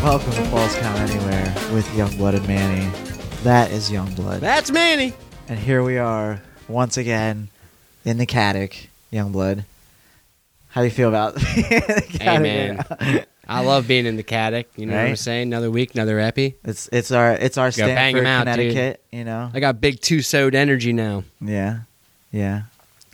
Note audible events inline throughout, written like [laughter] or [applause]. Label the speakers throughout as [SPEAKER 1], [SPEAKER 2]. [SPEAKER 1] Balls Count Anywhere with Youngblood and Manny. That is Youngblood.
[SPEAKER 2] That's Manny.
[SPEAKER 1] And here we are once again in the Caddick, Youngblood. How do you feel about [laughs] the Caddick?
[SPEAKER 2] man. I love being in the Caddick. You know what I'm
[SPEAKER 1] Right?
[SPEAKER 2] saying? Another week, another epi.
[SPEAKER 1] It's it's our it's our
[SPEAKER 2] Go bang
[SPEAKER 1] Stanford,
[SPEAKER 2] 'em out, dude.
[SPEAKER 1] Connecticut. You know.
[SPEAKER 2] I got big two sewed energy now.
[SPEAKER 1] Yeah, yeah,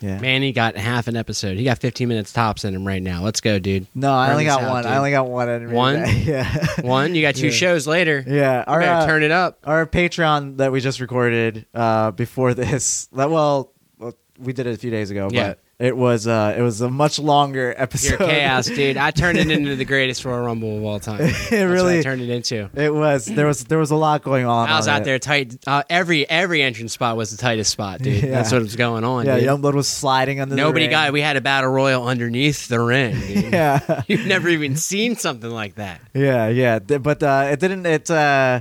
[SPEAKER 1] yeah.
[SPEAKER 2] Manny got half an episode. He got 15 minutes tops in him right now. Let's go, dude.
[SPEAKER 1] no, I
[SPEAKER 2] Burn
[SPEAKER 1] only
[SPEAKER 2] this
[SPEAKER 1] got
[SPEAKER 2] out,
[SPEAKER 1] one.
[SPEAKER 2] dude.
[SPEAKER 1] I only got one. enemy
[SPEAKER 2] One?
[SPEAKER 1] today. [laughs] Yeah.
[SPEAKER 2] One, you got
[SPEAKER 1] [laughs]
[SPEAKER 2] two
[SPEAKER 1] Yeah.
[SPEAKER 2] shows later.
[SPEAKER 1] Yeah.
[SPEAKER 2] You
[SPEAKER 1] Our
[SPEAKER 2] better
[SPEAKER 1] uh,
[SPEAKER 2] turn it up.
[SPEAKER 1] our Patreon that we just recorded uh, before [laughs] this. That well, well, we did it a few days ago,
[SPEAKER 2] Yeah.
[SPEAKER 1] but it was uh, it was a much longer [laughs] episode.
[SPEAKER 2] Pure chaos, dude. I turned it into the greatest Royal Rumble of
[SPEAKER 1] [laughs]
[SPEAKER 2] all time. That's what I
[SPEAKER 1] really-
[SPEAKER 2] turned it into.
[SPEAKER 1] It was there was there was a lot going on.
[SPEAKER 2] I was
[SPEAKER 1] on
[SPEAKER 2] out
[SPEAKER 1] it.
[SPEAKER 2] there tight. Uh, every every entrance spot was the tightest spot,
[SPEAKER 1] [laughs]
[SPEAKER 2] dude.
[SPEAKER 1] Yeah.
[SPEAKER 2] That's what was going on.
[SPEAKER 1] Yeah,
[SPEAKER 2] dude.
[SPEAKER 1] Youngblood was sliding under.
[SPEAKER 2] Nobody
[SPEAKER 1] the [laughs]
[SPEAKER 2] got.
[SPEAKER 1] ring.
[SPEAKER 2] We had a battle royal underneath the ring.
[SPEAKER 1] [laughs]
[SPEAKER 2] Dude.
[SPEAKER 1] Yeah,
[SPEAKER 2] You've never [laughs] even seen something like that.
[SPEAKER 1] yeah, yeah. Th- But uh, it didn't. It uh,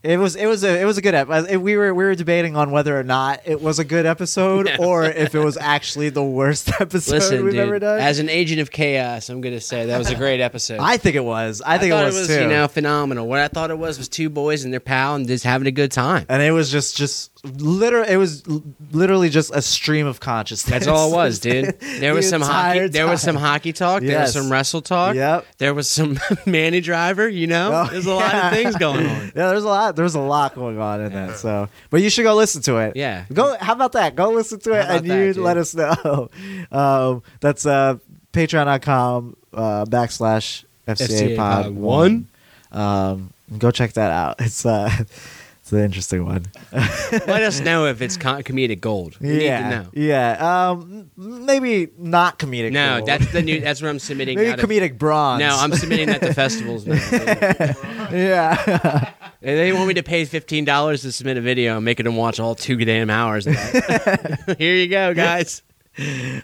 [SPEAKER 1] it was it was a it was a good episode. We were we were debating on whether or not it was a good episode
[SPEAKER 2] [laughs]
[SPEAKER 1] or if it was actually the worst [laughs] episode
[SPEAKER 2] Listen,
[SPEAKER 1] we've
[SPEAKER 2] dude,
[SPEAKER 1] ever done.
[SPEAKER 2] as an agent of chaos, I'm gonna say that was a great episode.
[SPEAKER 1] I think it was. I think
[SPEAKER 2] thought
[SPEAKER 1] it was, too.
[SPEAKER 2] you know phenomenal. What I thought it was was two boys and their pal and just having a good time.
[SPEAKER 1] and it was just just literal it was l- literally just a stream of consciousness
[SPEAKER 2] That's
[SPEAKER 1] [laughs]
[SPEAKER 2] all it was, dude. There
[SPEAKER 1] The
[SPEAKER 2] was some hockey.
[SPEAKER 1] entire
[SPEAKER 2] There was some
[SPEAKER 1] time.
[SPEAKER 2] hockey talk. There
[SPEAKER 1] Yes.
[SPEAKER 2] was some wrestle talk.
[SPEAKER 1] Yep.
[SPEAKER 2] There was some [laughs] Manny Driver. You know,
[SPEAKER 1] Oh,
[SPEAKER 2] there's a lot of
[SPEAKER 1] yeah.
[SPEAKER 2] things going
[SPEAKER 1] [laughs]
[SPEAKER 2] on.
[SPEAKER 1] yeah there's a lot there's a lot going on in that so but you should go listen to it
[SPEAKER 2] Yeah.
[SPEAKER 1] go how about that go listen to it
[SPEAKER 2] about
[SPEAKER 1] and you
[SPEAKER 2] that, dude?
[SPEAKER 1] let us know [laughs] um that's uh patreon.com uh backslash fca,
[SPEAKER 2] FCA
[SPEAKER 1] pod,
[SPEAKER 2] pod
[SPEAKER 1] one um go check that out [laughs] it's uh it's an interesting one
[SPEAKER 2] Let us know if it's com- comedic gold. We need to
[SPEAKER 1] yeah
[SPEAKER 2] know.
[SPEAKER 1] yeah um m- maybe not comedic
[SPEAKER 2] No,
[SPEAKER 1] gold.
[SPEAKER 2] that's the new. That's what I'm submitting. now
[SPEAKER 1] maybe
[SPEAKER 2] to-
[SPEAKER 1] comedic bronze
[SPEAKER 2] No, I'm submitting that to festivals now. dude.
[SPEAKER 1] [laughs] yeah
[SPEAKER 2] They- They want me to pay fifteen dollars to submit a video. I'm making them watch all two damn hours. of that.
[SPEAKER 1] [laughs]
[SPEAKER 2] Here you go, guys.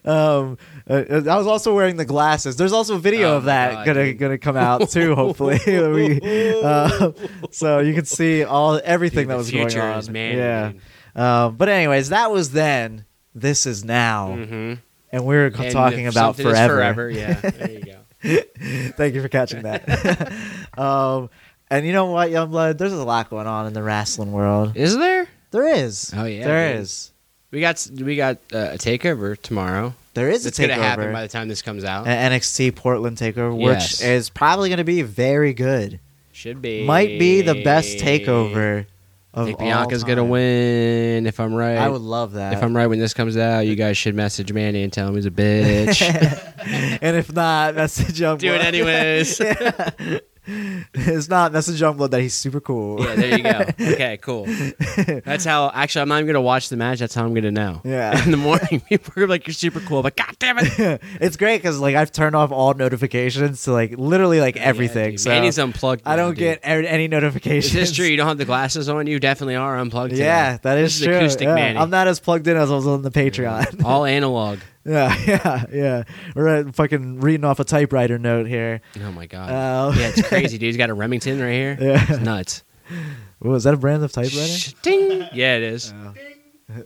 [SPEAKER 1] um, uh, I was also wearing the glasses. There's also a video
[SPEAKER 2] Oh
[SPEAKER 1] of
[SPEAKER 2] my
[SPEAKER 1] that
[SPEAKER 2] God,
[SPEAKER 1] gonna
[SPEAKER 2] dude.
[SPEAKER 1] gonna come out too. Hopefully, [laughs] we, uh, so you can see all everything
[SPEAKER 2] Dude,
[SPEAKER 1] that
[SPEAKER 2] the
[SPEAKER 1] was going
[SPEAKER 2] future
[SPEAKER 1] on.
[SPEAKER 2] is man,
[SPEAKER 1] yeah. Um, but anyways, that was then. This is now,
[SPEAKER 2] Mm-hmm.
[SPEAKER 1] and we're c- talking about forever.
[SPEAKER 2] forever. Yeah, there you go.
[SPEAKER 1] [laughs] Thank you for catching that. [laughs] um, and you know what, Youngblood? There's a lot going on in the wrestling world.
[SPEAKER 2] Is there?
[SPEAKER 1] There is.
[SPEAKER 2] Oh, yeah,
[SPEAKER 1] There
[SPEAKER 2] dude.
[SPEAKER 1] is.
[SPEAKER 2] We got s- we got uh, a takeover tomorrow.
[SPEAKER 1] There is a
[SPEAKER 2] It's
[SPEAKER 1] takeover. Eh,
[SPEAKER 2] gonna happen by the time this comes out.
[SPEAKER 1] an NXT Portland takeover,
[SPEAKER 2] Yes.
[SPEAKER 1] which is probably going to be very good.
[SPEAKER 2] Should be
[SPEAKER 1] Might be the best takeover
[SPEAKER 2] I
[SPEAKER 1] of
[SPEAKER 2] Eh. think
[SPEAKER 1] all
[SPEAKER 2] Bianca's
[SPEAKER 1] time.
[SPEAKER 2] gonna win. If I'm right,
[SPEAKER 1] I would love that.
[SPEAKER 2] if
[SPEAKER 1] [laughs]
[SPEAKER 2] I'm right when this comes out, you guys should message Manny and tell him he's
[SPEAKER 1] [laughs]
[SPEAKER 2] a bitch.
[SPEAKER 1] and if not, message Youngblood.
[SPEAKER 2] Do
[SPEAKER 1] [laughs]
[SPEAKER 2] it anyways. yeah,
[SPEAKER 1] it's not message Youngblood that he's super cool.
[SPEAKER 2] there you go. Okay, cool. That's how. Actually, I'm not even gonna watch the match. That's how I'm gonna know.
[SPEAKER 1] Yeah.
[SPEAKER 2] [laughs] In the morning, people are like, "You're super cool," but god damn it,
[SPEAKER 1] [laughs] it's great because like I've turned off all notifications to like literally like [laughs] everything.
[SPEAKER 2] Yeah,
[SPEAKER 1] so
[SPEAKER 2] Manny's unplugged.
[SPEAKER 1] I don't
[SPEAKER 2] now,
[SPEAKER 1] get
[SPEAKER 2] dude.
[SPEAKER 1] a- any
[SPEAKER 2] Is
[SPEAKER 1] notifications.
[SPEAKER 2] this true? You don't have the glasses on. You definitely are unplugged.
[SPEAKER 1] [laughs]
[SPEAKER 2] today.
[SPEAKER 1] Yeah, that
[SPEAKER 2] This
[SPEAKER 1] is,
[SPEAKER 2] is
[SPEAKER 1] true.
[SPEAKER 2] acoustic
[SPEAKER 1] Yeah,
[SPEAKER 2] Manny.
[SPEAKER 1] I'm not as plugged in as I was on the Patreon.
[SPEAKER 2] all analog.
[SPEAKER 1] yeah, [laughs] yeah, yeah. We're at fucking reading off a typewriter note here.
[SPEAKER 2] Oh my god.
[SPEAKER 1] Oh.
[SPEAKER 2] yeah, it's crazy, dude. He's got a Remington right here.
[SPEAKER 1] Yeah.
[SPEAKER 2] It's nuts.
[SPEAKER 1] Ooh, is that a brand of typewriter?
[SPEAKER 2] Ding. Yeah, it is.
[SPEAKER 1] Oh.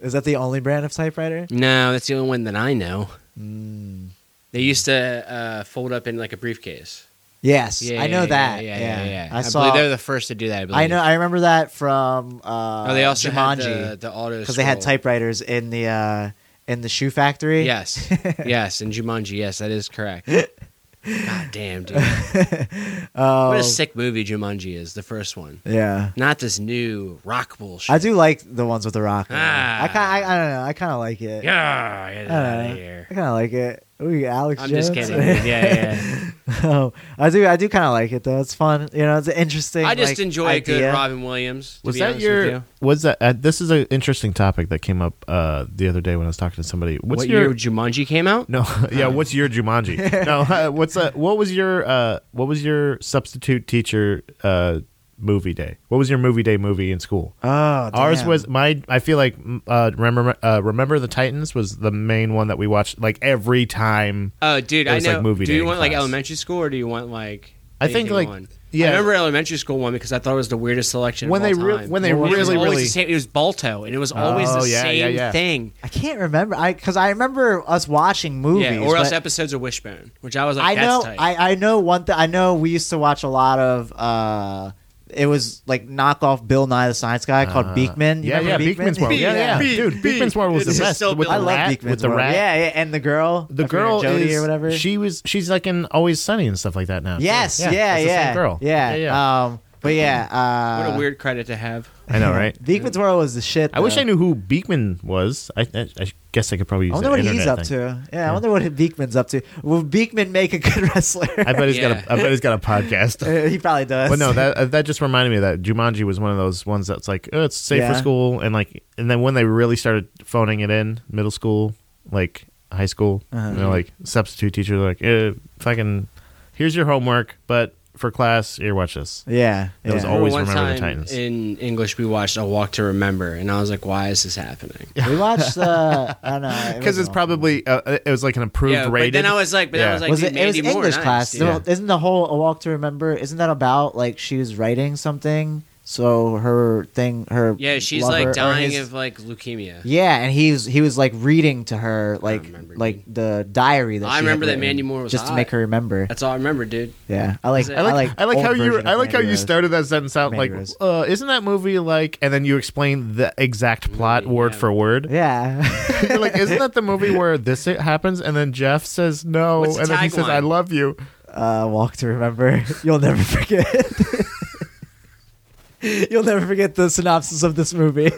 [SPEAKER 1] Is that the only brand of typewriter?
[SPEAKER 2] No, that's the only one that I know.
[SPEAKER 1] Hmm.
[SPEAKER 2] They used to uh, fold up in like a briefcase.
[SPEAKER 1] Yes,
[SPEAKER 2] Yeah,
[SPEAKER 1] I know
[SPEAKER 2] yeah,
[SPEAKER 1] that.
[SPEAKER 2] Yeah, yeah, yeah. yeah.
[SPEAKER 1] I
[SPEAKER 2] Believe
[SPEAKER 1] saw.
[SPEAKER 2] they were the first to do that. I, believe.
[SPEAKER 1] I know. I remember that from. Uh,
[SPEAKER 2] Oh, they also had the,
[SPEAKER 1] Jumanji
[SPEAKER 2] the auto
[SPEAKER 1] because they had
[SPEAKER 2] scroll.
[SPEAKER 1] typewriters in the uh, in the shoe factory.
[SPEAKER 2] Yes,
[SPEAKER 1] [laughs]
[SPEAKER 2] yes, and Jumanji. Yes, that is correct. God
[SPEAKER 1] [laughs]
[SPEAKER 2] damn, dude! what
[SPEAKER 1] Oh,
[SPEAKER 2] a sick movie Jumanji is. The first one,
[SPEAKER 1] yeah.
[SPEAKER 2] not this new rock bullshit.
[SPEAKER 1] I do like the ones with the rock. in them.
[SPEAKER 2] Ah.
[SPEAKER 1] I kind. I, I don't know. I kind of like it.
[SPEAKER 2] Yeah, get
[SPEAKER 1] I don't
[SPEAKER 2] out
[SPEAKER 1] know.
[SPEAKER 2] of here.
[SPEAKER 1] I kind of like it. Ooh, Alex
[SPEAKER 2] I'm
[SPEAKER 1] Jones.
[SPEAKER 2] just kidding. dude.
[SPEAKER 1] [laughs]
[SPEAKER 2] Yeah, yeah.
[SPEAKER 1] oh, I do. I do kind of like it though. It's fun. You know, it's an interesting.
[SPEAKER 2] I just
[SPEAKER 1] like,
[SPEAKER 2] enjoy a
[SPEAKER 1] idea.
[SPEAKER 2] good Robin Williams. To
[SPEAKER 3] was
[SPEAKER 2] be
[SPEAKER 3] that
[SPEAKER 2] honest
[SPEAKER 3] your
[SPEAKER 2] With you.
[SPEAKER 3] was that uh, this is an interesting topic that came up uh the other day when i was talking to somebody what's
[SPEAKER 2] what
[SPEAKER 3] your
[SPEAKER 2] year Jumanji came out?
[SPEAKER 3] [laughs] no [laughs] yeah what's your jumanji
[SPEAKER 1] [laughs]
[SPEAKER 3] no uh, what's uh, what was your uh what was your substitute teacher uh movie day what was your movie day movie in school
[SPEAKER 1] Oh,
[SPEAKER 3] Ours
[SPEAKER 1] damn.
[SPEAKER 3] was my. I feel like mm, uh, remember uh, remember the Titans was the main one that we watched like every time.
[SPEAKER 2] Oh, dude,
[SPEAKER 3] It
[SPEAKER 2] I
[SPEAKER 3] was
[SPEAKER 2] know.
[SPEAKER 3] like movie
[SPEAKER 2] do
[SPEAKER 3] day
[SPEAKER 2] you
[SPEAKER 3] in
[SPEAKER 2] want like
[SPEAKER 3] class.
[SPEAKER 2] elementary school or do you want like?
[SPEAKER 3] I think
[SPEAKER 2] anything
[SPEAKER 3] like
[SPEAKER 2] on? I
[SPEAKER 3] Yeah.
[SPEAKER 2] remember elementary school one because I thought it was the weirdest selection.
[SPEAKER 3] When
[SPEAKER 2] of
[SPEAKER 3] they
[SPEAKER 2] all
[SPEAKER 3] re-
[SPEAKER 2] time.
[SPEAKER 3] when they
[SPEAKER 2] It was
[SPEAKER 3] really,
[SPEAKER 2] always
[SPEAKER 3] really-
[SPEAKER 2] the same, it was Balto, and it was always
[SPEAKER 3] Oh,
[SPEAKER 2] the
[SPEAKER 3] yeah,
[SPEAKER 2] same
[SPEAKER 3] yeah, yeah.
[SPEAKER 2] thing.
[SPEAKER 1] I can't remember. I because I remember us watching movies.
[SPEAKER 2] yeah, or else
[SPEAKER 1] but
[SPEAKER 2] episodes of Wishbone, which I was
[SPEAKER 1] I
[SPEAKER 2] like, that's
[SPEAKER 1] know.
[SPEAKER 2] tight.
[SPEAKER 1] I, I know one thing. I know we used to watch a lot of. uh It was like knockoff Bill Nye the Science Guy called Beekman. You
[SPEAKER 3] Uh, yeah,
[SPEAKER 1] remember
[SPEAKER 3] yeah,
[SPEAKER 1] Beekman?
[SPEAKER 3] Beekman's World.
[SPEAKER 1] [laughs]
[SPEAKER 3] Yeah, yeah,
[SPEAKER 2] Beak,
[SPEAKER 3] dude,
[SPEAKER 2] beak.
[SPEAKER 3] Beekman's World was
[SPEAKER 2] This
[SPEAKER 3] the
[SPEAKER 2] is
[SPEAKER 3] best.
[SPEAKER 2] still
[SPEAKER 3] with
[SPEAKER 2] Bill
[SPEAKER 1] I
[SPEAKER 3] the
[SPEAKER 2] Nye.
[SPEAKER 1] love
[SPEAKER 3] rat,
[SPEAKER 1] Beekman's
[SPEAKER 3] with the
[SPEAKER 1] World.
[SPEAKER 3] rat.
[SPEAKER 1] Yeah, yeah, and the girl. I
[SPEAKER 3] The
[SPEAKER 1] forget her,
[SPEAKER 3] girl
[SPEAKER 1] Jody
[SPEAKER 3] is
[SPEAKER 1] or whatever.
[SPEAKER 3] She was she's like in Always Sunny and stuff like that now. too.
[SPEAKER 1] yes, yeah, yeah,
[SPEAKER 3] it's the same
[SPEAKER 1] yeah,
[SPEAKER 3] girl.
[SPEAKER 1] yeah,
[SPEAKER 3] yeah.
[SPEAKER 1] Um, but yeah, uh,
[SPEAKER 2] what a weird credit to have.
[SPEAKER 3] I
[SPEAKER 1] [laughs]
[SPEAKER 3] know, right?
[SPEAKER 1] Beekman's World was the shit.
[SPEAKER 3] I wish
[SPEAKER 1] though.
[SPEAKER 3] I knew who Beekman was. I, I, I guess I could probably.
[SPEAKER 1] I
[SPEAKER 3] Use
[SPEAKER 1] wonder
[SPEAKER 3] that
[SPEAKER 1] what he's
[SPEAKER 3] internet
[SPEAKER 1] up
[SPEAKER 3] thing.
[SPEAKER 1] to. Yeah, I wonder what Beekman's up to. Will Beekman make a good [laughs] wrestler?
[SPEAKER 3] I bet he's
[SPEAKER 2] Yeah.
[SPEAKER 3] got. A, I bet he's got a podcast.
[SPEAKER 1] [laughs] Uh, he probably does.
[SPEAKER 3] but no, that uh, that just reminded me of that Jumanji was one of those ones that's like oh, it's safe for
[SPEAKER 1] Yeah.
[SPEAKER 3] school and like and then when they really started phoning it in middle school like high school
[SPEAKER 1] Uh-huh.
[SPEAKER 3] you know like substitute teachers are like eh, fucking here's your homework but for class here watch this
[SPEAKER 1] [laughs] yeah,
[SPEAKER 3] That was
[SPEAKER 1] yeah.
[SPEAKER 2] I
[SPEAKER 3] Always
[SPEAKER 2] one
[SPEAKER 3] remember
[SPEAKER 2] time
[SPEAKER 3] the Titans.
[SPEAKER 2] in English, we watched A Walk to Remember, and I was like, why is this happening?
[SPEAKER 1] We watched uh, I don't know
[SPEAKER 2] [laughs]
[SPEAKER 1] it
[SPEAKER 3] because it's
[SPEAKER 1] wasn't
[SPEAKER 3] probably uh, it was like an approved
[SPEAKER 2] Yeah, but
[SPEAKER 3] rated.
[SPEAKER 2] then I was like, but then I
[SPEAKER 3] Yeah.
[SPEAKER 2] was like,
[SPEAKER 1] was it?
[SPEAKER 2] dude,
[SPEAKER 1] It was
[SPEAKER 2] Mandy Moore,
[SPEAKER 1] English
[SPEAKER 2] nice,
[SPEAKER 1] class.
[SPEAKER 2] dude.
[SPEAKER 1] So Isn't the whole "A Walk to Remember"? Isn't that about like she was writing something? So her thing, her
[SPEAKER 2] Yeah, she's
[SPEAKER 1] lover- or
[SPEAKER 2] like dying
[SPEAKER 1] his-
[SPEAKER 2] of like leukemia.
[SPEAKER 1] Yeah, and he was he was like reading to her like
[SPEAKER 2] remember,
[SPEAKER 1] like the diary that
[SPEAKER 2] I
[SPEAKER 1] she had
[SPEAKER 2] remember that
[SPEAKER 1] written,
[SPEAKER 2] Mandy Moore was
[SPEAKER 1] just to
[SPEAKER 2] hot.
[SPEAKER 1] make her remember.
[SPEAKER 2] That's all I remember, dude.
[SPEAKER 1] Yeah, I like
[SPEAKER 2] I
[SPEAKER 1] I like
[SPEAKER 3] I like
[SPEAKER 1] old
[SPEAKER 3] how you
[SPEAKER 1] version
[SPEAKER 3] I
[SPEAKER 1] of
[SPEAKER 3] like how
[SPEAKER 1] Mandy
[SPEAKER 3] you
[SPEAKER 1] Rose.
[SPEAKER 3] started that sentence out
[SPEAKER 1] Mandy
[SPEAKER 3] like
[SPEAKER 1] Rose.
[SPEAKER 3] uh, isn't that movie like and then you explain the exact plot
[SPEAKER 2] Movie,
[SPEAKER 3] word
[SPEAKER 2] yeah.
[SPEAKER 3] for [laughs] word
[SPEAKER 1] Yeah, [laughs]
[SPEAKER 3] like isn't that the movie where this happens and then Jeff says no
[SPEAKER 2] What's the
[SPEAKER 3] and then he says I
[SPEAKER 2] tagline?
[SPEAKER 3] love you
[SPEAKER 1] uh, walk to remember. [laughs] You'll never forget. [laughs] You'll never forget the synopsis of this movie. [laughs]
[SPEAKER 2] I'm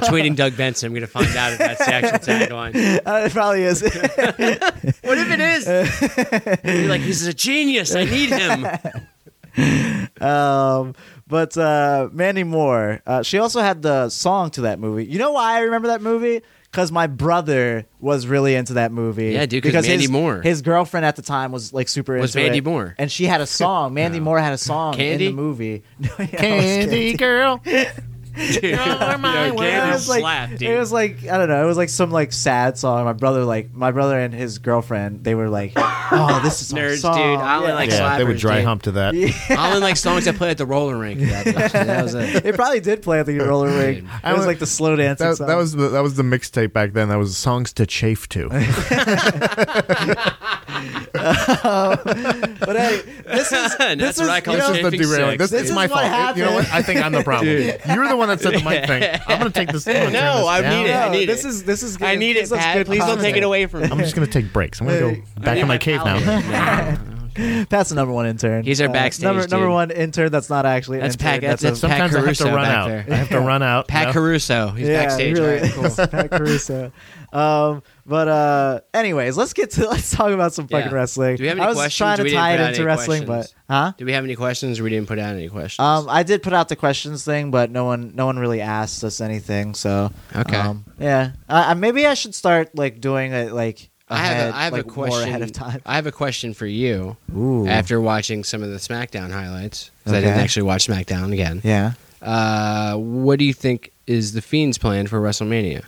[SPEAKER 2] tweeting Doug Benson. I'm gonna find out if that's the actual tagline.
[SPEAKER 1] Uh, it probably
[SPEAKER 2] [laughs]
[SPEAKER 1] is.
[SPEAKER 2] What if
[SPEAKER 1] [laughs]
[SPEAKER 2] it is? You're like, he's a genius. I need [laughs] him.
[SPEAKER 1] um, but uh, Mandy Moore, uh, she also had the song to that movie. You know why I remember that movie? Because my brother was really into that movie.
[SPEAKER 2] Yeah, dude, 'cause Mandy
[SPEAKER 1] his,
[SPEAKER 2] Moore.
[SPEAKER 1] his girlfriend at the time was like super
[SPEAKER 2] Was
[SPEAKER 1] into
[SPEAKER 2] Mandy
[SPEAKER 1] it.
[SPEAKER 2] Moore.
[SPEAKER 1] and she had a
[SPEAKER 2] [laughs]
[SPEAKER 1] song. Mandy Moore had a song
[SPEAKER 2] Candy?
[SPEAKER 1] in the movie. [laughs] No, yeah, it was
[SPEAKER 3] Candy
[SPEAKER 1] [laughs]
[SPEAKER 3] girl
[SPEAKER 2] Dude,
[SPEAKER 3] my
[SPEAKER 2] Yo,
[SPEAKER 3] word.
[SPEAKER 2] Gary's
[SPEAKER 1] it was like
[SPEAKER 2] slap, dude.
[SPEAKER 1] it was like I don't know. It was like some like sad song. My brother like my brother and his girlfriend they were like, oh, this is our
[SPEAKER 2] Nerds,
[SPEAKER 1] song.
[SPEAKER 2] dude. I only
[SPEAKER 1] Yeah. [laughs]
[SPEAKER 2] like
[SPEAKER 3] yeah they would
[SPEAKER 2] slappers,
[SPEAKER 3] dry
[SPEAKER 2] dude.
[SPEAKER 3] hump to that
[SPEAKER 2] I only like songs I play at the roller rink. That was- that was [laughs] it.
[SPEAKER 1] It probably did play at the roller rink.
[SPEAKER 3] I
[SPEAKER 1] It was
[SPEAKER 3] would-
[SPEAKER 1] like the slow dancing
[SPEAKER 3] that,
[SPEAKER 1] song.
[SPEAKER 3] that was the, that was the mixtape back then that was songs to chafe to
[SPEAKER 1] But hey, this is
[SPEAKER 2] And
[SPEAKER 1] this
[SPEAKER 2] [laughs] that's what I
[SPEAKER 1] is-
[SPEAKER 2] call
[SPEAKER 1] you know,
[SPEAKER 2] shit.
[SPEAKER 3] this is the
[SPEAKER 2] Chafing
[SPEAKER 3] derailing
[SPEAKER 2] six.
[SPEAKER 3] this,
[SPEAKER 1] This
[SPEAKER 3] is
[SPEAKER 1] is
[SPEAKER 3] my
[SPEAKER 1] what
[SPEAKER 3] fault you know what I think I'm the problem you're the one that said the mic thing I'm gonna take this I'm gonna turn
[SPEAKER 2] No,
[SPEAKER 3] this
[SPEAKER 2] I
[SPEAKER 3] down.
[SPEAKER 2] need it.
[SPEAKER 1] no,
[SPEAKER 2] I
[SPEAKER 1] this
[SPEAKER 2] it.
[SPEAKER 1] is this is.
[SPEAKER 2] I
[SPEAKER 1] good-
[SPEAKER 2] need
[SPEAKER 1] this
[SPEAKER 2] it,
[SPEAKER 1] is
[SPEAKER 2] Pat.
[SPEAKER 1] good
[SPEAKER 2] Please don't take
[SPEAKER 1] content.
[SPEAKER 2] it [laughs] away from me.
[SPEAKER 3] I'm just gonna take breaks. I'm gonna
[SPEAKER 1] Hey,
[SPEAKER 3] go
[SPEAKER 2] I
[SPEAKER 3] back
[SPEAKER 2] need
[SPEAKER 3] in my,
[SPEAKER 2] my
[SPEAKER 3] cave
[SPEAKER 2] palate.
[SPEAKER 3] now.
[SPEAKER 1] Pat's the number one intern. Uh,
[SPEAKER 2] He's our backstage
[SPEAKER 1] Number,
[SPEAKER 2] dude.
[SPEAKER 1] number one intern. That's not actually. An
[SPEAKER 2] That's
[SPEAKER 1] intern,
[SPEAKER 2] Pat- that's-
[SPEAKER 1] a-
[SPEAKER 2] that's Pat
[SPEAKER 3] Sometimes I have to
[SPEAKER 2] Caruso
[SPEAKER 3] run
[SPEAKER 2] back
[SPEAKER 3] out.
[SPEAKER 2] there.
[SPEAKER 3] I have to run out.
[SPEAKER 2] Pat
[SPEAKER 3] no?
[SPEAKER 2] Caruso. He's
[SPEAKER 1] yeah,
[SPEAKER 2] backstage.
[SPEAKER 1] he
[SPEAKER 2] All right, cool.
[SPEAKER 1] is. [laughs] Pat Caruso. Um, but uh, anyways, let's get to [laughs] let's talk about some fucking
[SPEAKER 2] Yeah.
[SPEAKER 1] wrestling.
[SPEAKER 2] Do we have
[SPEAKER 1] I
[SPEAKER 2] any
[SPEAKER 1] was
[SPEAKER 2] questions?
[SPEAKER 1] trying to
[SPEAKER 2] We didn't
[SPEAKER 1] tie
[SPEAKER 2] put
[SPEAKER 1] it
[SPEAKER 2] out
[SPEAKER 1] into
[SPEAKER 2] any
[SPEAKER 1] wrestling,
[SPEAKER 2] questions.
[SPEAKER 1] but huh?
[SPEAKER 2] Do we have any questions? We didn't put out any questions.
[SPEAKER 1] Um, I did put out the questions thing, but no one, no one really asked us anything. So
[SPEAKER 2] Okay.
[SPEAKER 1] um, yeah. Uh, maybe I should start like doing it like
[SPEAKER 2] I have
[SPEAKER 1] ahead,
[SPEAKER 2] a, I have
[SPEAKER 1] like,
[SPEAKER 2] a question.
[SPEAKER 1] more ahead of time.
[SPEAKER 2] I have a question for you
[SPEAKER 1] Ooh,
[SPEAKER 2] after watching some of the SmackDown highlights because I didn't
[SPEAKER 1] Okay.
[SPEAKER 2] actually watch SmackDown again.
[SPEAKER 1] yeah.
[SPEAKER 2] Uh, what do you think is the Fiend's plan for WrestleMania?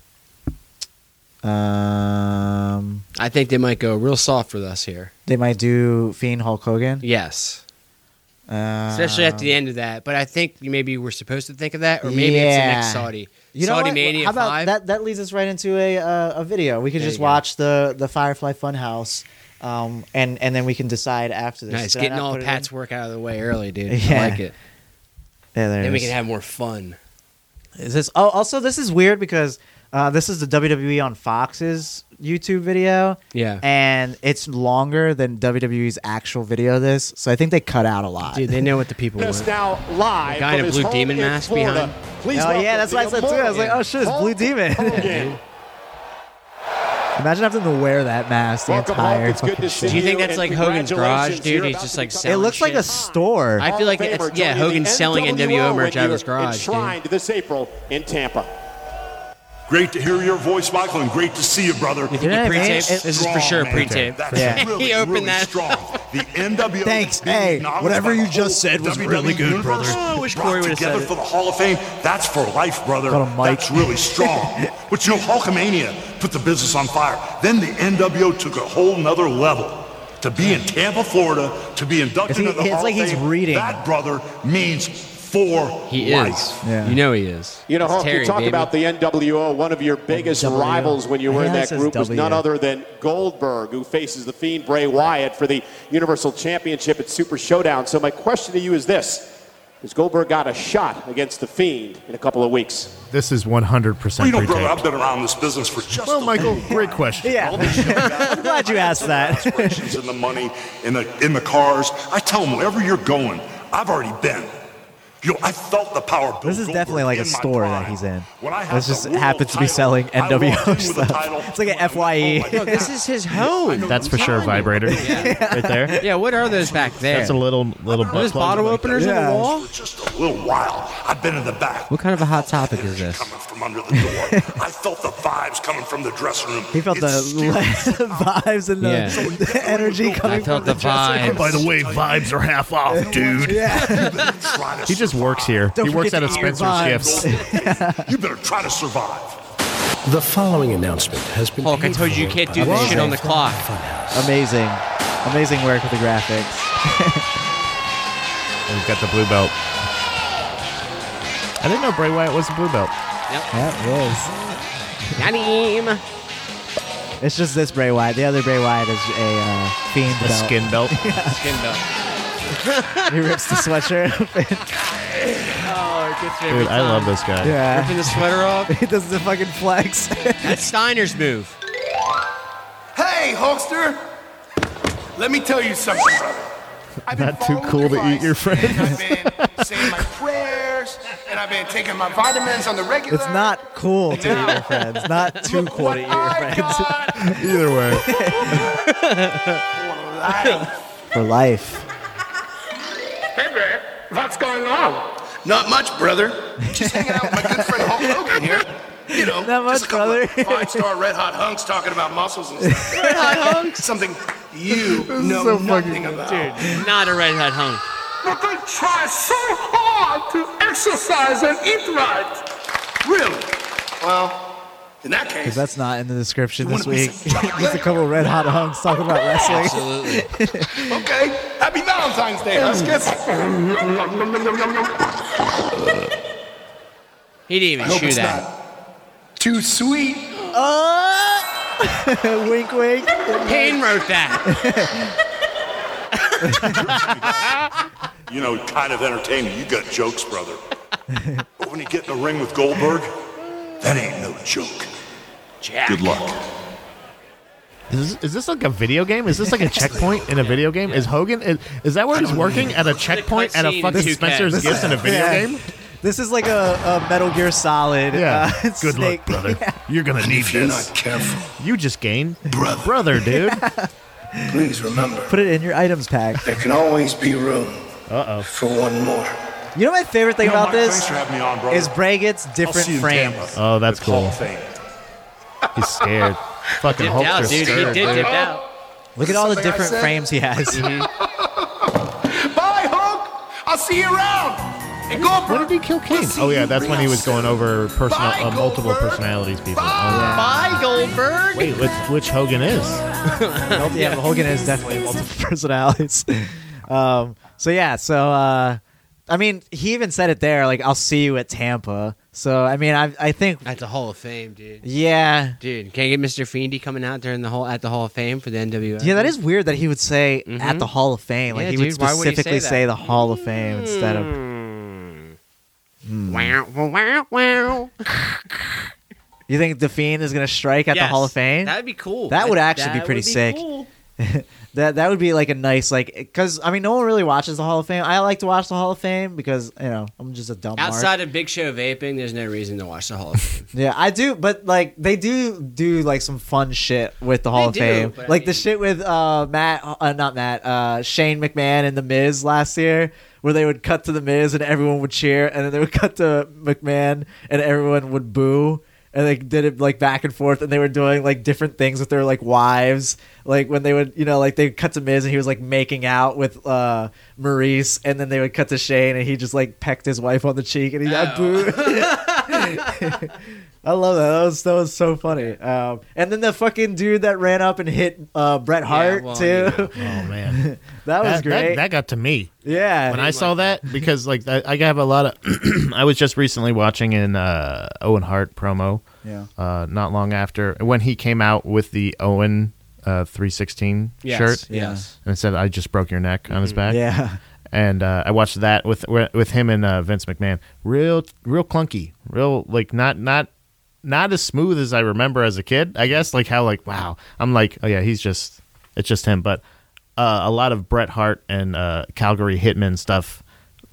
[SPEAKER 1] Um,
[SPEAKER 2] I think they might go real soft with us here.
[SPEAKER 1] they might do Fiend Hulk Hogan,
[SPEAKER 2] Yes,
[SPEAKER 1] Um,
[SPEAKER 2] especially after the end of that. But I think maybe we're supposed to think of that, or maybe it's the next
[SPEAKER 1] Yeah.
[SPEAKER 2] Saudi
[SPEAKER 1] You know
[SPEAKER 2] Saudi
[SPEAKER 1] what?
[SPEAKER 2] Mania
[SPEAKER 1] How about
[SPEAKER 2] five.
[SPEAKER 1] that? That leads us right into a uh, a video. We could
[SPEAKER 2] There
[SPEAKER 1] just
[SPEAKER 2] you go.
[SPEAKER 1] watch the the Firefly Funhouse, um, and and then we can decide after this.
[SPEAKER 2] nice,
[SPEAKER 1] Did I
[SPEAKER 2] getting
[SPEAKER 1] not
[SPEAKER 2] all
[SPEAKER 1] put it
[SPEAKER 2] Pat's
[SPEAKER 1] in?
[SPEAKER 2] work out of the way early, dude.
[SPEAKER 1] Yeah.
[SPEAKER 2] I like it.
[SPEAKER 1] Yeah, there it
[SPEAKER 2] Then we
[SPEAKER 1] is.
[SPEAKER 2] can have more fun.
[SPEAKER 1] Is this? Oh, also, this is weird because uh, this is the WWE on Fox's YouTube video,
[SPEAKER 2] Yeah,
[SPEAKER 1] and it's longer than WWE's actual video. of This, so I think they cut out a lot.
[SPEAKER 2] dude, they know what the people
[SPEAKER 4] Us
[SPEAKER 2] want.
[SPEAKER 4] now live.
[SPEAKER 2] The guy in
[SPEAKER 4] from
[SPEAKER 2] a
[SPEAKER 4] his
[SPEAKER 2] blue
[SPEAKER 4] home
[SPEAKER 2] demon
[SPEAKER 4] in
[SPEAKER 2] mask
[SPEAKER 4] Florida.
[SPEAKER 2] behind.
[SPEAKER 4] Please
[SPEAKER 1] [laughs] Oh,
[SPEAKER 4] welcome
[SPEAKER 1] yeah, that's
[SPEAKER 4] the
[SPEAKER 1] what I said too. I was like,
[SPEAKER 4] immortal
[SPEAKER 1] oh, shit, it's Blue
[SPEAKER 4] Hulk
[SPEAKER 1] Demon.
[SPEAKER 4] Hogan.
[SPEAKER 1] [laughs] Imagine having to wear that mask the
[SPEAKER 4] Welcome, Hulk.
[SPEAKER 1] entire
[SPEAKER 4] It's good
[SPEAKER 1] fucking
[SPEAKER 4] to see
[SPEAKER 2] Do you think
[SPEAKER 4] you,
[SPEAKER 2] that's
[SPEAKER 4] and
[SPEAKER 2] like Hogan's garage,
[SPEAKER 4] congratulations.
[SPEAKER 2] dude?
[SPEAKER 4] You're
[SPEAKER 2] He's
[SPEAKER 4] about
[SPEAKER 2] just,
[SPEAKER 4] to
[SPEAKER 2] like,
[SPEAKER 4] become
[SPEAKER 1] It
[SPEAKER 2] selling
[SPEAKER 1] looks like a
[SPEAKER 2] shit.
[SPEAKER 1] store.
[SPEAKER 2] I feel like
[SPEAKER 4] Hall of
[SPEAKER 2] it's
[SPEAKER 4] Famer,
[SPEAKER 2] yeah.
[SPEAKER 4] joining
[SPEAKER 2] Hogan's
[SPEAKER 4] the
[SPEAKER 2] selling NWO merch out of his
[SPEAKER 4] and you're
[SPEAKER 2] garage. Dude.
[SPEAKER 4] Enshrined this April in Tampa.
[SPEAKER 5] Great to hear your voice, Michael, and great to see you, brother.
[SPEAKER 2] You think
[SPEAKER 1] You know
[SPEAKER 2] he
[SPEAKER 1] what I mean?
[SPEAKER 2] pre-taped?
[SPEAKER 1] It-
[SPEAKER 2] This is for sure
[SPEAKER 5] man.
[SPEAKER 2] pre-taped.
[SPEAKER 5] That's
[SPEAKER 1] Yeah.
[SPEAKER 2] [laughs]
[SPEAKER 5] really,
[SPEAKER 2] He opened
[SPEAKER 5] really
[SPEAKER 2] that.
[SPEAKER 5] strong. The
[SPEAKER 2] [laughs]
[SPEAKER 5] NWO.
[SPEAKER 1] Thanks.
[SPEAKER 5] being
[SPEAKER 1] Hey,
[SPEAKER 5] acknowledged
[SPEAKER 1] whatever
[SPEAKER 5] by the
[SPEAKER 1] you just
[SPEAKER 5] whole
[SPEAKER 1] said was
[SPEAKER 5] WWE
[SPEAKER 1] really good,
[SPEAKER 5] universe,
[SPEAKER 1] brother.
[SPEAKER 2] Oh, I wish
[SPEAKER 5] brought
[SPEAKER 2] Corey would've
[SPEAKER 5] together
[SPEAKER 2] said it.
[SPEAKER 5] for the Hall of Fame. That's for life, brother.
[SPEAKER 1] Got a mic.
[SPEAKER 5] That's really
[SPEAKER 1] [laughs]
[SPEAKER 5] strong. but you know, Hulkamania put the business on fire. Then the NWO took a whole nother level. to be in Tampa, Florida, to be inducted
[SPEAKER 1] He-
[SPEAKER 5] into the
[SPEAKER 1] it's
[SPEAKER 5] Hall
[SPEAKER 1] like
[SPEAKER 5] of
[SPEAKER 1] he's
[SPEAKER 5] Fame,
[SPEAKER 1] reading.
[SPEAKER 5] That brother means for
[SPEAKER 2] He
[SPEAKER 5] life.
[SPEAKER 2] is.
[SPEAKER 1] Yeah.
[SPEAKER 2] You know he is.
[SPEAKER 4] You know,
[SPEAKER 2] It's
[SPEAKER 4] Hulk,
[SPEAKER 2] Terry,
[SPEAKER 4] you talk
[SPEAKER 2] baby.
[SPEAKER 4] about the NWO. One of your biggest
[SPEAKER 1] NWO.
[SPEAKER 4] rivals when you were in
[SPEAKER 1] Yeah, it
[SPEAKER 4] that
[SPEAKER 1] says
[SPEAKER 4] group was none
[SPEAKER 1] W.
[SPEAKER 4] other than Goldberg, who faces the Fiend Bray Wyatt for the Universal Championship at Super Showdown. So my question to you is this: Has Goldberg got a shot against the Fiend in a couple of weeks?
[SPEAKER 3] This is 100%
[SPEAKER 5] Well, you know,
[SPEAKER 3] pre-taped.
[SPEAKER 5] brother, I've been around this business for just
[SPEAKER 3] Well,
[SPEAKER 5] a
[SPEAKER 3] Michael, great question.
[SPEAKER 5] All these young guys-
[SPEAKER 1] [laughs] I'm glad you asked that.
[SPEAKER 5] aspirations in the money, in the in the cars. I tell them wherever you're going, I've already been. You know, I felt the power. of Bill
[SPEAKER 1] This is definitely
[SPEAKER 5] Goldberg
[SPEAKER 1] like a
[SPEAKER 5] in my
[SPEAKER 1] store that
[SPEAKER 5] prime.
[SPEAKER 1] he's in.
[SPEAKER 5] When I had
[SPEAKER 1] This
[SPEAKER 5] the
[SPEAKER 1] just
[SPEAKER 5] world
[SPEAKER 1] happens to be
[SPEAKER 5] title,
[SPEAKER 1] selling
[SPEAKER 5] I walked in
[SPEAKER 1] NWO
[SPEAKER 5] with a
[SPEAKER 1] stuff.
[SPEAKER 5] title.
[SPEAKER 1] It's like a E.
[SPEAKER 5] Oh my
[SPEAKER 1] FYE.
[SPEAKER 5] God.
[SPEAKER 2] Look, this is his home.
[SPEAKER 3] That's for sure a vibrator. Right there.
[SPEAKER 2] Yeah, what are those back there?
[SPEAKER 3] That's a little little
[SPEAKER 2] Are those
[SPEAKER 3] butt plug.
[SPEAKER 2] bottle openers on
[SPEAKER 1] Yeah.
[SPEAKER 2] the wall?
[SPEAKER 5] Just a little while. I've been in the back.
[SPEAKER 2] What kind of a hot topic
[SPEAKER 5] Energy
[SPEAKER 2] is this?
[SPEAKER 5] Coming from under the door. I felt the vibes coming from the dressing room.
[SPEAKER 1] He felt the
[SPEAKER 5] It's
[SPEAKER 1] [laughs]
[SPEAKER 5] still-
[SPEAKER 1] vibes and the,
[SPEAKER 2] Yeah.
[SPEAKER 1] the [laughs] energy coming
[SPEAKER 2] I felt the
[SPEAKER 1] from
[SPEAKER 2] vibes.
[SPEAKER 3] Oh, By the way, vibes are half off,
[SPEAKER 1] [laughs]
[SPEAKER 3] dude.
[SPEAKER 5] Try to
[SPEAKER 3] He just works here.
[SPEAKER 1] Don't
[SPEAKER 3] he works
[SPEAKER 1] forget
[SPEAKER 3] out of
[SPEAKER 1] to eat your
[SPEAKER 3] Spencer's
[SPEAKER 1] vibes.
[SPEAKER 3] Gifts.
[SPEAKER 1] [laughs]
[SPEAKER 5] survive. you better try to survive.
[SPEAKER 6] The following announcement has been.
[SPEAKER 2] Hulk, I
[SPEAKER 6] paid
[SPEAKER 2] told
[SPEAKER 6] for
[SPEAKER 2] you you can't do
[SPEAKER 6] by
[SPEAKER 2] this
[SPEAKER 6] the
[SPEAKER 2] shit on the clock.
[SPEAKER 6] Funhouse.
[SPEAKER 1] Amazing, amazing work with the graphics.
[SPEAKER 3] We've got the blue belt. I didn't know Bray Wyatt was a blue belt.
[SPEAKER 1] That
[SPEAKER 2] Got him.
[SPEAKER 1] was. It's just this Bray Wyatt. The other Bray Wyatt is a uh, fiend
[SPEAKER 3] The
[SPEAKER 1] belt.
[SPEAKER 2] [laughs]
[SPEAKER 3] skin belt.
[SPEAKER 2] Skin belt.
[SPEAKER 1] He rips the sweatshirt.
[SPEAKER 3] [laughs]
[SPEAKER 1] open.
[SPEAKER 2] Oh, it gets me every
[SPEAKER 3] Dude, I
[SPEAKER 2] time.
[SPEAKER 3] love this guy.
[SPEAKER 1] yeah,
[SPEAKER 2] Ripping the sweater off.
[SPEAKER 1] he does the fucking flex.
[SPEAKER 2] [laughs]
[SPEAKER 1] [laughs]
[SPEAKER 2] That's Steiner's move.
[SPEAKER 7] Hey, Hulkster! Let me tell you something, brother. I've been
[SPEAKER 3] Not too
[SPEAKER 7] following
[SPEAKER 3] cool to eat your friends.
[SPEAKER 7] and I've been saying my prayers, and I've been taking my vitamins on the regular. Oh
[SPEAKER 1] It's not cool to eat your friends. Not too
[SPEAKER 7] Look
[SPEAKER 1] cool
[SPEAKER 7] what
[SPEAKER 1] to eat your
[SPEAKER 7] I
[SPEAKER 1] friends
[SPEAKER 7] got [laughs]
[SPEAKER 3] Either way.
[SPEAKER 7] for life.
[SPEAKER 1] for life.
[SPEAKER 7] Hey, man, what's going on? Not much, brother. Just hanging out with my good friend Hulk Hogan [laughs] here. You know,
[SPEAKER 1] Not much,
[SPEAKER 7] just a couple of
[SPEAKER 1] brother.
[SPEAKER 7] Five-star red hot hunks talking about muscles and stuff. [laughs] red hot hunks. Something [laughs] you know nothing about.
[SPEAKER 2] Not a red hat home.
[SPEAKER 7] But I try so hard to exercise and eat right. Really? Well, in that case,
[SPEAKER 1] Because that's not in the description this
[SPEAKER 7] wanna be
[SPEAKER 1] week. [laughs] Just a couple red hot hunks talking
[SPEAKER 3] [laughs]
[SPEAKER 1] about wrestling.
[SPEAKER 2] Absolutely.
[SPEAKER 7] okay. Happy Valentine's Day, [laughs] Huskis.
[SPEAKER 2] He didn't even
[SPEAKER 7] Hope
[SPEAKER 2] chew
[SPEAKER 7] it's
[SPEAKER 2] that.
[SPEAKER 7] not too sweet.
[SPEAKER 1] [laughs] wink, wink.
[SPEAKER 2] Payne wrote [laughs] that.
[SPEAKER 5] you know, kind of entertaining. You got jokes, brother. but when you get in the ring with Goldberg, that ain't no joke.
[SPEAKER 2] Jack.
[SPEAKER 5] Good luck.
[SPEAKER 3] Is this, is this like a video game? Is
[SPEAKER 1] [laughs]
[SPEAKER 3] this like a checkpoint in a video game? Is Hogan is, is that where he's working at a checkpoint at a
[SPEAKER 2] cutscene
[SPEAKER 3] fucking
[SPEAKER 2] in 2K.
[SPEAKER 3] Spencer's Gifts in a video
[SPEAKER 1] Yeah. [laughs]
[SPEAKER 3] game?
[SPEAKER 1] This is like a, a Metal Gear Solid.
[SPEAKER 3] Yeah.
[SPEAKER 1] uh, [laughs]
[SPEAKER 3] Good
[SPEAKER 1] snake.
[SPEAKER 3] luck, brother. You're gonna need
[SPEAKER 7] If you're
[SPEAKER 3] this.
[SPEAKER 7] not careful,
[SPEAKER 3] You just gained
[SPEAKER 7] Brother.
[SPEAKER 3] brother,
[SPEAKER 1] [laughs]
[SPEAKER 3] dude.
[SPEAKER 7] please remember
[SPEAKER 1] Put it in your items pack.
[SPEAKER 7] there can always be room for one more.
[SPEAKER 1] You know my favorite thing
[SPEAKER 5] You know,
[SPEAKER 1] about
[SPEAKER 5] Mike, thanks
[SPEAKER 1] this
[SPEAKER 5] for having me on, brother.
[SPEAKER 1] is Bray gets
[SPEAKER 5] I'll see you
[SPEAKER 1] different
[SPEAKER 5] in
[SPEAKER 1] frames.
[SPEAKER 5] Tampa.
[SPEAKER 3] Oh, that's
[SPEAKER 5] With Hall
[SPEAKER 3] cool.
[SPEAKER 5] of Fame.
[SPEAKER 3] He's scared. Fucking
[SPEAKER 2] Dipped out,
[SPEAKER 3] Hulkster's
[SPEAKER 2] dude. He
[SPEAKER 3] scared.
[SPEAKER 2] did dip out.
[SPEAKER 1] Look at all the
[SPEAKER 7] Something I
[SPEAKER 1] different
[SPEAKER 7] said.
[SPEAKER 1] frames he has.
[SPEAKER 5] Mm-hmm.
[SPEAKER 7] Bye, Hulk. I'll see you around. And go
[SPEAKER 3] When did he kill Kane? Oh yeah, that's when he was going over personal, uh, multiple personalities people. Oh,
[SPEAKER 2] Bye, Goldberg.
[SPEAKER 3] Wait, which, which Hogan is? Oh,
[SPEAKER 1] Nope, [laughs] yeah, but Hogan has definitely
[SPEAKER 5] [laughs]
[SPEAKER 1] multiple personalities. Um, so yeah, so uh, I mean, he even said it there. Like, I'll see you at Tampa. So I mean, I I think
[SPEAKER 2] That's a Hall of Fame, dude.
[SPEAKER 1] yeah,
[SPEAKER 2] Dude, can't get Mr. Fiendy coming out during the whole at the Hall of Fame for the NWO.
[SPEAKER 1] yeah. That is weird that he would say at the Hall of Fame. Like he
[SPEAKER 2] Mm-hmm. Yeah,
[SPEAKER 1] would
[SPEAKER 2] dude, why would he say
[SPEAKER 1] specifically
[SPEAKER 2] that? Hmm.
[SPEAKER 1] say the Hall of Fame instead of. Hmm.
[SPEAKER 2] Wow, wow, wow.
[SPEAKER 1] You think the Fiend is gonna strike at the Hall of Fame?
[SPEAKER 2] That'd be cool.
[SPEAKER 1] That would actually be pretty sick.
[SPEAKER 2] cool.
[SPEAKER 1] That that would be like a nice like because I mean no one really watches the Hall of Fame. I like to watch the Hall of Fame because you know I'm just a dumb mark.
[SPEAKER 2] Outside of Big Show vaping, there's no reason to watch the Hall of Fame.
[SPEAKER 1] Yeah, I do, but like they do do like some fun shit with the Hall of
[SPEAKER 2] do,
[SPEAKER 1] Fame,
[SPEAKER 2] but I
[SPEAKER 1] like the
[SPEAKER 2] mean-
[SPEAKER 1] shit with uh Matt, uh, not Matt, uh Shane McMahon and the Miz last year, where they would cut to the Miz and everyone would cheer, and then they would [laughs] cut to McMahon and everyone would boo. And they did it like back and forth, and they were doing like different things with their like wives. Like when they would, you know, like they cut to Miz and he was like making out with uh Maurice, and then they would [laughs]
[SPEAKER 2] Oh.
[SPEAKER 1] cut to Shane and he just like pecked his wife on the cheek and he got booed. I love that. That was that was so funny. Um, and then the fucking dude that ran up and hit uh, Bret Hart
[SPEAKER 2] well,
[SPEAKER 1] too.
[SPEAKER 2] you know.
[SPEAKER 3] Oh man,
[SPEAKER 1] [laughs] that was
[SPEAKER 3] that,
[SPEAKER 1] great.
[SPEAKER 3] That, that got to me.
[SPEAKER 1] yeah.
[SPEAKER 3] when I saw that because like I, I have a lot of [clears throat] I was just recently watching an uh, Owen Hart promo.
[SPEAKER 1] Yeah.
[SPEAKER 3] Uh, not long after when he came out with the Owen uh, 316
[SPEAKER 2] Yes,
[SPEAKER 3] shirt.
[SPEAKER 2] yes.
[SPEAKER 3] And it said I just broke your neck on his back.
[SPEAKER 1] yeah.
[SPEAKER 3] And uh, I watched that with with him and uh, Vince McMahon. Real real clunky. Real like not not not as smooth as I remember as a kid. I guess like how like wow. I'm like oh yeah, he's just it's just him, but uh, a lot of Bret Hart and uh, Calgary Hitman stuff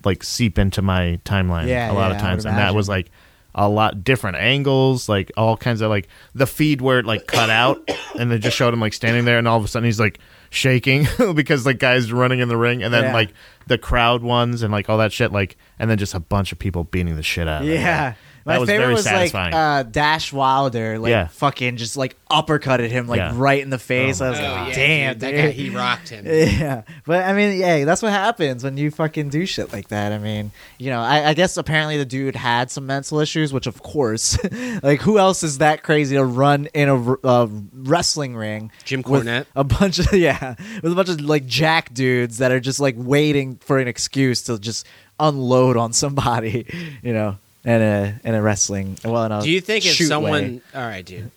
[SPEAKER 3] like seep into my timeline
[SPEAKER 1] Yeah,
[SPEAKER 3] a lot
[SPEAKER 1] yeah,
[SPEAKER 3] of
[SPEAKER 1] I
[SPEAKER 3] times,
[SPEAKER 1] would
[SPEAKER 3] and that was like a lot different angles, like all kinds of like the feed where it like cut out, [coughs] and they just showed him like standing there, and all of a sudden he's like shaking [laughs] because like guys running in the ring, and then
[SPEAKER 1] Yeah.
[SPEAKER 3] like the crowd ones and like all that shit, like and then just a bunch of people beating the shit out. of him.
[SPEAKER 1] Yeah. My
[SPEAKER 3] that was
[SPEAKER 1] favorite
[SPEAKER 3] very
[SPEAKER 1] was
[SPEAKER 3] satisfying.
[SPEAKER 1] like uh, Dash Wilder, like
[SPEAKER 3] Yeah.
[SPEAKER 1] fucking just like uppercutted him like
[SPEAKER 3] Yeah.
[SPEAKER 1] right in the face. I was
[SPEAKER 2] Oh,
[SPEAKER 1] like,
[SPEAKER 2] yeah,
[SPEAKER 1] damn,
[SPEAKER 2] dude, that
[SPEAKER 1] dude."
[SPEAKER 2] guy, he rocked him.
[SPEAKER 1] Yeah, but I mean, yeah, that's what happens when you fucking do shit like that. I mean, you know, I, I guess apparently the dude had some mental issues, which of course, [laughs] like who else is that crazy to run in a r- uh, wrestling ring?
[SPEAKER 2] Jim
[SPEAKER 1] with
[SPEAKER 2] Cornette.
[SPEAKER 1] a bunch of [laughs] yeah, with a bunch of like jack dudes that are just like waiting for an excuse to just unload on somebody, [laughs] you know, in a in a wrestling. Well, in a
[SPEAKER 2] Do you think if
[SPEAKER 1] shoot
[SPEAKER 2] someone?
[SPEAKER 1] way.
[SPEAKER 2] All right, dude.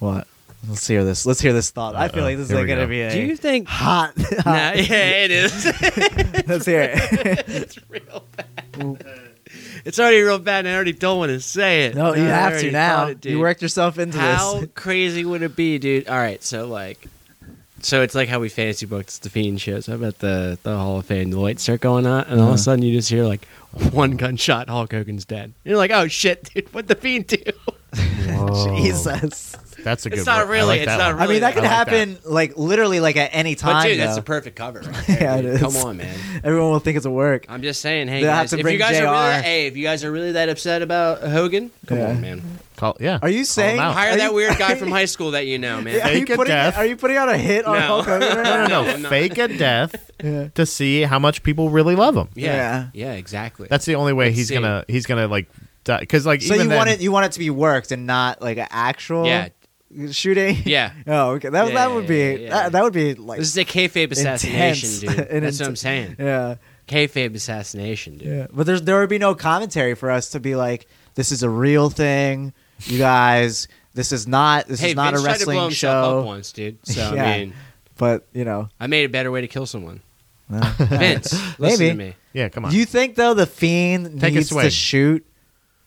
[SPEAKER 1] what? Let's hear this. Let's hear this thought. I
[SPEAKER 2] Uh,
[SPEAKER 1] feel like this is
[SPEAKER 3] here
[SPEAKER 1] like
[SPEAKER 3] we
[SPEAKER 1] gonna
[SPEAKER 3] go.
[SPEAKER 1] be a
[SPEAKER 2] Do you think?
[SPEAKER 1] hot. [laughs]
[SPEAKER 2] Nah, [laughs] yeah, it is.
[SPEAKER 1] Let's hear
[SPEAKER 2] [laughs]
[SPEAKER 1] it.
[SPEAKER 2] it's real bad. It's already real bad, and I already don't want to say it.
[SPEAKER 1] No, you
[SPEAKER 2] I
[SPEAKER 1] have
[SPEAKER 2] already
[SPEAKER 1] to now.
[SPEAKER 2] thought it,
[SPEAKER 1] you
[SPEAKER 2] dude.
[SPEAKER 1] worked yourself into [laughs]
[SPEAKER 2] How [laughs]
[SPEAKER 1] this.
[SPEAKER 2] crazy would it be, dude? All right, so like, so it's like how we fantasy booked the Fiend shows. How about the the Hall of Fame, the lights start going on, and all of a sudden you just hear like one gunshot, Hulk Hogan's dead. You're like, oh shit, dude, what the Fiend do?
[SPEAKER 1] Jesus.
[SPEAKER 3] That's a good.
[SPEAKER 2] It's not
[SPEAKER 3] one. I
[SPEAKER 2] really.
[SPEAKER 3] like
[SPEAKER 2] it's
[SPEAKER 3] that
[SPEAKER 2] not
[SPEAKER 3] one.
[SPEAKER 2] really.
[SPEAKER 1] I mean, that could
[SPEAKER 3] like
[SPEAKER 1] happen like literally like at any time.
[SPEAKER 2] But dude, that's
[SPEAKER 1] though.
[SPEAKER 2] the perfect cover. [laughs] Right there,
[SPEAKER 1] Yeah, it
[SPEAKER 2] dude.
[SPEAKER 1] is.
[SPEAKER 2] Come on, man.
[SPEAKER 1] Everyone will think it's a work.
[SPEAKER 2] I'm just saying, hey
[SPEAKER 1] They'll have
[SPEAKER 2] guys,
[SPEAKER 1] to
[SPEAKER 2] if
[SPEAKER 1] bring
[SPEAKER 2] you guys are really,
[SPEAKER 1] JR.
[SPEAKER 2] that- hey, if you guys are really that upset about Hogan, come
[SPEAKER 1] Yeah. [laughs]
[SPEAKER 2] on, man,
[SPEAKER 3] Call, yeah.
[SPEAKER 1] Are you
[SPEAKER 3] Call him
[SPEAKER 1] saying-
[SPEAKER 3] out.
[SPEAKER 2] hire
[SPEAKER 1] Are
[SPEAKER 2] that
[SPEAKER 1] you-
[SPEAKER 2] weird guy
[SPEAKER 1] [laughs]
[SPEAKER 2] from high school that you know, man.
[SPEAKER 1] Are you,
[SPEAKER 3] Fake a
[SPEAKER 1] putting,
[SPEAKER 3] death.
[SPEAKER 1] are you putting out a hit on
[SPEAKER 2] No.
[SPEAKER 1] Hulk Hogan? right
[SPEAKER 2] [laughs]
[SPEAKER 1] now?
[SPEAKER 2] No,
[SPEAKER 3] no,
[SPEAKER 2] I'm not.
[SPEAKER 3] fake a death to see how much people really love him.
[SPEAKER 2] Yeah, yeah, exactly.
[SPEAKER 3] That's the only way
[SPEAKER 2] Let's
[SPEAKER 3] he's
[SPEAKER 2] see.
[SPEAKER 3] gonna he's gonna like die because
[SPEAKER 1] [laughs]
[SPEAKER 3] like
[SPEAKER 1] So
[SPEAKER 3] even
[SPEAKER 1] you
[SPEAKER 3] then,
[SPEAKER 1] want it you want it to be worked and not like an actual
[SPEAKER 2] Yeah.
[SPEAKER 1] shooting?
[SPEAKER 2] Yeah.
[SPEAKER 1] [laughs] Oh, okay. That,
[SPEAKER 2] Yeah,
[SPEAKER 1] that would be
[SPEAKER 2] yeah, yeah, yeah.
[SPEAKER 1] That, that would be like
[SPEAKER 2] This is a kayfabe assassination,
[SPEAKER 1] [laughs] Intense.
[SPEAKER 2] dude.
[SPEAKER 1] An
[SPEAKER 2] That's what
[SPEAKER 1] int-
[SPEAKER 2] I'm saying.
[SPEAKER 1] yeah.
[SPEAKER 2] Kayfabe assassination, dude.
[SPEAKER 1] Yeah, but there's there would be no commentary for us to be like, this is a real thing, you guys. This is not this
[SPEAKER 2] Hey,
[SPEAKER 1] is not
[SPEAKER 2] Vince
[SPEAKER 1] a
[SPEAKER 2] tried to blow
[SPEAKER 1] wrestling
[SPEAKER 2] himself up
[SPEAKER 1] show.
[SPEAKER 2] once, dude.
[SPEAKER 1] [laughs]
[SPEAKER 2] So
[SPEAKER 1] Yeah.
[SPEAKER 2] I mean,
[SPEAKER 1] But you know,
[SPEAKER 2] I made a better way to kill someone.
[SPEAKER 1] well,
[SPEAKER 2] Vince, listen
[SPEAKER 1] [laughs] Maybe.
[SPEAKER 2] to me.
[SPEAKER 3] Yeah, come on.
[SPEAKER 1] do you think though the fiend
[SPEAKER 3] Take a
[SPEAKER 1] needs to
[SPEAKER 3] swing.
[SPEAKER 1] shoot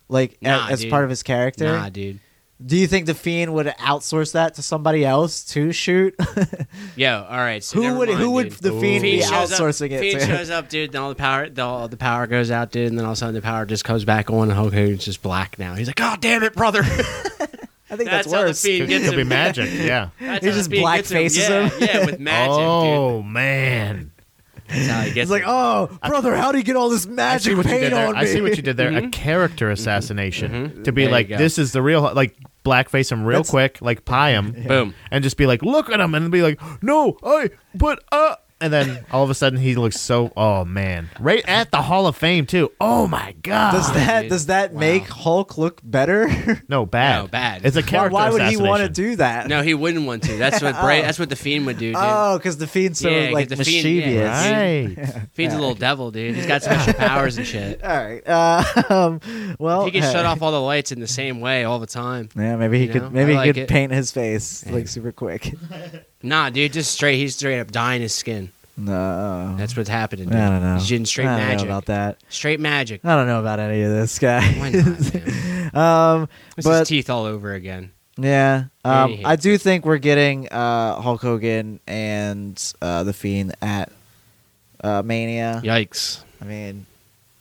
[SPEAKER 1] like a-
[SPEAKER 2] Nah,
[SPEAKER 1] as
[SPEAKER 2] dude.
[SPEAKER 1] part of his character?
[SPEAKER 2] Nah, dude.
[SPEAKER 1] Do you think the fiend would outsource that to somebody else to shoot? [laughs]
[SPEAKER 2] Yo, all right. So
[SPEAKER 1] who
[SPEAKER 2] never
[SPEAKER 1] would
[SPEAKER 2] mind,
[SPEAKER 1] who would
[SPEAKER 2] dude.
[SPEAKER 1] the fiend, be
[SPEAKER 2] shows up-
[SPEAKER 1] outsourcing it
[SPEAKER 2] Fiend
[SPEAKER 1] to?
[SPEAKER 2] shows up, dude. Then all the power, the, all the power goes out, dude. And then all of a sudden, the power just comes back on, and Hulk Hogan's just black now. He's like, "God damn it,
[SPEAKER 1] [laughs]
[SPEAKER 2] brother!"
[SPEAKER 1] I think that's,
[SPEAKER 2] That's how the
[SPEAKER 1] worse.
[SPEAKER 2] fiend
[SPEAKER 3] It
[SPEAKER 2] gets
[SPEAKER 3] could be
[SPEAKER 2] him. [laughs]
[SPEAKER 3] magic. Yeah.
[SPEAKER 2] That's
[SPEAKER 1] He
[SPEAKER 2] how the
[SPEAKER 1] just
[SPEAKER 2] Fiend
[SPEAKER 1] black
[SPEAKER 2] gets
[SPEAKER 1] faces
[SPEAKER 2] yeah,
[SPEAKER 1] him.
[SPEAKER 2] Yeah, with magic, dude.
[SPEAKER 3] oh man,
[SPEAKER 2] That's how he gets
[SPEAKER 1] It's like,
[SPEAKER 2] him.
[SPEAKER 1] oh, brother, how do you get all this
[SPEAKER 3] I see
[SPEAKER 1] magic
[SPEAKER 3] what you did
[SPEAKER 1] paint
[SPEAKER 3] there.
[SPEAKER 1] on Mm-hmm.
[SPEAKER 3] I
[SPEAKER 1] me? [laughs]
[SPEAKER 3] see what you did there. A character assassination to be
[SPEAKER 2] There you
[SPEAKER 3] like
[SPEAKER 2] go.
[SPEAKER 3] this is the real like blackface him real
[SPEAKER 1] That's-
[SPEAKER 3] quick, like pie him,
[SPEAKER 2] Boom.
[SPEAKER 3] and just be like look at him and be like no I but uh. And then all of a sudden he looks so oh man right at the Hall of Fame too oh my god
[SPEAKER 1] Does that
[SPEAKER 2] dude.
[SPEAKER 1] does that make Hulk look
[SPEAKER 2] [laughs]
[SPEAKER 1] better?
[SPEAKER 3] no bad
[SPEAKER 2] No, bad.
[SPEAKER 3] it's a
[SPEAKER 1] Why,
[SPEAKER 3] character
[SPEAKER 1] why would he want to
[SPEAKER 3] assassination.
[SPEAKER 1] do that?
[SPEAKER 2] No, he wouldn't want to.
[SPEAKER 1] [laughs]
[SPEAKER 2] That's what Bray, that's what the fiend would do, dude.
[SPEAKER 1] Oh, because the fiend's so
[SPEAKER 2] Yeah, 'cause
[SPEAKER 1] like
[SPEAKER 2] the
[SPEAKER 1] mischievous.
[SPEAKER 2] fiend- yeah,
[SPEAKER 1] right.
[SPEAKER 3] right
[SPEAKER 2] Fiend's a little devil, dude. He's got
[SPEAKER 1] [laughs]
[SPEAKER 2] special powers and shit.
[SPEAKER 1] All right. Uh, [laughs] um, well,
[SPEAKER 2] He can
[SPEAKER 1] hey.
[SPEAKER 2] shut off all the lights in the same way all the time.
[SPEAKER 1] Yeah, maybe he
[SPEAKER 2] You
[SPEAKER 1] could.
[SPEAKER 2] know,
[SPEAKER 1] maybe
[SPEAKER 2] I
[SPEAKER 1] he
[SPEAKER 2] like
[SPEAKER 1] could
[SPEAKER 2] it.
[SPEAKER 1] paint his face like super
[SPEAKER 2] [laughs]
[SPEAKER 1] quick.
[SPEAKER 2] Nah, dude, just straight. He's straight up dyeing his skin.
[SPEAKER 1] No,
[SPEAKER 2] That's what's happening.
[SPEAKER 1] I
[SPEAKER 2] Dude.
[SPEAKER 1] don't know.
[SPEAKER 2] He's getting straight
[SPEAKER 1] I don't
[SPEAKER 2] magic.
[SPEAKER 1] know about that. [laughs]
[SPEAKER 2] Straight magic.
[SPEAKER 1] I don't know about any of this
[SPEAKER 2] Why
[SPEAKER 1] guy. [laughs]
[SPEAKER 2] not? Man?
[SPEAKER 1] um,
[SPEAKER 2] It's
[SPEAKER 1] but
[SPEAKER 2] his teeth all over again.
[SPEAKER 1] yeah, um,
[SPEAKER 2] Hey.
[SPEAKER 1] I do think we're getting uh, Hulk Hogan and uh, the Fiend at uh, Mania.
[SPEAKER 2] Yikes!
[SPEAKER 1] I mean,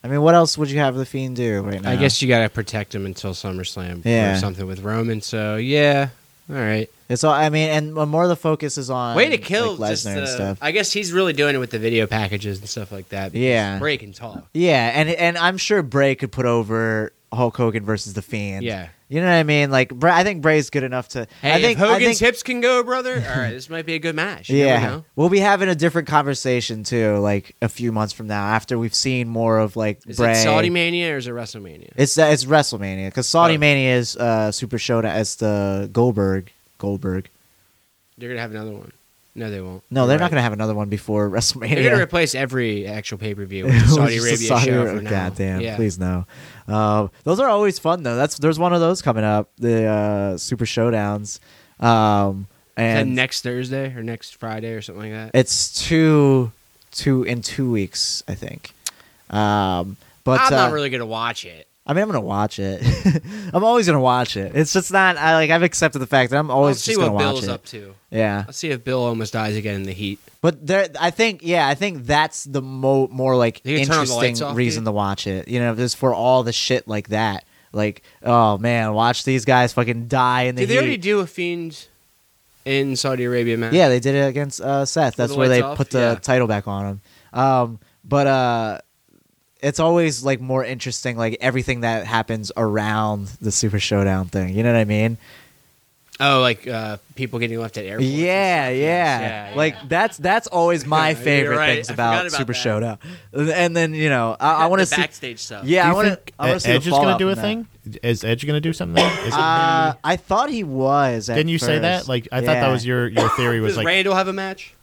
[SPEAKER 1] I mean, what else would you have the Fiend do right now?
[SPEAKER 2] I guess you gotta protect him until SummerSlam
[SPEAKER 1] Yeah.
[SPEAKER 2] or something with Roman. So yeah, all right.
[SPEAKER 1] it's all. I mean, and uh, more of the focus is on
[SPEAKER 2] Way to kill
[SPEAKER 1] like,
[SPEAKER 2] just uh,
[SPEAKER 1] Lesnar and
[SPEAKER 2] the-
[SPEAKER 1] stuff.
[SPEAKER 2] I guess he's really doing it with the video packages and stuff like that. because
[SPEAKER 1] Yeah.
[SPEAKER 2] Bray can talk.
[SPEAKER 1] Yeah, and and I'm sure Bray could put over Hulk Hogan versus the Fiend.
[SPEAKER 2] Yeah.
[SPEAKER 1] You know what I mean? Like, Bra- I think Bray's good enough to.
[SPEAKER 2] Hey,
[SPEAKER 1] I think
[SPEAKER 2] if Hogan's
[SPEAKER 1] I think,
[SPEAKER 2] hips can go, brother. All right, this might be a good match. You never
[SPEAKER 1] Yeah,
[SPEAKER 2] know.
[SPEAKER 1] we'll be having a different conversation too, like a few months from now, after we've seen more of like
[SPEAKER 2] Is
[SPEAKER 1] Bray.
[SPEAKER 2] it Saudi Mania or is it WrestleMania?
[SPEAKER 1] It's uh, it's WrestleMania because Saudi
[SPEAKER 2] Oh.
[SPEAKER 1] Mania is uh, Super Showdown. It's the Goldberg Goldberg.
[SPEAKER 2] They're gonna have another one. No, they won't.
[SPEAKER 1] No,
[SPEAKER 2] You're
[SPEAKER 1] they're not
[SPEAKER 2] right.
[SPEAKER 1] going to have another one before [laughs]
[SPEAKER 2] They're gonna
[SPEAKER 1] WrestleMania.
[SPEAKER 2] replace every actual pay
[SPEAKER 1] [laughs]
[SPEAKER 2] per view
[SPEAKER 1] It
[SPEAKER 2] with
[SPEAKER 1] was
[SPEAKER 2] Saudi
[SPEAKER 1] just a
[SPEAKER 2] Arabia
[SPEAKER 1] Saudi
[SPEAKER 2] show.
[SPEAKER 1] Arabia-
[SPEAKER 2] for now.
[SPEAKER 1] Goddamn!
[SPEAKER 2] Yeah.
[SPEAKER 1] Please no. Um, those are always fun though. That's there's one of those coming up. The uh, Super Showdowns. Um,
[SPEAKER 2] Is that
[SPEAKER 1] and
[SPEAKER 2] next Thursday or next Friday or something like that.
[SPEAKER 1] It's two, two in two weeks, I think. Um, but
[SPEAKER 2] I'm
[SPEAKER 1] uh,
[SPEAKER 2] not really gonna watch it.
[SPEAKER 1] I mean, I'm gonna watch it. [laughs] I'm always gonna watch it. It's just not. I like. I've accepted the fact that I'm
[SPEAKER 2] I'll
[SPEAKER 1] always
[SPEAKER 2] see
[SPEAKER 1] just gonna
[SPEAKER 2] what
[SPEAKER 1] watch
[SPEAKER 2] Bill's
[SPEAKER 1] it.
[SPEAKER 2] up to.
[SPEAKER 1] Yeah,
[SPEAKER 2] I'll see if Bill almost dies again in the heat.
[SPEAKER 1] but there. I think. Yeah, I think that's the mo- more like
[SPEAKER 2] You can turn on the
[SPEAKER 1] interesting
[SPEAKER 2] lights off,
[SPEAKER 1] reason
[SPEAKER 2] dude.
[SPEAKER 1] to watch it. You know, just for all the shit like that. Like, oh man, watch these guys fucking die in the
[SPEAKER 2] Did they
[SPEAKER 1] heat.
[SPEAKER 2] already do a fiend in Saudi Arabia match?
[SPEAKER 1] Yeah, they did it against uh, Seth. That's
[SPEAKER 2] the
[SPEAKER 1] where they
[SPEAKER 2] lights off?
[SPEAKER 1] put the
[SPEAKER 2] Yeah.
[SPEAKER 1] title back on him. Um, but uh, it's always like more interesting, like everything that happens around the Super Showdown thing. You know what I mean?
[SPEAKER 2] Oh, like uh, people getting left at airports. and
[SPEAKER 1] Yeah, yeah.
[SPEAKER 2] stuff. Yes, yeah,
[SPEAKER 1] Like
[SPEAKER 2] yeah.
[SPEAKER 1] that's that's always my
[SPEAKER 2] You're
[SPEAKER 1] favorite
[SPEAKER 2] right.
[SPEAKER 1] things
[SPEAKER 2] I forgot
[SPEAKER 1] about,
[SPEAKER 2] about
[SPEAKER 1] Super
[SPEAKER 2] that.
[SPEAKER 1] Showdown. And then you know, I, I want to
[SPEAKER 2] The
[SPEAKER 1] see.
[SPEAKER 2] backstage stuff.
[SPEAKER 1] Yeah, I
[SPEAKER 3] Do you
[SPEAKER 1] want to.
[SPEAKER 3] think
[SPEAKER 1] I want to see
[SPEAKER 3] Edge
[SPEAKER 1] the
[SPEAKER 3] is going
[SPEAKER 1] fallout
[SPEAKER 3] to do a
[SPEAKER 1] from that.
[SPEAKER 3] thing? Is Edge going to do something? Is it-
[SPEAKER 1] Uh, I thought he was. At
[SPEAKER 3] Didn't you say that?
[SPEAKER 1] first.
[SPEAKER 3] Like I thought that
[SPEAKER 1] Yeah.
[SPEAKER 3] was your your theory was
[SPEAKER 2] Does
[SPEAKER 3] like
[SPEAKER 2] Randall have a match?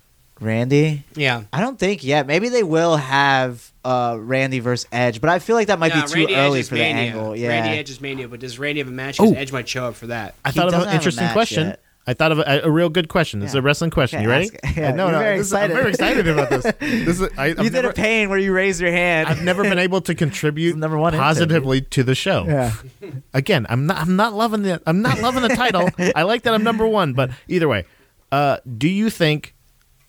[SPEAKER 1] Randy.
[SPEAKER 2] Yeah.
[SPEAKER 1] I don't think yet. Maybe they will have uh, Randy versus Edge, but I feel like that might
[SPEAKER 2] Nah,
[SPEAKER 1] be too
[SPEAKER 2] Randy Edge
[SPEAKER 1] early
[SPEAKER 2] is
[SPEAKER 1] for
[SPEAKER 2] mania.
[SPEAKER 1] the angle. Yeah,
[SPEAKER 2] Randy Edge is mania, but does Randy have a match? Because
[SPEAKER 3] Oh.
[SPEAKER 2] Edge might show up for that.
[SPEAKER 3] I
[SPEAKER 1] He
[SPEAKER 3] thought of
[SPEAKER 1] doesn't
[SPEAKER 3] an
[SPEAKER 1] have a
[SPEAKER 3] interesting
[SPEAKER 1] match
[SPEAKER 3] question.
[SPEAKER 1] yet.
[SPEAKER 3] I thought of a, a real good question. This is
[SPEAKER 1] Yeah.
[SPEAKER 3] a wrestling question.
[SPEAKER 1] Okay,
[SPEAKER 3] you ready? Uh,
[SPEAKER 1] ask [laughs] it. Yeah, you're very
[SPEAKER 3] this- I'm very
[SPEAKER 1] excited.
[SPEAKER 3] excited about this. This is, I,
[SPEAKER 1] [laughs]
[SPEAKER 3] I've
[SPEAKER 1] you did
[SPEAKER 3] never,
[SPEAKER 1] a pain where you raised your hand.
[SPEAKER 3] I've never been able to
[SPEAKER 1] It's
[SPEAKER 3] contribute
[SPEAKER 1] the number one
[SPEAKER 3] positively to the show.
[SPEAKER 1] Yeah.
[SPEAKER 3] [laughs] Again, I'm not. I'm not loving the. I'm not loving the title. I like that I'm number one, but either way, uh, do you think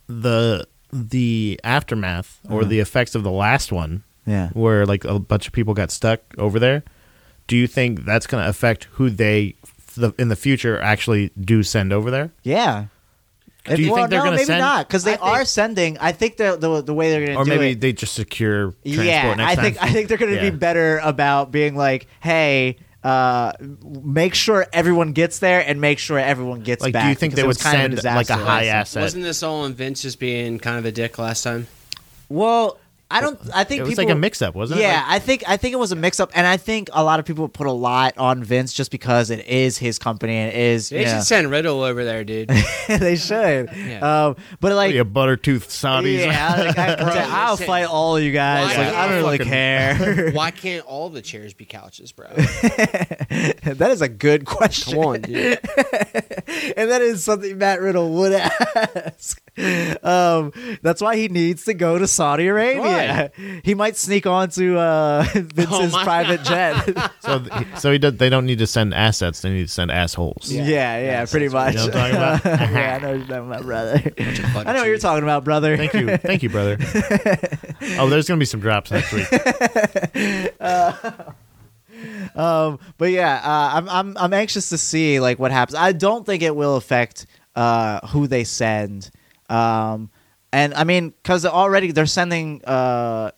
[SPEAKER 3] the the aftermath or the effects of the last one,
[SPEAKER 1] Uh-huh. Yeah.
[SPEAKER 3] where like a bunch of people got stuck over there, do you think that's going to affect who they f- the, in the future actually do send over there?
[SPEAKER 1] Yeah. If-
[SPEAKER 3] Do you
[SPEAKER 1] well,
[SPEAKER 3] think they're
[SPEAKER 1] no,
[SPEAKER 3] gonna
[SPEAKER 1] maybe
[SPEAKER 3] send-
[SPEAKER 1] not because they
[SPEAKER 3] I think-
[SPEAKER 1] are sending. I think the the, the way they're going to
[SPEAKER 3] or
[SPEAKER 1] do
[SPEAKER 3] maybe
[SPEAKER 1] it.
[SPEAKER 3] they just secure transport
[SPEAKER 1] yeah,
[SPEAKER 3] next
[SPEAKER 1] I
[SPEAKER 3] time.
[SPEAKER 1] think I think they're going to
[SPEAKER 3] [laughs] Yeah.
[SPEAKER 1] be better about being like, hey. Uh, make sure everyone gets there, and make sure everyone gets
[SPEAKER 3] Like,
[SPEAKER 1] back.
[SPEAKER 3] do you think
[SPEAKER 1] because
[SPEAKER 3] they
[SPEAKER 1] it was
[SPEAKER 3] would
[SPEAKER 1] kind of
[SPEAKER 3] send like
[SPEAKER 1] disaster
[SPEAKER 3] a
[SPEAKER 1] last
[SPEAKER 3] high
[SPEAKER 1] time.
[SPEAKER 3] asset?
[SPEAKER 2] Wasn't this all on Vince just being kind of a dick last time?
[SPEAKER 1] Well, I don't. I think
[SPEAKER 3] It was
[SPEAKER 1] people,
[SPEAKER 3] like a mix-up, wasn't it?
[SPEAKER 1] yeah,
[SPEAKER 3] Like-
[SPEAKER 1] I think I think it was a mix-up, and I think a lot of people put a lot on Vince just because it is his company and it is.
[SPEAKER 2] They
[SPEAKER 1] you know-
[SPEAKER 2] should send Riddle over there, dude.
[SPEAKER 1] [laughs] they should.
[SPEAKER 2] Yeah.
[SPEAKER 1] Um, but like,
[SPEAKER 3] yeah, buttertooth Saudis.
[SPEAKER 1] yeah, like, I,
[SPEAKER 2] Bro,
[SPEAKER 1] I'll
[SPEAKER 2] listen.
[SPEAKER 1] fight all you guys.
[SPEAKER 2] Why
[SPEAKER 1] Like, I don't really
[SPEAKER 3] fucking-
[SPEAKER 1] care. [laughs]
[SPEAKER 2] Why can't all the chairs be couches, bro?
[SPEAKER 1] that is a good question.
[SPEAKER 2] Come on, dude.
[SPEAKER 1] [laughs] and that is something Matt Riddle would ask. Um, that's why he needs to go to Saudi Arabia. He might sneak onto
[SPEAKER 3] [laughs]
[SPEAKER 1] uh,
[SPEAKER 3] Oh
[SPEAKER 1] Vince's
[SPEAKER 2] my-
[SPEAKER 1] private jet.
[SPEAKER 3] [laughs]
[SPEAKER 1] [laughs]
[SPEAKER 3] So, th- so he does, they don't need to send assets; they need to send assholes.
[SPEAKER 1] Yeah, yeah, pretty much. [laughs]
[SPEAKER 3] You know what I'm [laughs] talking about?
[SPEAKER 1] yeah, I know what you're talking about, brother. [laughs] I know what you're
[SPEAKER 2] cheese.
[SPEAKER 1] talking about, brother.
[SPEAKER 3] Thank you, thank you, brother. Oh, there's gonna be some drops next week.
[SPEAKER 1] Um, [laughs] but yeah, uh, I'm I'm I'm anxious to see like what happens. I don't think it will affect uh, who they send. Um, and I mean, because already they're sending. Uh,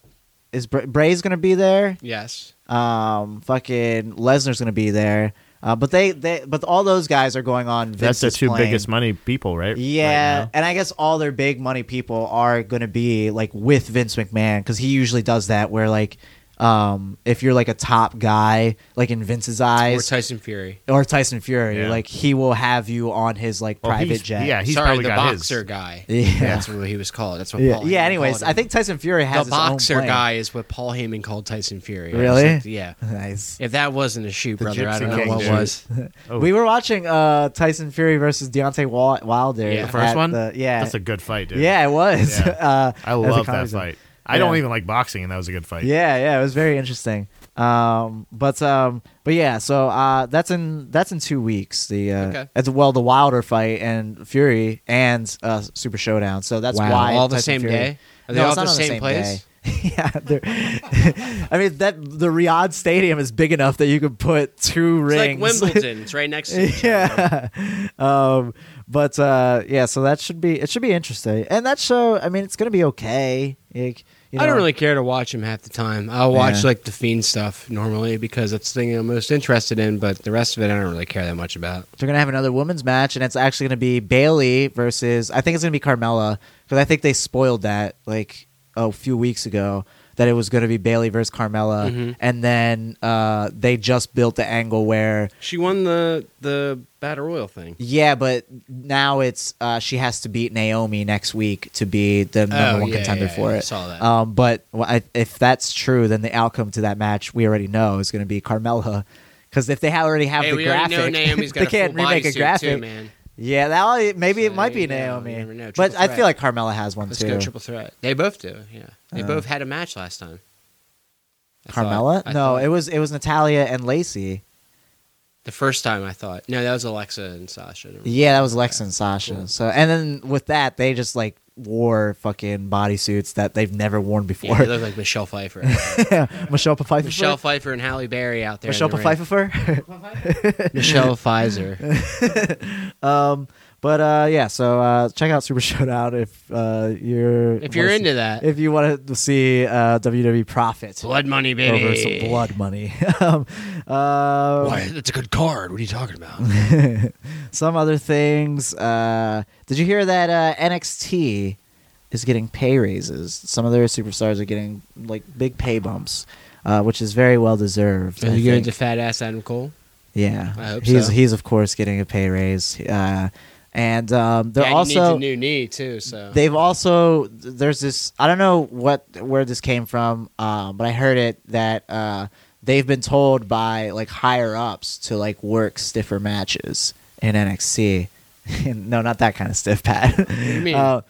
[SPEAKER 1] is Br- Bray's gonna be there?
[SPEAKER 2] yes.
[SPEAKER 1] Um, fucking Lesnar's gonna be there. Uh, but they, they but all those guys are going on.
[SPEAKER 3] That's the
[SPEAKER 1] Vince's
[SPEAKER 3] two
[SPEAKER 1] plane.
[SPEAKER 3] biggest money people, right?
[SPEAKER 1] Yeah,
[SPEAKER 3] Right now.
[SPEAKER 1] and I guess all their big money people are going to be like with Vince McMahon because he usually does that. Where like, um, if you're like a top guy, like in Vince's
[SPEAKER 2] Or
[SPEAKER 1] eyes, or,
[SPEAKER 2] Tyson Fury.
[SPEAKER 1] Tyson Fury,
[SPEAKER 3] Yeah.
[SPEAKER 1] like he will have you on his like
[SPEAKER 3] Well,
[SPEAKER 1] private
[SPEAKER 3] he's-
[SPEAKER 1] jet.
[SPEAKER 3] Yeah, he's
[SPEAKER 2] Sorry,
[SPEAKER 3] probably
[SPEAKER 2] the
[SPEAKER 3] got
[SPEAKER 2] boxer
[SPEAKER 3] his.
[SPEAKER 2] guy.
[SPEAKER 1] Yeah.
[SPEAKER 2] That's what he was called. That's what
[SPEAKER 1] yeah.
[SPEAKER 2] Paul
[SPEAKER 1] yeah
[SPEAKER 2] Heyman
[SPEAKER 1] anyways,
[SPEAKER 2] called
[SPEAKER 1] I
[SPEAKER 2] him.
[SPEAKER 1] think Tyson Fury has
[SPEAKER 2] the
[SPEAKER 1] his own
[SPEAKER 2] boxer
[SPEAKER 1] plane.
[SPEAKER 2] guy is what Paul Heyman called Tyson Fury. I was
[SPEAKER 1] Really?
[SPEAKER 2] like, yeah.
[SPEAKER 1] [laughs] Nice.
[SPEAKER 2] If that wasn't a shoe, brother, I
[SPEAKER 3] Gypsy
[SPEAKER 2] don't know
[SPEAKER 3] King,
[SPEAKER 2] what
[SPEAKER 3] dude.
[SPEAKER 2] was.
[SPEAKER 3] Oh.
[SPEAKER 1] We were watching uh, Tyson Fury versus Deontay Wa- Wilder.
[SPEAKER 2] Yeah. The
[SPEAKER 1] at
[SPEAKER 3] First one.
[SPEAKER 1] the- yeah,
[SPEAKER 3] that's a good fight, dude.
[SPEAKER 1] yeah, it was.
[SPEAKER 3] Yeah.
[SPEAKER 1] [laughs] Uh,
[SPEAKER 3] I
[SPEAKER 1] was a
[SPEAKER 3] love that
[SPEAKER 1] comedy zone.
[SPEAKER 3] fight. I
[SPEAKER 1] Yeah.
[SPEAKER 3] don't even like boxing, and that was a good fight.
[SPEAKER 1] Yeah, yeah, it was very interesting. Um, but um, but yeah, so uh, that's in that's in two weeks. The uh,
[SPEAKER 2] Okay.
[SPEAKER 1] it's well the Wilder fight and Fury and uh, Super Showdown. So that's
[SPEAKER 2] Wow.
[SPEAKER 1] why
[SPEAKER 2] All the
[SPEAKER 1] Tyson
[SPEAKER 2] same
[SPEAKER 1] Fury-
[SPEAKER 2] day? Are they
[SPEAKER 1] no,
[SPEAKER 2] all
[SPEAKER 1] it's
[SPEAKER 2] at
[SPEAKER 1] not
[SPEAKER 2] the
[SPEAKER 1] on
[SPEAKER 2] same place?
[SPEAKER 1] day. [laughs] yeah, they're- [laughs] I mean that the Riyadh Stadium is big enough that you could put two
[SPEAKER 2] It's
[SPEAKER 1] rings.
[SPEAKER 2] like Wimbledon. It's right next to each other.
[SPEAKER 1] yeah. [laughs] Um, but uh, yeah, so that should be it should be interesting. And that show, I mean, it's gonna be okay. Like, You
[SPEAKER 2] I don't
[SPEAKER 1] know?
[SPEAKER 2] really care to watch him half the time. I'll watch
[SPEAKER 1] Yeah.
[SPEAKER 2] like the fiend stuff normally because that's the thing I'm most interested in, but the rest of it I don't really care that much about.
[SPEAKER 1] They're gonna have another women's match, and it's actually gonna be Bailey versus. I think it's gonna be Carmella because I think they spoiled that like a few weeks ago that it was gonna be Bailey versus Carmella,
[SPEAKER 2] Mm-hmm.
[SPEAKER 1] and then uh, they just built the angle where
[SPEAKER 2] She won the the battle royal thing.
[SPEAKER 1] yeah, but now it's uh, she has to beat Naomi next week to be the number one
[SPEAKER 2] Oh, yeah,
[SPEAKER 1] contender
[SPEAKER 2] yeah,
[SPEAKER 1] for
[SPEAKER 2] yeah, I
[SPEAKER 1] it.
[SPEAKER 2] saw that.
[SPEAKER 1] Um, but wh- I, if that's true, then the outcome to that match we already know is gonna be Carmella. Because if they already have
[SPEAKER 2] Hey,
[SPEAKER 1] the
[SPEAKER 2] we
[SPEAKER 1] graphic, [laughs]
[SPEAKER 2] already know Naomi's [laughs] got
[SPEAKER 1] they
[SPEAKER 2] a
[SPEAKER 1] can't
[SPEAKER 2] full
[SPEAKER 1] remake
[SPEAKER 2] body
[SPEAKER 1] a
[SPEAKER 2] suit
[SPEAKER 1] graphic.
[SPEAKER 2] too, man.
[SPEAKER 1] Yeah, that will maybe
[SPEAKER 2] So
[SPEAKER 1] it might be
[SPEAKER 2] you know,
[SPEAKER 1] Naomi,
[SPEAKER 2] you never know.
[SPEAKER 1] but
[SPEAKER 2] Triple
[SPEAKER 1] I
[SPEAKER 2] threat.
[SPEAKER 1] feel like Carmella has one
[SPEAKER 2] Let's
[SPEAKER 1] too.
[SPEAKER 2] go triple threat. They both do. Yeah, they both had a match last time. I thought-
[SPEAKER 1] Carmella?
[SPEAKER 2] I
[SPEAKER 1] no,
[SPEAKER 2] thought-
[SPEAKER 1] it was it was Natalia and Lacey.
[SPEAKER 2] the first time I thought. No, that was Alexa and Sasha.
[SPEAKER 1] Yeah, that was Lex and Sasha. So and then with that, they just like wore fucking bodysuits that they've never worn
[SPEAKER 2] Yeah,
[SPEAKER 1] before.
[SPEAKER 2] they look like Michelle Pfeiffer.
[SPEAKER 1] [laughs] Michelle Pfeiffer.
[SPEAKER 2] Michelle Pfeiffer and Halle Berry out there. in
[SPEAKER 1] Michelle
[SPEAKER 2] the ring.
[SPEAKER 1] Pfeiffer. [laughs]
[SPEAKER 2] Michelle Pfizer.
[SPEAKER 1] but uh, yeah, so uh, check out Super [laughs] Showdown if uh, you're
[SPEAKER 2] If you're
[SPEAKER 1] wanna
[SPEAKER 2] into
[SPEAKER 1] see-
[SPEAKER 2] that.
[SPEAKER 1] If you want to see uh, WWE profit
[SPEAKER 2] Blood money, baby.
[SPEAKER 1] over some blood money. [laughs] um, uh,
[SPEAKER 2] Why, that's a good card. What are you talking about?
[SPEAKER 1] some other things. Uh, did you hear that uh, NXT is getting pay raises? Some of their superstars are getting like big pay bumps, uh, which is very well deserved.
[SPEAKER 2] Are
[SPEAKER 1] I
[SPEAKER 2] you going
[SPEAKER 1] think.
[SPEAKER 2] to fat ass Adam Cole?
[SPEAKER 1] yeah,
[SPEAKER 2] I hope
[SPEAKER 1] he's
[SPEAKER 2] so.
[SPEAKER 1] he's of course getting a pay raise, uh, and um, they're
[SPEAKER 2] yeah,
[SPEAKER 1] also
[SPEAKER 2] he needs a new knee too. So
[SPEAKER 1] they've also there's this i don't know what where this came from um, but i heard it that uh, they've been told by like higher ups to like work stiffer matches in nxt [laughs] no not that kind of stiff pat
[SPEAKER 2] you
[SPEAKER 1] [laughs]
[SPEAKER 2] mean?
[SPEAKER 1] Uh,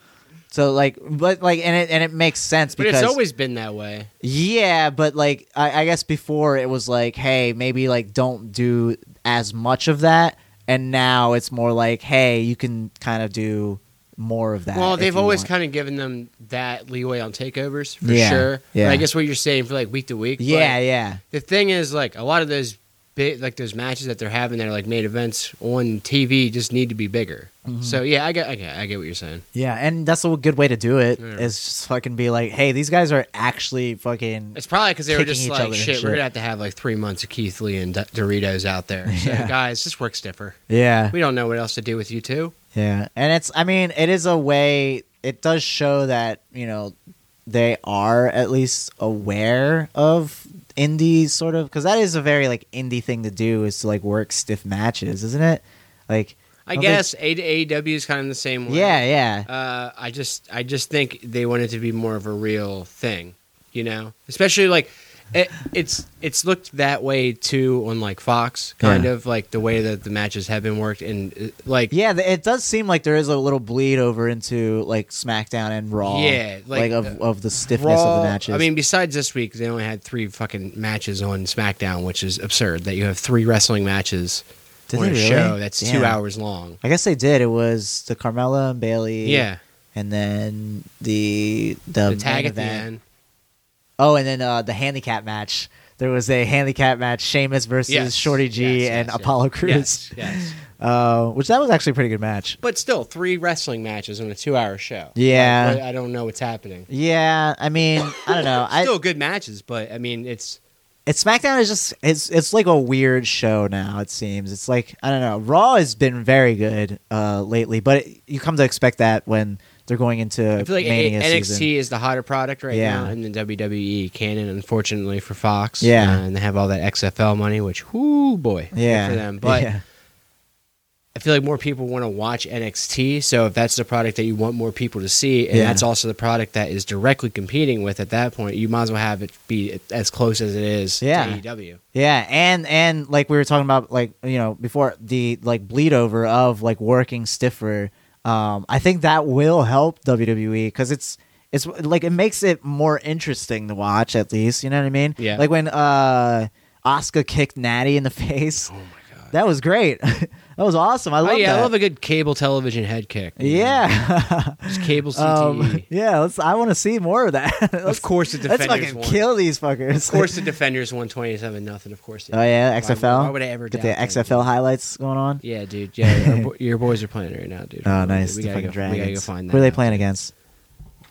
[SPEAKER 1] so like but like and it and it makes sense
[SPEAKER 2] but
[SPEAKER 1] because
[SPEAKER 2] it's always been that way.
[SPEAKER 1] yeah, but like I, I guess before it was like, hey, maybe like don't do as much of that, and now it's more like, hey, you can kind of do more of that.
[SPEAKER 2] Well,
[SPEAKER 1] if
[SPEAKER 2] they've
[SPEAKER 1] you
[SPEAKER 2] always
[SPEAKER 1] want.
[SPEAKER 2] kind of given them that leeway on takeovers for
[SPEAKER 1] Yeah,
[SPEAKER 2] sure.
[SPEAKER 1] yeah.
[SPEAKER 2] But I guess what you're saying for like week to week. but
[SPEAKER 1] yeah, yeah,
[SPEAKER 2] The thing is, like a lot of those big, like those matches that they're having, that are like main events on TV, just need to be bigger.
[SPEAKER 1] Mm-hmm.
[SPEAKER 2] So yeah, I get, I get, I get what you're saying.
[SPEAKER 1] yeah, and that's a good way to do it.
[SPEAKER 2] Yeah.
[SPEAKER 1] Is just fucking be like, hey, these guys are actually fucking.
[SPEAKER 2] It's probably because they were
[SPEAKER 1] Kicking
[SPEAKER 2] just
[SPEAKER 1] each
[SPEAKER 2] like,
[SPEAKER 1] other and
[SPEAKER 2] shit,
[SPEAKER 1] shit.
[SPEAKER 2] we're gonna have to have like three months of Keith Lee and D- Doritos
[SPEAKER 1] [laughs]
[SPEAKER 2] out there. So
[SPEAKER 1] Yeah.
[SPEAKER 2] guys, just work stiffer.
[SPEAKER 1] Yeah,
[SPEAKER 2] We don't know what else to do with you two.
[SPEAKER 1] yeah, and it's. I mean, it is a way. It does show that you know they are at least aware of indie sort of because that is a very like indie thing to do is to like work stiff matches, isn't it? Like,
[SPEAKER 2] I
[SPEAKER 1] don't
[SPEAKER 2] guess A to AEW is kind of the same
[SPEAKER 1] Think,
[SPEAKER 2] way.
[SPEAKER 1] yeah, yeah,
[SPEAKER 2] Uh, I just I just think they want it to be more of a real thing, you know. Especially like it, it's it's looked that way too on like Fox, kind
[SPEAKER 1] Yeah.
[SPEAKER 2] of like the way that the matches have been worked and uh, like
[SPEAKER 1] yeah. th- It does seem like there is a little bleed over into like SmackDown and Raw.
[SPEAKER 2] Yeah,
[SPEAKER 1] like,
[SPEAKER 2] like,
[SPEAKER 1] of
[SPEAKER 2] uh,
[SPEAKER 1] of the stiffness of
[SPEAKER 2] Raw.
[SPEAKER 1] the matches.
[SPEAKER 2] I mean, besides this week, they only had three fucking matches on SmackDown, which is absurd. That you have three wrestling matches
[SPEAKER 1] Did
[SPEAKER 2] on a
[SPEAKER 1] they really?
[SPEAKER 2] show that's
[SPEAKER 1] Damn.
[SPEAKER 2] two hours long.
[SPEAKER 1] I guess they did. It was the Carmella and Bailey.
[SPEAKER 2] Yeah,
[SPEAKER 1] and then the the,
[SPEAKER 2] the
[SPEAKER 1] main
[SPEAKER 2] tag at the
[SPEAKER 1] event.
[SPEAKER 2] end.
[SPEAKER 1] Oh, and then uh, the handicap match. There was a handicap match: Sheamus versus
[SPEAKER 2] Yes,
[SPEAKER 1] Shorty G
[SPEAKER 2] yes,
[SPEAKER 1] and
[SPEAKER 2] yes, yes.
[SPEAKER 1] Apollo Crews.
[SPEAKER 2] Yes, yes.
[SPEAKER 1] Uh, which that was actually a pretty good match.
[SPEAKER 2] But still, three wrestling matches on a two-hour show.
[SPEAKER 1] Yeah.
[SPEAKER 2] Like, I I don't know what's happening.
[SPEAKER 1] Yeah, I mean, I don't
[SPEAKER 2] [laughs]
[SPEAKER 1] know. I
[SPEAKER 2] still good matches, but I mean, it's
[SPEAKER 1] it's SmackDown is just it's it's like a weird show now. It seems it's like I don't know. Raw has been very good uh, lately, but it, you come to expect that when they're going into
[SPEAKER 2] I feel like
[SPEAKER 1] Mania
[SPEAKER 2] NXT
[SPEAKER 1] season.
[SPEAKER 2] is the hotter product right
[SPEAKER 1] Yeah.
[SPEAKER 2] now, and then WWE E canon, unfortunately for Fox,
[SPEAKER 1] Yeah.
[SPEAKER 2] uh, and they have all that XFL money, which whoo boy, good
[SPEAKER 1] Yeah,
[SPEAKER 2] for them. But
[SPEAKER 1] [laughs] yeah.
[SPEAKER 2] I feel like more people want to watch NXT, so if that's the product that you want more people to see, and
[SPEAKER 1] Yeah.
[SPEAKER 2] that's also the product that is directly competing with at that point, you might as well have it be as close as it is
[SPEAKER 1] Yeah.
[SPEAKER 2] to E AEW.
[SPEAKER 1] Yeah, and and like we were talking about, like you know, before the like bleed over of like working stiffer. Um, I think that will help WWE because it's it's like it makes it more interesting to watch at least. You know what I mean?
[SPEAKER 2] Yeah.
[SPEAKER 1] Like when uh, Oscar kicked Natty in the [laughs] face. Oh my god, that was great. [laughs] that was awesome. I love
[SPEAKER 2] Oh yeah,
[SPEAKER 1] that.
[SPEAKER 2] I love [laughs] a good cable television head kick.
[SPEAKER 1] yeah,
[SPEAKER 2] Just cable CTE.
[SPEAKER 1] um, [laughs] yeah. Let's. I want to see more of that. [laughs]
[SPEAKER 2] of
[SPEAKER 1] let's,
[SPEAKER 2] course, the
[SPEAKER 1] let's
[SPEAKER 2] defenders
[SPEAKER 1] fucking
[SPEAKER 2] won.
[SPEAKER 1] kill these fuckers. [laughs]
[SPEAKER 2] Of course, the defenders won twenty-seven nothing. Of course. They
[SPEAKER 1] Oh
[SPEAKER 2] did.
[SPEAKER 1] yeah,
[SPEAKER 2] Why-
[SPEAKER 1] XFL.
[SPEAKER 2] Why, would I ever
[SPEAKER 1] get the
[SPEAKER 2] doubt E? them?
[SPEAKER 1] XFL highlights going on?
[SPEAKER 2] Yeah, dude. Yeah, our bo- your boys are playing right now, dude.
[SPEAKER 1] Oh, nice.
[SPEAKER 2] We
[SPEAKER 1] the
[SPEAKER 2] gotta
[SPEAKER 1] fucking
[SPEAKER 2] go, we
[SPEAKER 1] dragons.
[SPEAKER 2] gotta go find that.
[SPEAKER 1] Who are they
[SPEAKER 2] out.
[SPEAKER 1] playing against?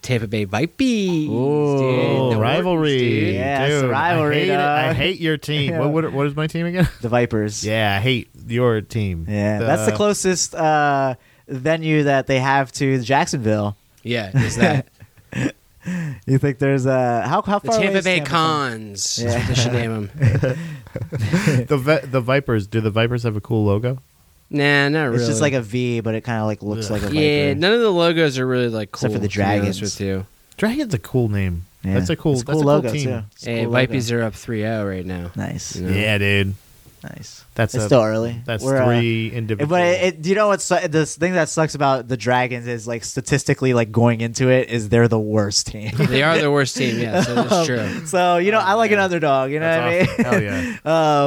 [SPEAKER 2] Tampa Bay Vipers.
[SPEAKER 1] Ooh,
[SPEAKER 2] dude.
[SPEAKER 3] Oh,
[SPEAKER 2] The
[SPEAKER 3] rivalry.
[SPEAKER 2] Whartons, dude.
[SPEAKER 1] Yeah, it's a
[SPEAKER 3] Dude,
[SPEAKER 1] rivalry,
[SPEAKER 3] I hate, it.
[SPEAKER 1] dog.
[SPEAKER 3] I hate your
[SPEAKER 1] [laughs]
[SPEAKER 3] team.
[SPEAKER 1] Yeah.
[SPEAKER 3] What, what what is my team again?
[SPEAKER 1] the Vipers.
[SPEAKER 3] yeah, I hate your team.
[SPEAKER 1] Yeah, that's the closest uh, venue that they have to Jacksonville.
[SPEAKER 2] Yeah, is
[SPEAKER 1] [laughs]
[SPEAKER 2] that
[SPEAKER 1] You think there's a how how
[SPEAKER 2] the
[SPEAKER 1] far away
[SPEAKER 2] Tampa
[SPEAKER 1] is
[SPEAKER 2] Bay
[SPEAKER 1] Tampa from-
[SPEAKER 2] Cons? is what They should name 'em.
[SPEAKER 1] [laughs]
[SPEAKER 3] the Vi- the Vipers. Do the Vipers have a cool logo?
[SPEAKER 2] Nah, not really.
[SPEAKER 1] It's just like a V, but it kind of like looks like a viper.
[SPEAKER 2] yeah. None of the logos are really like cool.
[SPEAKER 1] Except for the
[SPEAKER 2] to be honest
[SPEAKER 1] dragons.
[SPEAKER 2] with you.
[SPEAKER 3] Dragon's a cool name.
[SPEAKER 1] Yeah.
[SPEAKER 3] That's a cool.
[SPEAKER 1] It's a
[SPEAKER 3] that's
[SPEAKER 1] cool
[SPEAKER 3] a cool
[SPEAKER 1] logo,
[SPEAKER 3] team.
[SPEAKER 1] too. It's a
[SPEAKER 2] Hey,
[SPEAKER 1] cool logo.
[SPEAKER 2] Vipers are up 3-0
[SPEAKER 1] [laughs]
[SPEAKER 2] right now.
[SPEAKER 1] Nice,
[SPEAKER 2] You know?
[SPEAKER 3] Yeah, dude.
[SPEAKER 1] nice.
[SPEAKER 3] That's
[SPEAKER 1] it's
[SPEAKER 3] a-
[SPEAKER 1] still early.
[SPEAKER 3] That's
[SPEAKER 1] We're, uh,
[SPEAKER 3] three
[SPEAKER 1] it-
[SPEAKER 3] individual.
[SPEAKER 1] but it, it- you know what's su- the thing that sucks about the Dragons is like statistically like going into it is they're the worst team. [laughs]
[SPEAKER 2] They are the worst team. Yeah, so that's true.
[SPEAKER 1] so you
[SPEAKER 2] Oh,
[SPEAKER 1] know I like an underdog. You know
[SPEAKER 3] That's
[SPEAKER 1] what I
[SPEAKER 3] awesome.
[SPEAKER 1] mean?
[SPEAKER 3] Hell yeah.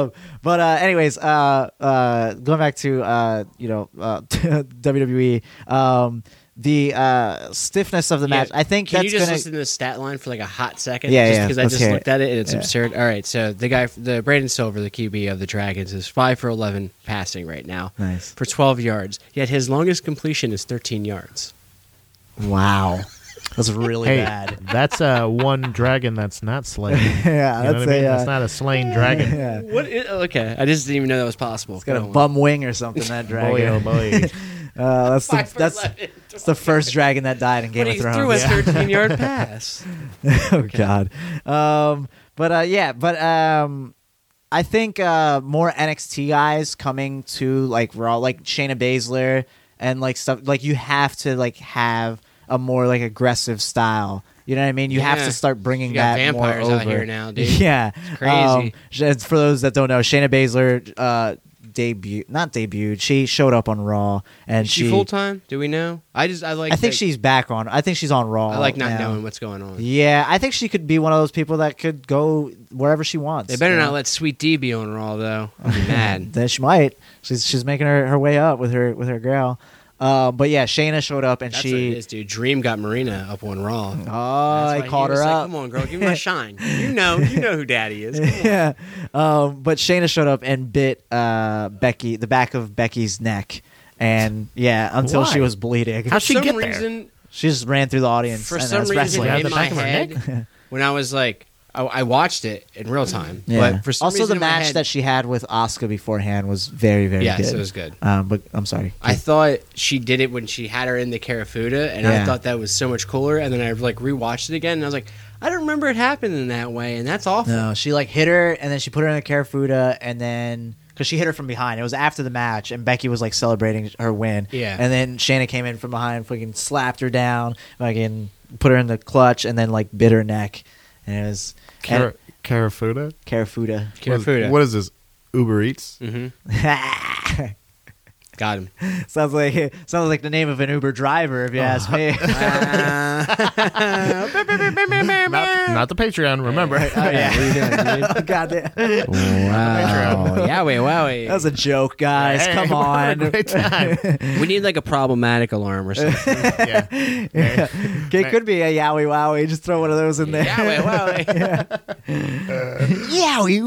[SPEAKER 1] [laughs] um, but uh, anyways, uh, uh, going back to uh, you know uh, [laughs] WWE, um, the uh, stiffness of the match.
[SPEAKER 2] Yeah.
[SPEAKER 1] I think
[SPEAKER 2] Can
[SPEAKER 1] that's
[SPEAKER 2] you just
[SPEAKER 1] gonna.
[SPEAKER 2] listen to the stat line for like a hot second?
[SPEAKER 1] Yeah,
[SPEAKER 2] just
[SPEAKER 1] yeah,
[SPEAKER 2] Because I
[SPEAKER 1] let's
[SPEAKER 2] just
[SPEAKER 1] hear
[SPEAKER 2] looked
[SPEAKER 1] it.
[SPEAKER 2] at it and it's
[SPEAKER 1] Yeah.
[SPEAKER 2] absurd. All right, so the guy, the Braden Silver, the QB of the Dragons, is five for eleven passing right now.
[SPEAKER 1] Nice.
[SPEAKER 2] for twelve yards. Yet his longest completion is thirteen yards.
[SPEAKER 1] Wow, that's really
[SPEAKER 3] hey,
[SPEAKER 1] bad.
[SPEAKER 3] that's uh, one dragon that's
[SPEAKER 1] [laughs]
[SPEAKER 3] not slain. You
[SPEAKER 1] Yeah,
[SPEAKER 3] know what
[SPEAKER 1] that's
[SPEAKER 3] I mean?
[SPEAKER 1] a. Uh,
[SPEAKER 3] that's not a slain
[SPEAKER 1] [laughs]
[SPEAKER 3] dragon.
[SPEAKER 1] yeah.
[SPEAKER 2] What? Is, okay, I just didn't even know that was possible.
[SPEAKER 1] It's got a bum wing or something. [laughs] That
[SPEAKER 3] Boy, oh
[SPEAKER 1] dragon.
[SPEAKER 3] [laughs] boy.
[SPEAKER 1] Uh, that's the,
[SPEAKER 2] Five for
[SPEAKER 1] that's,
[SPEAKER 2] 11.
[SPEAKER 1] that's the first dragon that died in Game
[SPEAKER 2] But
[SPEAKER 1] of
[SPEAKER 2] he threw a
[SPEAKER 1] Thrones. [laughs]
[SPEAKER 2] thirteen-yard pass.
[SPEAKER 1] oh God. Um, but uh, yeah, but um, I think uh, more NXT guys coming to like Raw, like Shayna Baszler and like stuff. Like you have to like have a more like aggressive style. You know what I mean? You have
[SPEAKER 2] Yeah.
[SPEAKER 1] to start bringing
[SPEAKER 2] You
[SPEAKER 1] that
[SPEAKER 2] got vampires
[SPEAKER 1] more
[SPEAKER 2] out
[SPEAKER 1] over.
[SPEAKER 2] here now,
[SPEAKER 1] [laughs]
[SPEAKER 2] dude.
[SPEAKER 1] Yeah, Um,
[SPEAKER 2] crazy.
[SPEAKER 1] sh- for those that don't know, Shayna Baszler uh, debuted, not debuted. She showed up on Raw, and
[SPEAKER 2] Is she full time? Do we know? I just I like.
[SPEAKER 1] I think
[SPEAKER 2] that-
[SPEAKER 1] she's back on. I think she's on Raw.
[SPEAKER 2] I like not
[SPEAKER 1] now.
[SPEAKER 2] knowing what's going on.
[SPEAKER 1] Yeah, I think she could be one of those people that could go wherever she wants.
[SPEAKER 2] They better
[SPEAKER 1] you know?
[SPEAKER 2] not let Sweet D be on Raw though.
[SPEAKER 1] [laughs]
[SPEAKER 2] I'll be mad.
[SPEAKER 1] Then she might. She's she's making her, her way up with her with her girl. Uh, but yeah, Shayna showed up and
[SPEAKER 2] That's what
[SPEAKER 1] she.
[SPEAKER 2] it is, dude. Dream got Marina up on Raw.
[SPEAKER 1] Oh,
[SPEAKER 2] That's
[SPEAKER 1] I
[SPEAKER 2] why he
[SPEAKER 1] caught
[SPEAKER 2] was
[SPEAKER 1] her
[SPEAKER 2] like,
[SPEAKER 1] up.
[SPEAKER 2] Come on, girl,
[SPEAKER 1] [laughs]
[SPEAKER 2] give me my shine. You know, you know who Daddy is. Come on.
[SPEAKER 1] yeah. Um, but Shayna showed up and bit uh, Becky the back of Becky's neck, and yeah, until she
[SPEAKER 3] Why?
[SPEAKER 1] was bleeding,
[SPEAKER 3] How'd she
[SPEAKER 2] some
[SPEAKER 3] get there?
[SPEAKER 2] reason,
[SPEAKER 1] she just ran through the audience.
[SPEAKER 2] for
[SPEAKER 1] and
[SPEAKER 2] some
[SPEAKER 1] that's
[SPEAKER 2] reason,
[SPEAKER 1] wrestling.
[SPEAKER 3] Yeah,
[SPEAKER 2] in
[SPEAKER 3] the
[SPEAKER 2] my
[SPEAKER 3] back of her
[SPEAKER 1] [laughs]
[SPEAKER 2] head, when I was like, I, I watched it in real time,
[SPEAKER 1] Yeah.
[SPEAKER 2] but for some
[SPEAKER 1] also,
[SPEAKER 2] reason
[SPEAKER 1] the
[SPEAKER 2] in my
[SPEAKER 1] match
[SPEAKER 2] head-
[SPEAKER 1] that she had with Oscar beforehand was very, very
[SPEAKER 2] Yes,
[SPEAKER 1] good.
[SPEAKER 2] it was good.
[SPEAKER 1] Um, but I'm sorry.
[SPEAKER 2] I thought she did it when she had her in the Carafuda, and I
[SPEAKER 1] Yeah.
[SPEAKER 2] thought that was so much cooler. And then I like rewatched it again, and I was like, I don't remember it happening that way, and that's awful.
[SPEAKER 1] No, she like hit her, and then she put her in a Carafuda, and then because she hit her from behind. It was after the match, and Becky was like celebrating her win.
[SPEAKER 2] Yeah.
[SPEAKER 1] and then Shayna came in from behind, fucking slapped her down, fucking put her in the clutch, and then like bit her neck, and it was
[SPEAKER 3] Cara- Carafuda?
[SPEAKER 1] Carafuda.
[SPEAKER 2] Carafuda.
[SPEAKER 3] What is this? Uber Eats?
[SPEAKER 2] Got him.
[SPEAKER 1] [laughs] sounds like sounds like the name of an Uber driver,
[SPEAKER 3] Oh,
[SPEAKER 1] if you ask
[SPEAKER 3] [laughs]
[SPEAKER 1] me.
[SPEAKER 2] Mm-hmm.
[SPEAKER 3] Not, not the
[SPEAKER 1] [laughs]
[SPEAKER 3] Patreon, remember. [laughs]
[SPEAKER 1] Goddamn,
[SPEAKER 2] Wow.
[SPEAKER 1] Oh,
[SPEAKER 2] [laughs] Yowie, wowie.
[SPEAKER 1] that was a joke, guys.
[SPEAKER 3] [laughs] Hey,
[SPEAKER 1] Come
[SPEAKER 3] we're
[SPEAKER 1] on,
[SPEAKER 3] having a great time.
[SPEAKER 2] we need like a problematic alarm
[SPEAKER 1] [laughs]
[SPEAKER 2] or something.
[SPEAKER 3] yeah. Hey,
[SPEAKER 1] it could be a yowie wowie. Just throw one of those in there.
[SPEAKER 2] Yowie,
[SPEAKER 1] [laughs]
[SPEAKER 2] wowie.
[SPEAKER 1] Yowie,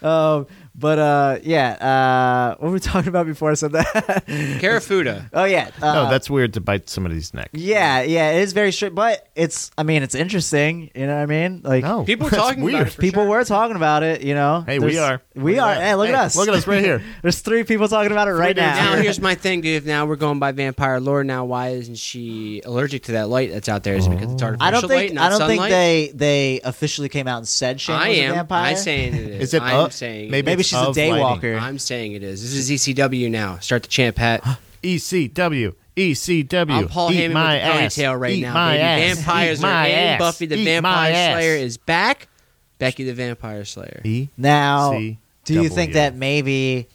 [SPEAKER 1] wowie. um, but uh, yeah, uh, what were we [laughs] talking about before I said that? [laughs]
[SPEAKER 2] Carafuda.
[SPEAKER 1] oh yeah, uh,
[SPEAKER 3] No, that's weird to bite somebody's neck.
[SPEAKER 1] yeah, yeah. It is very strict, but it's. I mean, it's interesting. You know what I mean? Like
[SPEAKER 3] No.
[SPEAKER 2] People
[SPEAKER 3] that's
[SPEAKER 2] talking about
[SPEAKER 3] weird.
[SPEAKER 2] it for
[SPEAKER 1] people
[SPEAKER 2] sure.
[SPEAKER 1] were talking about it. You know,
[SPEAKER 3] Hey, we
[SPEAKER 1] There's-
[SPEAKER 3] are.
[SPEAKER 1] we
[SPEAKER 3] Look at
[SPEAKER 1] are.
[SPEAKER 3] that.
[SPEAKER 1] Hey, look at
[SPEAKER 3] Hey,
[SPEAKER 1] us,
[SPEAKER 3] Look at us right
[SPEAKER 1] [laughs]
[SPEAKER 3] here.
[SPEAKER 1] There's three people talking about it right
[SPEAKER 3] dudes
[SPEAKER 1] now.
[SPEAKER 2] Now here's my thing, dude. If now we're going by vampire lore, now why isn't she allergic to that light that's out there? Is it because it's artificial
[SPEAKER 1] I don't
[SPEAKER 2] light,
[SPEAKER 1] think.
[SPEAKER 2] not
[SPEAKER 1] I don't think
[SPEAKER 2] sunlight?
[SPEAKER 1] they they officially came out and said Shane
[SPEAKER 2] I
[SPEAKER 1] was
[SPEAKER 2] am.
[SPEAKER 1] a vampire.
[SPEAKER 2] I'm saying it is.
[SPEAKER 3] Is it
[SPEAKER 2] I'm
[SPEAKER 3] up?
[SPEAKER 2] saying
[SPEAKER 3] Maybe
[SPEAKER 2] it
[SPEAKER 1] Maybe
[SPEAKER 3] it's
[SPEAKER 1] she's a
[SPEAKER 3] of lighting.
[SPEAKER 2] is.
[SPEAKER 1] daywalker.
[SPEAKER 2] I'm saying it is. This is ECW now. Start the champ hat.
[SPEAKER 3] E ECW. ECW.
[SPEAKER 2] I'm Paul
[SPEAKER 3] E Eat
[SPEAKER 2] Heyman
[SPEAKER 3] my
[SPEAKER 2] with the
[SPEAKER 3] ass.
[SPEAKER 2] ponytail right
[SPEAKER 3] Eat
[SPEAKER 2] now.
[SPEAKER 3] My
[SPEAKER 2] baby.
[SPEAKER 3] ass.
[SPEAKER 2] Vampires
[SPEAKER 3] Eat
[SPEAKER 2] are
[SPEAKER 3] my
[SPEAKER 2] in.
[SPEAKER 3] ass.
[SPEAKER 2] Buffy the
[SPEAKER 3] Eat my
[SPEAKER 2] Vampire
[SPEAKER 3] ass.
[SPEAKER 2] Slayer is back. Becky the Vampire Slayer.
[SPEAKER 3] E-
[SPEAKER 1] Now,
[SPEAKER 3] C
[SPEAKER 1] do you
[SPEAKER 3] W.
[SPEAKER 1] think that maybe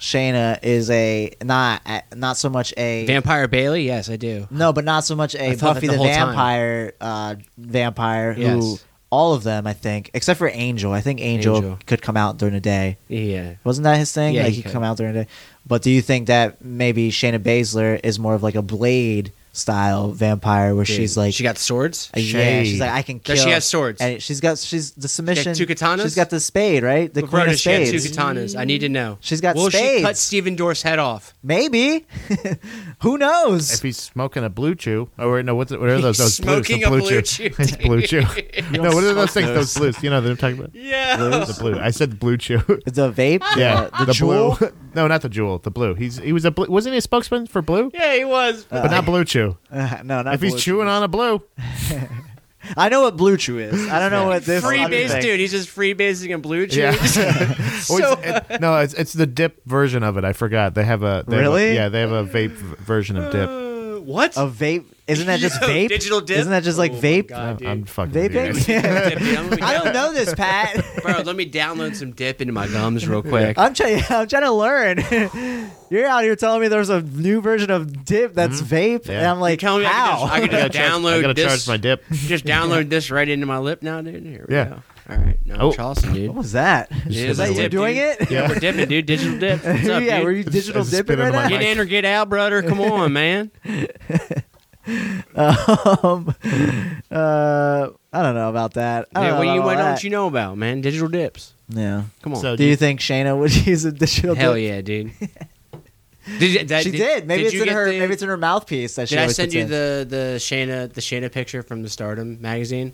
[SPEAKER 1] Shayna is a not a- not so much a
[SPEAKER 2] Vampire Bailey? Yes, I do.
[SPEAKER 1] no, but not so much a
[SPEAKER 2] I thought
[SPEAKER 1] Buffy
[SPEAKER 2] that
[SPEAKER 1] the,
[SPEAKER 2] the whole time.
[SPEAKER 1] Vampire uh, vampire who
[SPEAKER 2] Yes.
[SPEAKER 1] all of them I think except for Angel. I think Angel,
[SPEAKER 2] Angel.
[SPEAKER 1] could come out during the day.
[SPEAKER 2] Yeah.
[SPEAKER 1] Wasn't that his thing?
[SPEAKER 2] Yeah,
[SPEAKER 1] like
[SPEAKER 2] he
[SPEAKER 1] he could
[SPEAKER 2] could.
[SPEAKER 1] come out during the day. But do you think that maybe Shayna Baszler is more of like a Blade style vampire where she's like
[SPEAKER 2] she got swords.
[SPEAKER 1] uh, yeah, she's
[SPEAKER 3] Shade.
[SPEAKER 1] like I can kill.
[SPEAKER 2] Does she have swords?
[SPEAKER 1] And she's got she's the submission.
[SPEAKER 2] two katanas?
[SPEAKER 1] She's got the spade, right? The
[SPEAKER 2] Roberta,
[SPEAKER 1] queen of
[SPEAKER 2] she had
[SPEAKER 1] spades.
[SPEAKER 2] two katanas. I need to know.
[SPEAKER 1] She's got
[SPEAKER 2] Will she
[SPEAKER 1] spades.
[SPEAKER 2] cut Stephen Dorff's head off?
[SPEAKER 1] Maybe. [laughs] Who knows?
[SPEAKER 3] If he's smoking a blue chew, oh wait, no, what's it, what are those?
[SPEAKER 2] He's
[SPEAKER 3] Those blues, the
[SPEAKER 2] smoking a
[SPEAKER 3] blue
[SPEAKER 2] blue
[SPEAKER 3] chew,
[SPEAKER 2] chew,
[SPEAKER 3] It's [laughs] blue chew.
[SPEAKER 2] [laughs]
[SPEAKER 3] no, what are those things? Those blues, you know that I'm talking about?
[SPEAKER 2] Yeah.
[SPEAKER 3] The blue. I said blue chew. [laughs]
[SPEAKER 1] the vape.
[SPEAKER 3] yeah,
[SPEAKER 1] The, the
[SPEAKER 3] blue.
[SPEAKER 1] jewel.
[SPEAKER 3] [laughs] no, not the jewel. The blue. He's he was a blue, wasn't he a spokesman for blue?
[SPEAKER 2] [laughs] Yeah, he was.
[SPEAKER 3] but not blue chew.
[SPEAKER 1] Uh, [laughs] no, not
[SPEAKER 3] If he's
[SPEAKER 1] blue
[SPEAKER 3] chewing
[SPEAKER 1] chew.
[SPEAKER 3] on a blue,
[SPEAKER 1] I know what blue chew is. I don't know what this
[SPEAKER 2] free
[SPEAKER 1] other
[SPEAKER 2] base
[SPEAKER 1] thing-
[SPEAKER 2] dude. He's just free basing a blue chew.
[SPEAKER 3] Yeah. [laughs]
[SPEAKER 2] so
[SPEAKER 3] Or it's- it- no, it's it's the dip version of it. I forgot they have a they have a-
[SPEAKER 1] Really?
[SPEAKER 3] yeah they have a vape v- version of dip.
[SPEAKER 2] Uh, what? [laughs]
[SPEAKER 1] A vape. Isn't that just
[SPEAKER 2] Yo,
[SPEAKER 1] vape?
[SPEAKER 2] digital dip?
[SPEAKER 1] Isn't that just like
[SPEAKER 2] Oh my
[SPEAKER 1] vape?
[SPEAKER 2] God, dude.
[SPEAKER 3] I'm fucking. with you guys.
[SPEAKER 1] Vaping?
[SPEAKER 2] Dip, dude. I'm gonna be-
[SPEAKER 1] I don't know this, Pat.
[SPEAKER 2] [laughs]
[SPEAKER 1] [laughs]
[SPEAKER 2] Bro, let me download some dip into my gums real quick.
[SPEAKER 1] I'm trying. I'm trying to learn. [laughs] You're out here telling me there's a new version of dip that's vape, and
[SPEAKER 3] Yeah.
[SPEAKER 1] I'm like,
[SPEAKER 2] Mm-hmm. Tell me
[SPEAKER 1] how?
[SPEAKER 2] I could just, I could just
[SPEAKER 3] [laughs] I gotta charge-
[SPEAKER 2] download
[SPEAKER 3] I gotta
[SPEAKER 2] this.
[SPEAKER 3] charge my dip.
[SPEAKER 2] [laughs] Just download this right into my lip now, dude. Here we
[SPEAKER 3] Yeah.
[SPEAKER 2] go. All right, now
[SPEAKER 3] Oh.
[SPEAKER 2] Charleston,
[SPEAKER 1] [laughs]
[SPEAKER 2] dude.
[SPEAKER 1] what was
[SPEAKER 2] [laughs]
[SPEAKER 1] that?
[SPEAKER 3] hit
[SPEAKER 1] Is
[SPEAKER 3] my
[SPEAKER 1] that you
[SPEAKER 3] lip,
[SPEAKER 1] doing
[SPEAKER 2] dude.
[SPEAKER 1] it?
[SPEAKER 2] Yeah, we're dipping, dude. Digital dip. [laughs]
[SPEAKER 1] [laughs]
[SPEAKER 2] What's
[SPEAKER 1] Yeah,
[SPEAKER 2] up, dude?
[SPEAKER 1] were you
[SPEAKER 3] Just-
[SPEAKER 1] digital
[SPEAKER 3] I just
[SPEAKER 1] dipping
[SPEAKER 3] spit
[SPEAKER 1] right
[SPEAKER 3] into
[SPEAKER 1] now?
[SPEAKER 3] my
[SPEAKER 2] Get in or get out, brother. Come on, man.
[SPEAKER 1] um, [laughs] uh, I don't know about that. I
[SPEAKER 2] Man,
[SPEAKER 1] don't
[SPEAKER 2] what do
[SPEAKER 1] know
[SPEAKER 2] you
[SPEAKER 1] about
[SPEAKER 2] what
[SPEAKER 1] all
[SPEAKER 2] don't
[SPEAKER 1] that.
[SPEAKER 2] you know about, man? Digital dips.
[SPEAKER 1] Yeah.
[SPEAKER 2] Come on.
[SPEAKER 3] So
[SPEAKER 1] Do you think Shayna would [laughs] use a digital?
[SPEAKER 2] Hell
[SPEAKER 1] dip? [laughs]
[SPEAKER 2] yeah, dude. Did, you- that-
[SPEAKER 1] She did. Maybe
[SPEAKER 2] you
[SPEAKER 1] it's in
[SPEAKER 2] get
[SPEAKER 1] her.
[SPEAKER 2] the-
[SPEAKER 1] maybe it's in her mouthpiece that she
[SPEAKER 2] Did I
[SPEAKER 1] always
[SPEAKER 2] send
[SPEAKER 1] puts
[SPEAKER 2] you
[SPEAKER 1] in.
[SPEAKER 2] the the Shayna the Shayna picture from the Stardom magazine?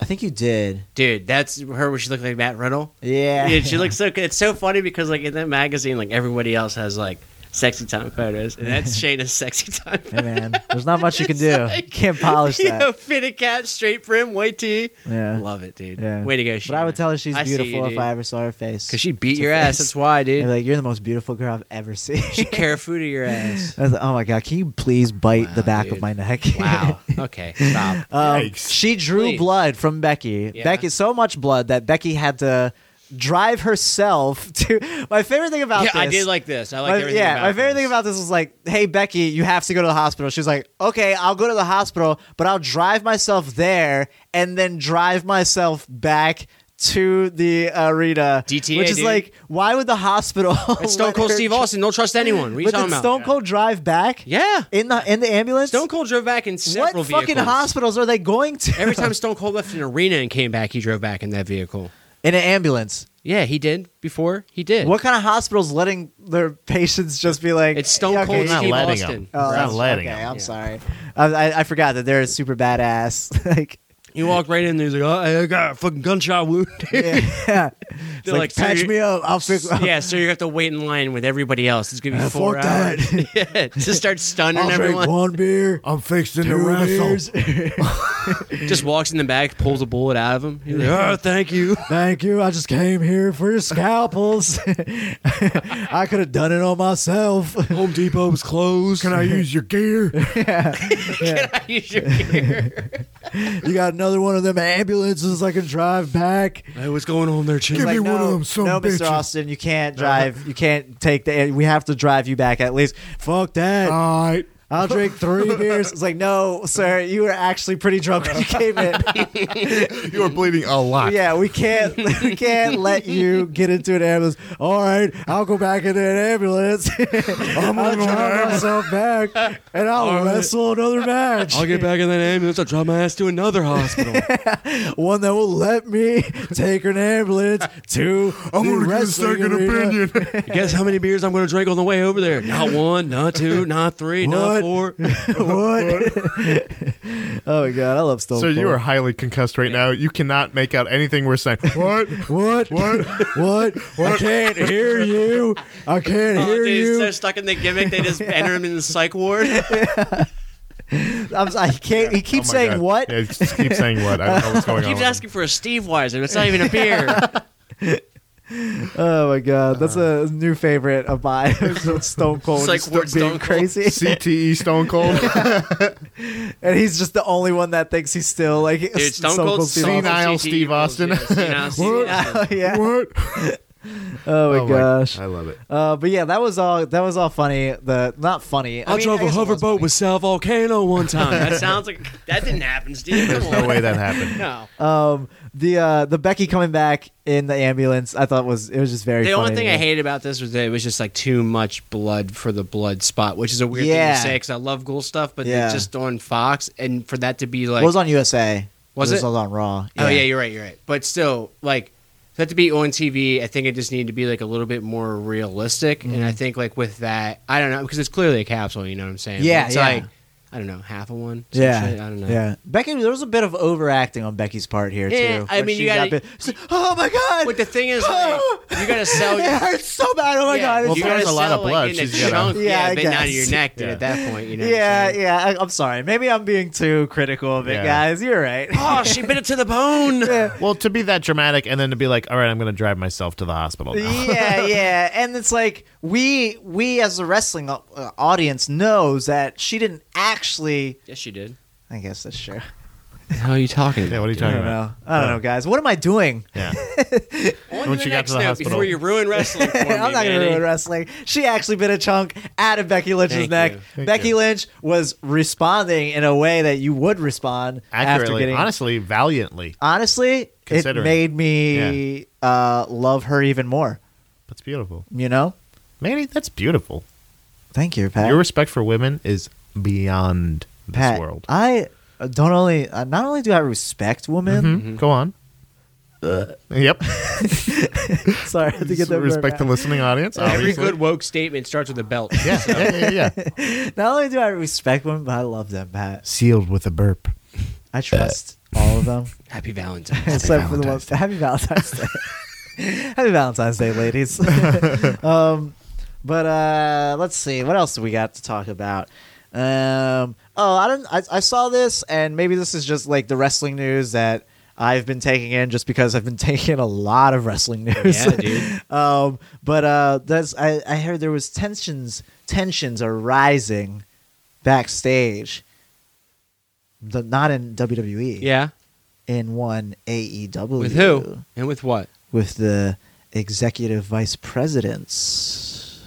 [SPEAKER 1] I think you did.
[SPEAKER 2] Dude, that's her where she looked like Matt
[SPEAKER 1] [laughs]
[SPEAKER 2] Riddle.
[SPEAKER 1] Yeah.
[SPEAKER 2] Dude, she looks so good. It's so funny because like in that magazine, like everybody else has like sexy time photos,
[SPEAKER 1] [laughs]
[SPEAKER 2] and that's Shayna's sexy time.
[SPEAKER 1] Hey man, there's not much you can
[SPEAKER 2] [laughs] It's
[SPEAKER 1] do.
[SPEAKER 2] like-
[SPEAKER 1] You can't
[SPEAKER 2] [laughs]
[SPEAKER 1] polish
[SPEAKER 2] you know,
[SPEAKER 1] that.
[SPEAKER 2] fitted cap, straight brim, white tee.
[SPEAKER 1] Yeah.
[SPEAKER 2] Love it, dude.
[SPEAKER 1] Yeah.
[SPEAKER 2] Way to go, Shayna.
[SPEAKER 1] But I would tell her she's
[SPEAKER 2] I see
[SPEAKER 1] beautiful
[SPEAKER 2] you,
[SPEAKER 1] if
[SPEAKER 2] dude.
[SPEAKER 1] I ever saw her face.
[SPEAKER 2] Cause she beat
[SPEAKER 1] It's a
[SPEAKER 2] your ass.
[SPEAKER 1] face.
[SPEAKER 2] That's
[SPEAKER 1] [laughs]
[SPEAKER 2] why,
[SPEAKER 1] I'd be
[SPEAKER 2] dude.
[SPEAKER 1] like, you're the most beautiful girl I've ever [laughs]
[SPEAKER 2] [laughs]
[SPEAKER 1] seen.
[SPEAKER 2] She careful to
[SPEAKER 1] [laughs]
[SPEAKER 2] your ass.
[SPEAKER 1] I was like, oh my god, can you please bite the
[SPEAKER 2] Wow,
[SPEAKER 1] back
[SPEAKER 2] dude.
[SPEAKER 1] of my neck? [laughs]
[SPEAKER 2] Wow. Okay. Stop.
[SPEAKER 1] Um,
[SPEAKER 3] Yikes.
[SPEAKER 1] she drew
[SPEAKER 2] Please.
[SPEAKER 1] blood from Becky.
[SPEAKER 2] Yeah.
[SPEAKER 1] Becky so much blood that Becky had to drive herself [laughs] to. My favorite thing about
[SPEAKER 2] yeah,
[SPEAKER 1] this,
[SPEAKER 2] I did like this. I like
[SPEAKER 1] my,
[SPEAKER 2] everything.
[SPEAKER 1] yeah,
[SPEAKER 2] about
[SPEAKER 1] my favorite
[SPEAKER 2] this.
[SPEAKER 1] thing about this was like, hey Becky, you have to go to the hospital. She was like, okay, I'll go to the hospital, but I'll drive myself there and then drive myself back to the arena.
[SPEAKER 2] DTA,
[SPEAKER 1] which is
[SPEAKER 2] dude.
[SPEAKER 1] like, why would the hospital?
[SPEAKER 2] It's Stone
[SPEAKER 1] [laughs] let
[SPEAKER 2] Cold
[SPEAKER 1] her
[SPEAKER 2] Steve
[SPEAKER 1] dri-
[SPEAKER 2] Austin. Don't trust anyone. What are you
[SPEAKER 1] But
[SPEAKER 2] talking
[SPEAKER 1] did
[SPEAKER 2] about?
[SPEAKER 1] Stone Cold drive back?
[SPEAKER 2] Yeah.
[SPEAKER 1] in the in the ambulance.
[SPEAKER 2] Stone Cold drove back in
[SPEAKER 1] what
[SPEAKER 2] several
[SPEAKER 1] fucking
[SPEAKER 2] vehicles.
[SPEAKER 1] hospitals are they going to?
[SPEAKER 2] Every time Stone Cold left an arena and came back, he drove back in that vehicle.
[SPEAKER 1] [laughs] in an ambulance.
[SPEAKER 2] Yeah, he did before. He did.
[SPEAKER 1] What kind of hospitals letting their patients just be like?
[SPEAKER 2] It's Stone
[SPEAKER 1] "Yeah,
[SPEAKER 2] Cold
[SPEAKER 1] okay,
[SPEAKER 3] Not
[SPEAKER 2] Steve
[SPEAKER 3] letting
[SPEAKER 2] Austin.
[SPEAKER 3] him. It's
[SPEAKER 1] Oh,
[SPEAKER 3] Not
[SPEAKER 1] that's-
[SPEAKER 3] letting
[SPEAKER 1] okay,
[SPEAKER 3] him.
[SPEAKER 1] I'm sorry. I, I, I forgot that they're super badass. [laughs] like,
[SPEAKER 2] He walked right in there. He's like, oh, I got a fucking gunshot wound. [laughs]
[SPEAKER 1] [laughs] yeah. It's
[SPEAKER 2] They're
[SPEAKER 1] like,
[SPEAKER 2] like, so
[SPEAKER 1] patch
[SPEAKER 2] you're-
[SPEAKER 1] me up. I'll [laughs] fix. I'll,
[SPEAKER 2] [laughs] yeah, so you have to wait in line with everybody else. It's gonna be four
[SPEAKER 1] fuck
[SPEAKER 2] hours. [laughs]
[SPEAKER 1] that.
[SPEAKER 2] yeah, just start stunning
[SPEAKER 1] I'll drink
[SPEAKER 2] everyone.
[SPEAKER 1] one beer.
[SPEAKER 3] I'm fixing to
[SPEAKER 1] Two beers.
[SPEAKER 2] Just walks in the back, pulls a bullet out of him. [laughs] He's like, oh, thank you.
[SPEAKER 1] Thank you. I just came here for your scalpels. [laughs] I could have done it on myself. [laughs]
[SPEAKER 2] Home Depot was closed.
[SPEAKER 3] Can I use your gear?
[SPEAKER 2] use your gear?
[SPEAKER 1] You got another one of them ambulances I can drive back.
[SPEAKER 2] [laughs] Hey, what's going on there, chief?
[SPEAKER 1] He's
[SPEAKER 3] me
[SPEAKER 1] like,
[SPEAKER 3] one
[SPEAKER 1] no,
[SPEAKER 3] of them son
[SPEAKER 1] no,
[SPEAKER 3] of bitches."
[SPEAKER 1] Mr. Austin, you can't drive. You can't take the. We have to drive you back at least. Fuck that.
[SPEAKER 3] All right.
[SPEAKER 1] I'll drink three beers. [laughs] It's like, no, sir, you were actually pretty drunk when you came in. [laughs]
[SPEAKER 3] You are bleeding a lot.
[SPEAKER 1] yeah, we can't, [laughs] we can't let you get into an ambulance. All right, I'll go back into an ambulance. [laughs] I'm gonna drive myself back, and I'll
[SPEAKER 2] All right.
[SPEAKER 1] wrestle
[SPEAKER 3] [laughs]
[SPEAKER 1] another match,
[SPEAKER 2] I'll get back in that ambulance. I'll drive my ass to another [laughs] hospital.
[SPEAKER 1] one that will let me take an ambulance to the
[SPEAKER 3] [laughs] I'm gonna get a
[SPEAKER 1] wrestling
[SPEAKER 3] second
[SPEAKER 1] arena.
[SPEAKER 3] opinion.
[SPEAKER 2] Guess how many beers I'm going to drink on the way over there? [laughs] Not one, not two, not three,
[SPEAKER 1] [laughs]
[SPEAKER 2] not
[SPEAKER 1] What?
[SPEAKER 2] [laughs] four.
[SPEAKER 1] what? [laughs] oh my god, I love Stone
[SPEAKER 3] So
[SPEAKER 1] Cold.
[SPEAKER 3] you are highly concussed right now. You cannot make out anything we're saying. [laughs] Oh What?
[SPEAKER 1] What?
[SPEAKER 3] What?
[SPEAKER 1] What? I can't hear you. I
[SPEAKER 2] Oh,
[SPEAKER 1] can't hear you.
[SPEAKER 2] They're stuck in the gimmick. They just enter him in the psych [laughs] ward.
[SPEAKER 1] I'm, I can't. He
[SPEAKER 3] Oh
[SPEAKER 1] keeps
[SPEAKER 3] my
[SPEAKER 1] [laughs] saying
[SPEAKER 3] God.
[SPEAKER 1] what?
[SPEAKER 3] Yeah, just keep saying what. I don't know
[SPEAKER 2] [laughs]
[SPEAKER 3] what's going on.
[SPEAKER 2] Keeps asking for a Steve Weiser. It's not even a [laughs] beer.
[SPEAKER 1] Oh my god, that's
[SPEAKER 2] Uh-huh.
[SPEAKER 1] a new favorite of
[SPEAKER 2] [laughs]
[SPEAKER 1] mine. [laughs] Stone Cold,
[SPEAKER 2] It's like
[SPEAKER 1] just
[SPEAKER 2] we're
[SPEAKER 1] being
[SPEAKER 2] Stone Cold. [laughs]
[SPEAKER 1] crazy,
[SPEAKER 3] CTE E Stone [laughs] Cold.
[SPEAKER 1] and he's just the only one that thinks he's still like [laughs]
[SPEAKER 2] Dude, Stone Cold,
[SPEAKER 1] Steve Austin.
[SPEAKER 3] senile
[SPEAKER 2] CTE
[SPEAKER 3] Steve
[SPEAKER 2] [laughs] equals,
[SPEAKER 1] [laughs]
[SPEAKER 3] Austin.
[SPEAKER 2] yeah, senile Steve Austin.
[SPEAKER 1] yeah.
[SPEAKER 3] what?
[SPEAKER 1] Oh my gosh.
[SPEAKER 3] I love it.
[SPEAKER 1] Uh, but yeah, that was all. That was all funny. The not funny. I,
[SPEAKER 2] I
[SPEAKER 1] mean,
[SPEAKER 2] drove
[SPEAKER 1] I
[SPEAKER 2] a
[SPEAKER 1] guess it was
[SPEAKER 2] hoverboat
[SPEAKER 1] funny.
[SPEAKER 2] with Sal Volcano one time. [laughs] That sounds like that didn't happen, Steve. Come
[SPEAKER 3] There's no
[SPEAKER 2] on.
[SPEAKER 3] way that
[SPEAKER 1] [laughs]
[SPEAKER 3] happened.
[SPEAKER 2] No.
[SPEAKER 1] Um, the uh, the Becky coming back in the ambulance. I thought was it was just very.
[SPEAKER 2] The
[SPEAKER 1] funny
[SPEAKER 2] only
[SPEAKER 1] to
[SPEAKER 2] thing I
[SPEAKER 1] me.
[SPEAKER 2] hated about this was that it was just like too much blood for the blood spot, which is a weird thing
[SPEAKER 1] Yeah.
[SPEAKER 2] to say because I love ghoul stuff, but
[SPEAKER 1] Yeah.
[SPEAKER 2] it's just on Fox, and for that to be like,
[SPEAKER 1] Well, it was on USA.
[SPEAKER 2] Was
[SPEAKER 1] it?
[SPEAKER 2] it?
[SPEAKER 1] was on Raw.
[SPEAKER 2] oh yeah, you're right, you're right, but still like for that to be on TV, I think it just needed to be like a little bit more realistic, and
[SPEAKER 1] Mm-hmm.
[SPEAKER 2] I think like with that, I don't know because it's clearly a capsule, you know what I'm saying?
[SPEAKER 1] Yeah,
[SPEAKER 2] it's
[SPEAKER 1] yeah.
[SPEAKER 2] like I don't know, half of one, some
[SPEAKER 1] Yeah,
[SPEAKER 2] shit, I don't know,
[SPEAKER 1] Yeah, Becky. There was a bit of overacting on Becky's part here
[SPEAKER 2] Yeah,
[SPEAKER 1] too.
[SPEAKER 2] I
[SPEAKER 1] where
[SPEAKER 2] mean,
[SPEAKER 1] she
[SPEAKER 2] you
[SPEAKER 1] got
[SPEAKER 2] gotta-
[SPEAKER 1] bit- she's like, oh my god!
[SPEAKER 2] But the thing is,
[SPEAKER 1] [laughs]
[SPEAKER 2] like, you gotta sell.
[SPEAKER 1] it hurts so bad. Oh my
[SPEAKER 2] Yeah,
[SPEAKER 1] god!
[SPEAKER 3] Well,
[SPEAKER 1] It's
[SPEAKER 2] you
[SPEAKER 3] if there's
[SPEAKER 2] gotta
[SPEAKER 3] a lot
[SPEAKER 2] sell,
[SPEAKER 3] of
[SPEAKER 2] like,
[SPEAKER 3] blood,
[SPEAKER 2] in the
[SPEAKER 3] she's gotta-
[SPEAKER 2] chunk,
[SPEAKER 1] Yeah,
[SPEAKER 2] yeah,
[SPEAKER 1] I
[SPEAKER 2] but not
[SPEAKER 1] guess.
[SPEAKER 2] of your neck dude,
[SPEAKER 3] Yeah.
[SPEAKER 2] at that point. You know what I'm
[SPEAKER 1] yeah,
[SPEAKER 2] saying?
[SPEAKER 1] yeah. I, I'm sorry. Maybe I'm being too critical of it,
[SPEAKER 3] Yeah.
[SPEAKER 1] guys. You're right. [laughs]
[SPEAKER 2] Oh, she bit it to the bone.
[SPEAKER 3] Well, to be that dramatic and then to be like, all right, I'm going to drive myself to the hospital. Now.
[SPEAKER 1] yeah, yeah, and it's like we we as the wrestling au- uh, audience knows that she didn't actually.
[SPEAKER 2] yes, she did.
[SPEAKER 1] I guess that's true.
[SPEAKER 2] How are you talking?
[SPEAKER 3] [laughs] Yeah, what are you
[SPEAKER 1] I
[SPEAKER 3] talking
[SPEAKER 1] don't
[SPEAKER 3] about?
[SPEAKER 1] know. I don't know, guys. What am I doing?
[SPEAKER 3] Yeah.
[SPEAKER 2] On
[SPEAKER 3] Once
[SPEAKER 2] to
[SPEAKER 3] you
[SPEAKER 2] the
[SPEAKER 3] got
[SPEAKER 2] next
[SPEAKER 3] to the
[SPEAKER 2] note
[SPEAKER 3] hospital.
[SPEAKER 2] before you ruin wrestling for me,
[SPEAKER 1] [laughs] I'm not going to
[SPEAKER 2] Manny.
[SPEAKER 1] ruin wrestling. She actually bit a chunk out of Becky Lynch's
[SPEAKER 2] Thank
[SPEAKER 1] neck.
[SPEAKER 2] you.
[SPEAKER 3] Thank
[SPEAKER 1] Becky
[SPEAKER 3] you.
[SPEAKER 1] Lynch was responding in a way that you would respond [laughs] after
[SPEAKER 3] Accurately,
[SPEAKER 1] getting.
[SPEAKER 3] honestly, valiantly.
[SPEAKER 1] honestly, it
[SPEAKER 3] Considering.
[SPEAKER 1] made me uh, love her even more.
[SPEAKER 3] That's beautiful.
[SPEAKER 1] You know?
[SPEAKER 3] Manny, that's beautiful.
[SPEAKER 1] Thank you, Pat.
[SPEAKER 3] Your respect for women is beyond this
[SPEAKER 1] Pat,
[SPEAKER 3] world.
[SPEAKER 1] I don't only uh, not only do I respect women.
[SPEAKER 3] Hmm? Go on. Yep.
[SPEAKER 1] [laughs] Sorry, I had to get that
[SPEAKER 3] Mm-hmm. respect
[SPEAKER 1] respect
[SPEAKER 3] the listening audience.
[SPEAKER 2] Every
[SPEAKER 3] obviously.
[SPEAKER 2] good woke statement starts with a belt.
[SPEAKER 3] Yeah, yeah, yeah,
[SPEAKER 1] [laughs]
[SPEAKER 3] yeah.
[SPEAKER 1] Not only do I respect women, but I love them, Pat.
[SPEAKER 3] Sealed with a burp.
[SPEAKER 1] I trust all of them.
[SPEAKER 2] Happy Valentine's.
[SPEAKER 1] [laughs] except for the ones. Happy Valentine's Day. Happy Valentine's Day, [laughs] ladies. um,
[SPEAKER 2] [laughs]
[SPEAKER 1] but uh, let's see what else do we got to talk about. Um, oh, I don't. I, I saw this, and maybe this is just like the wrestling news that I've been taking in, just because I've been [laughs] taking in a lot of wrestling news.
[SPEAKER 2] Yeah, dude.
[SPEAKER 1] [laughs] um, but uh, that's I, I heard there was tensions. Tensions are rising backstage. The, not in E. WWE
[SPEAKER 2] Yeah.
[SPEAKER 1] in one AEW.
[SPEAKER 2] With who? And with what?
[SPEAKER 1] With the executive vice presidents.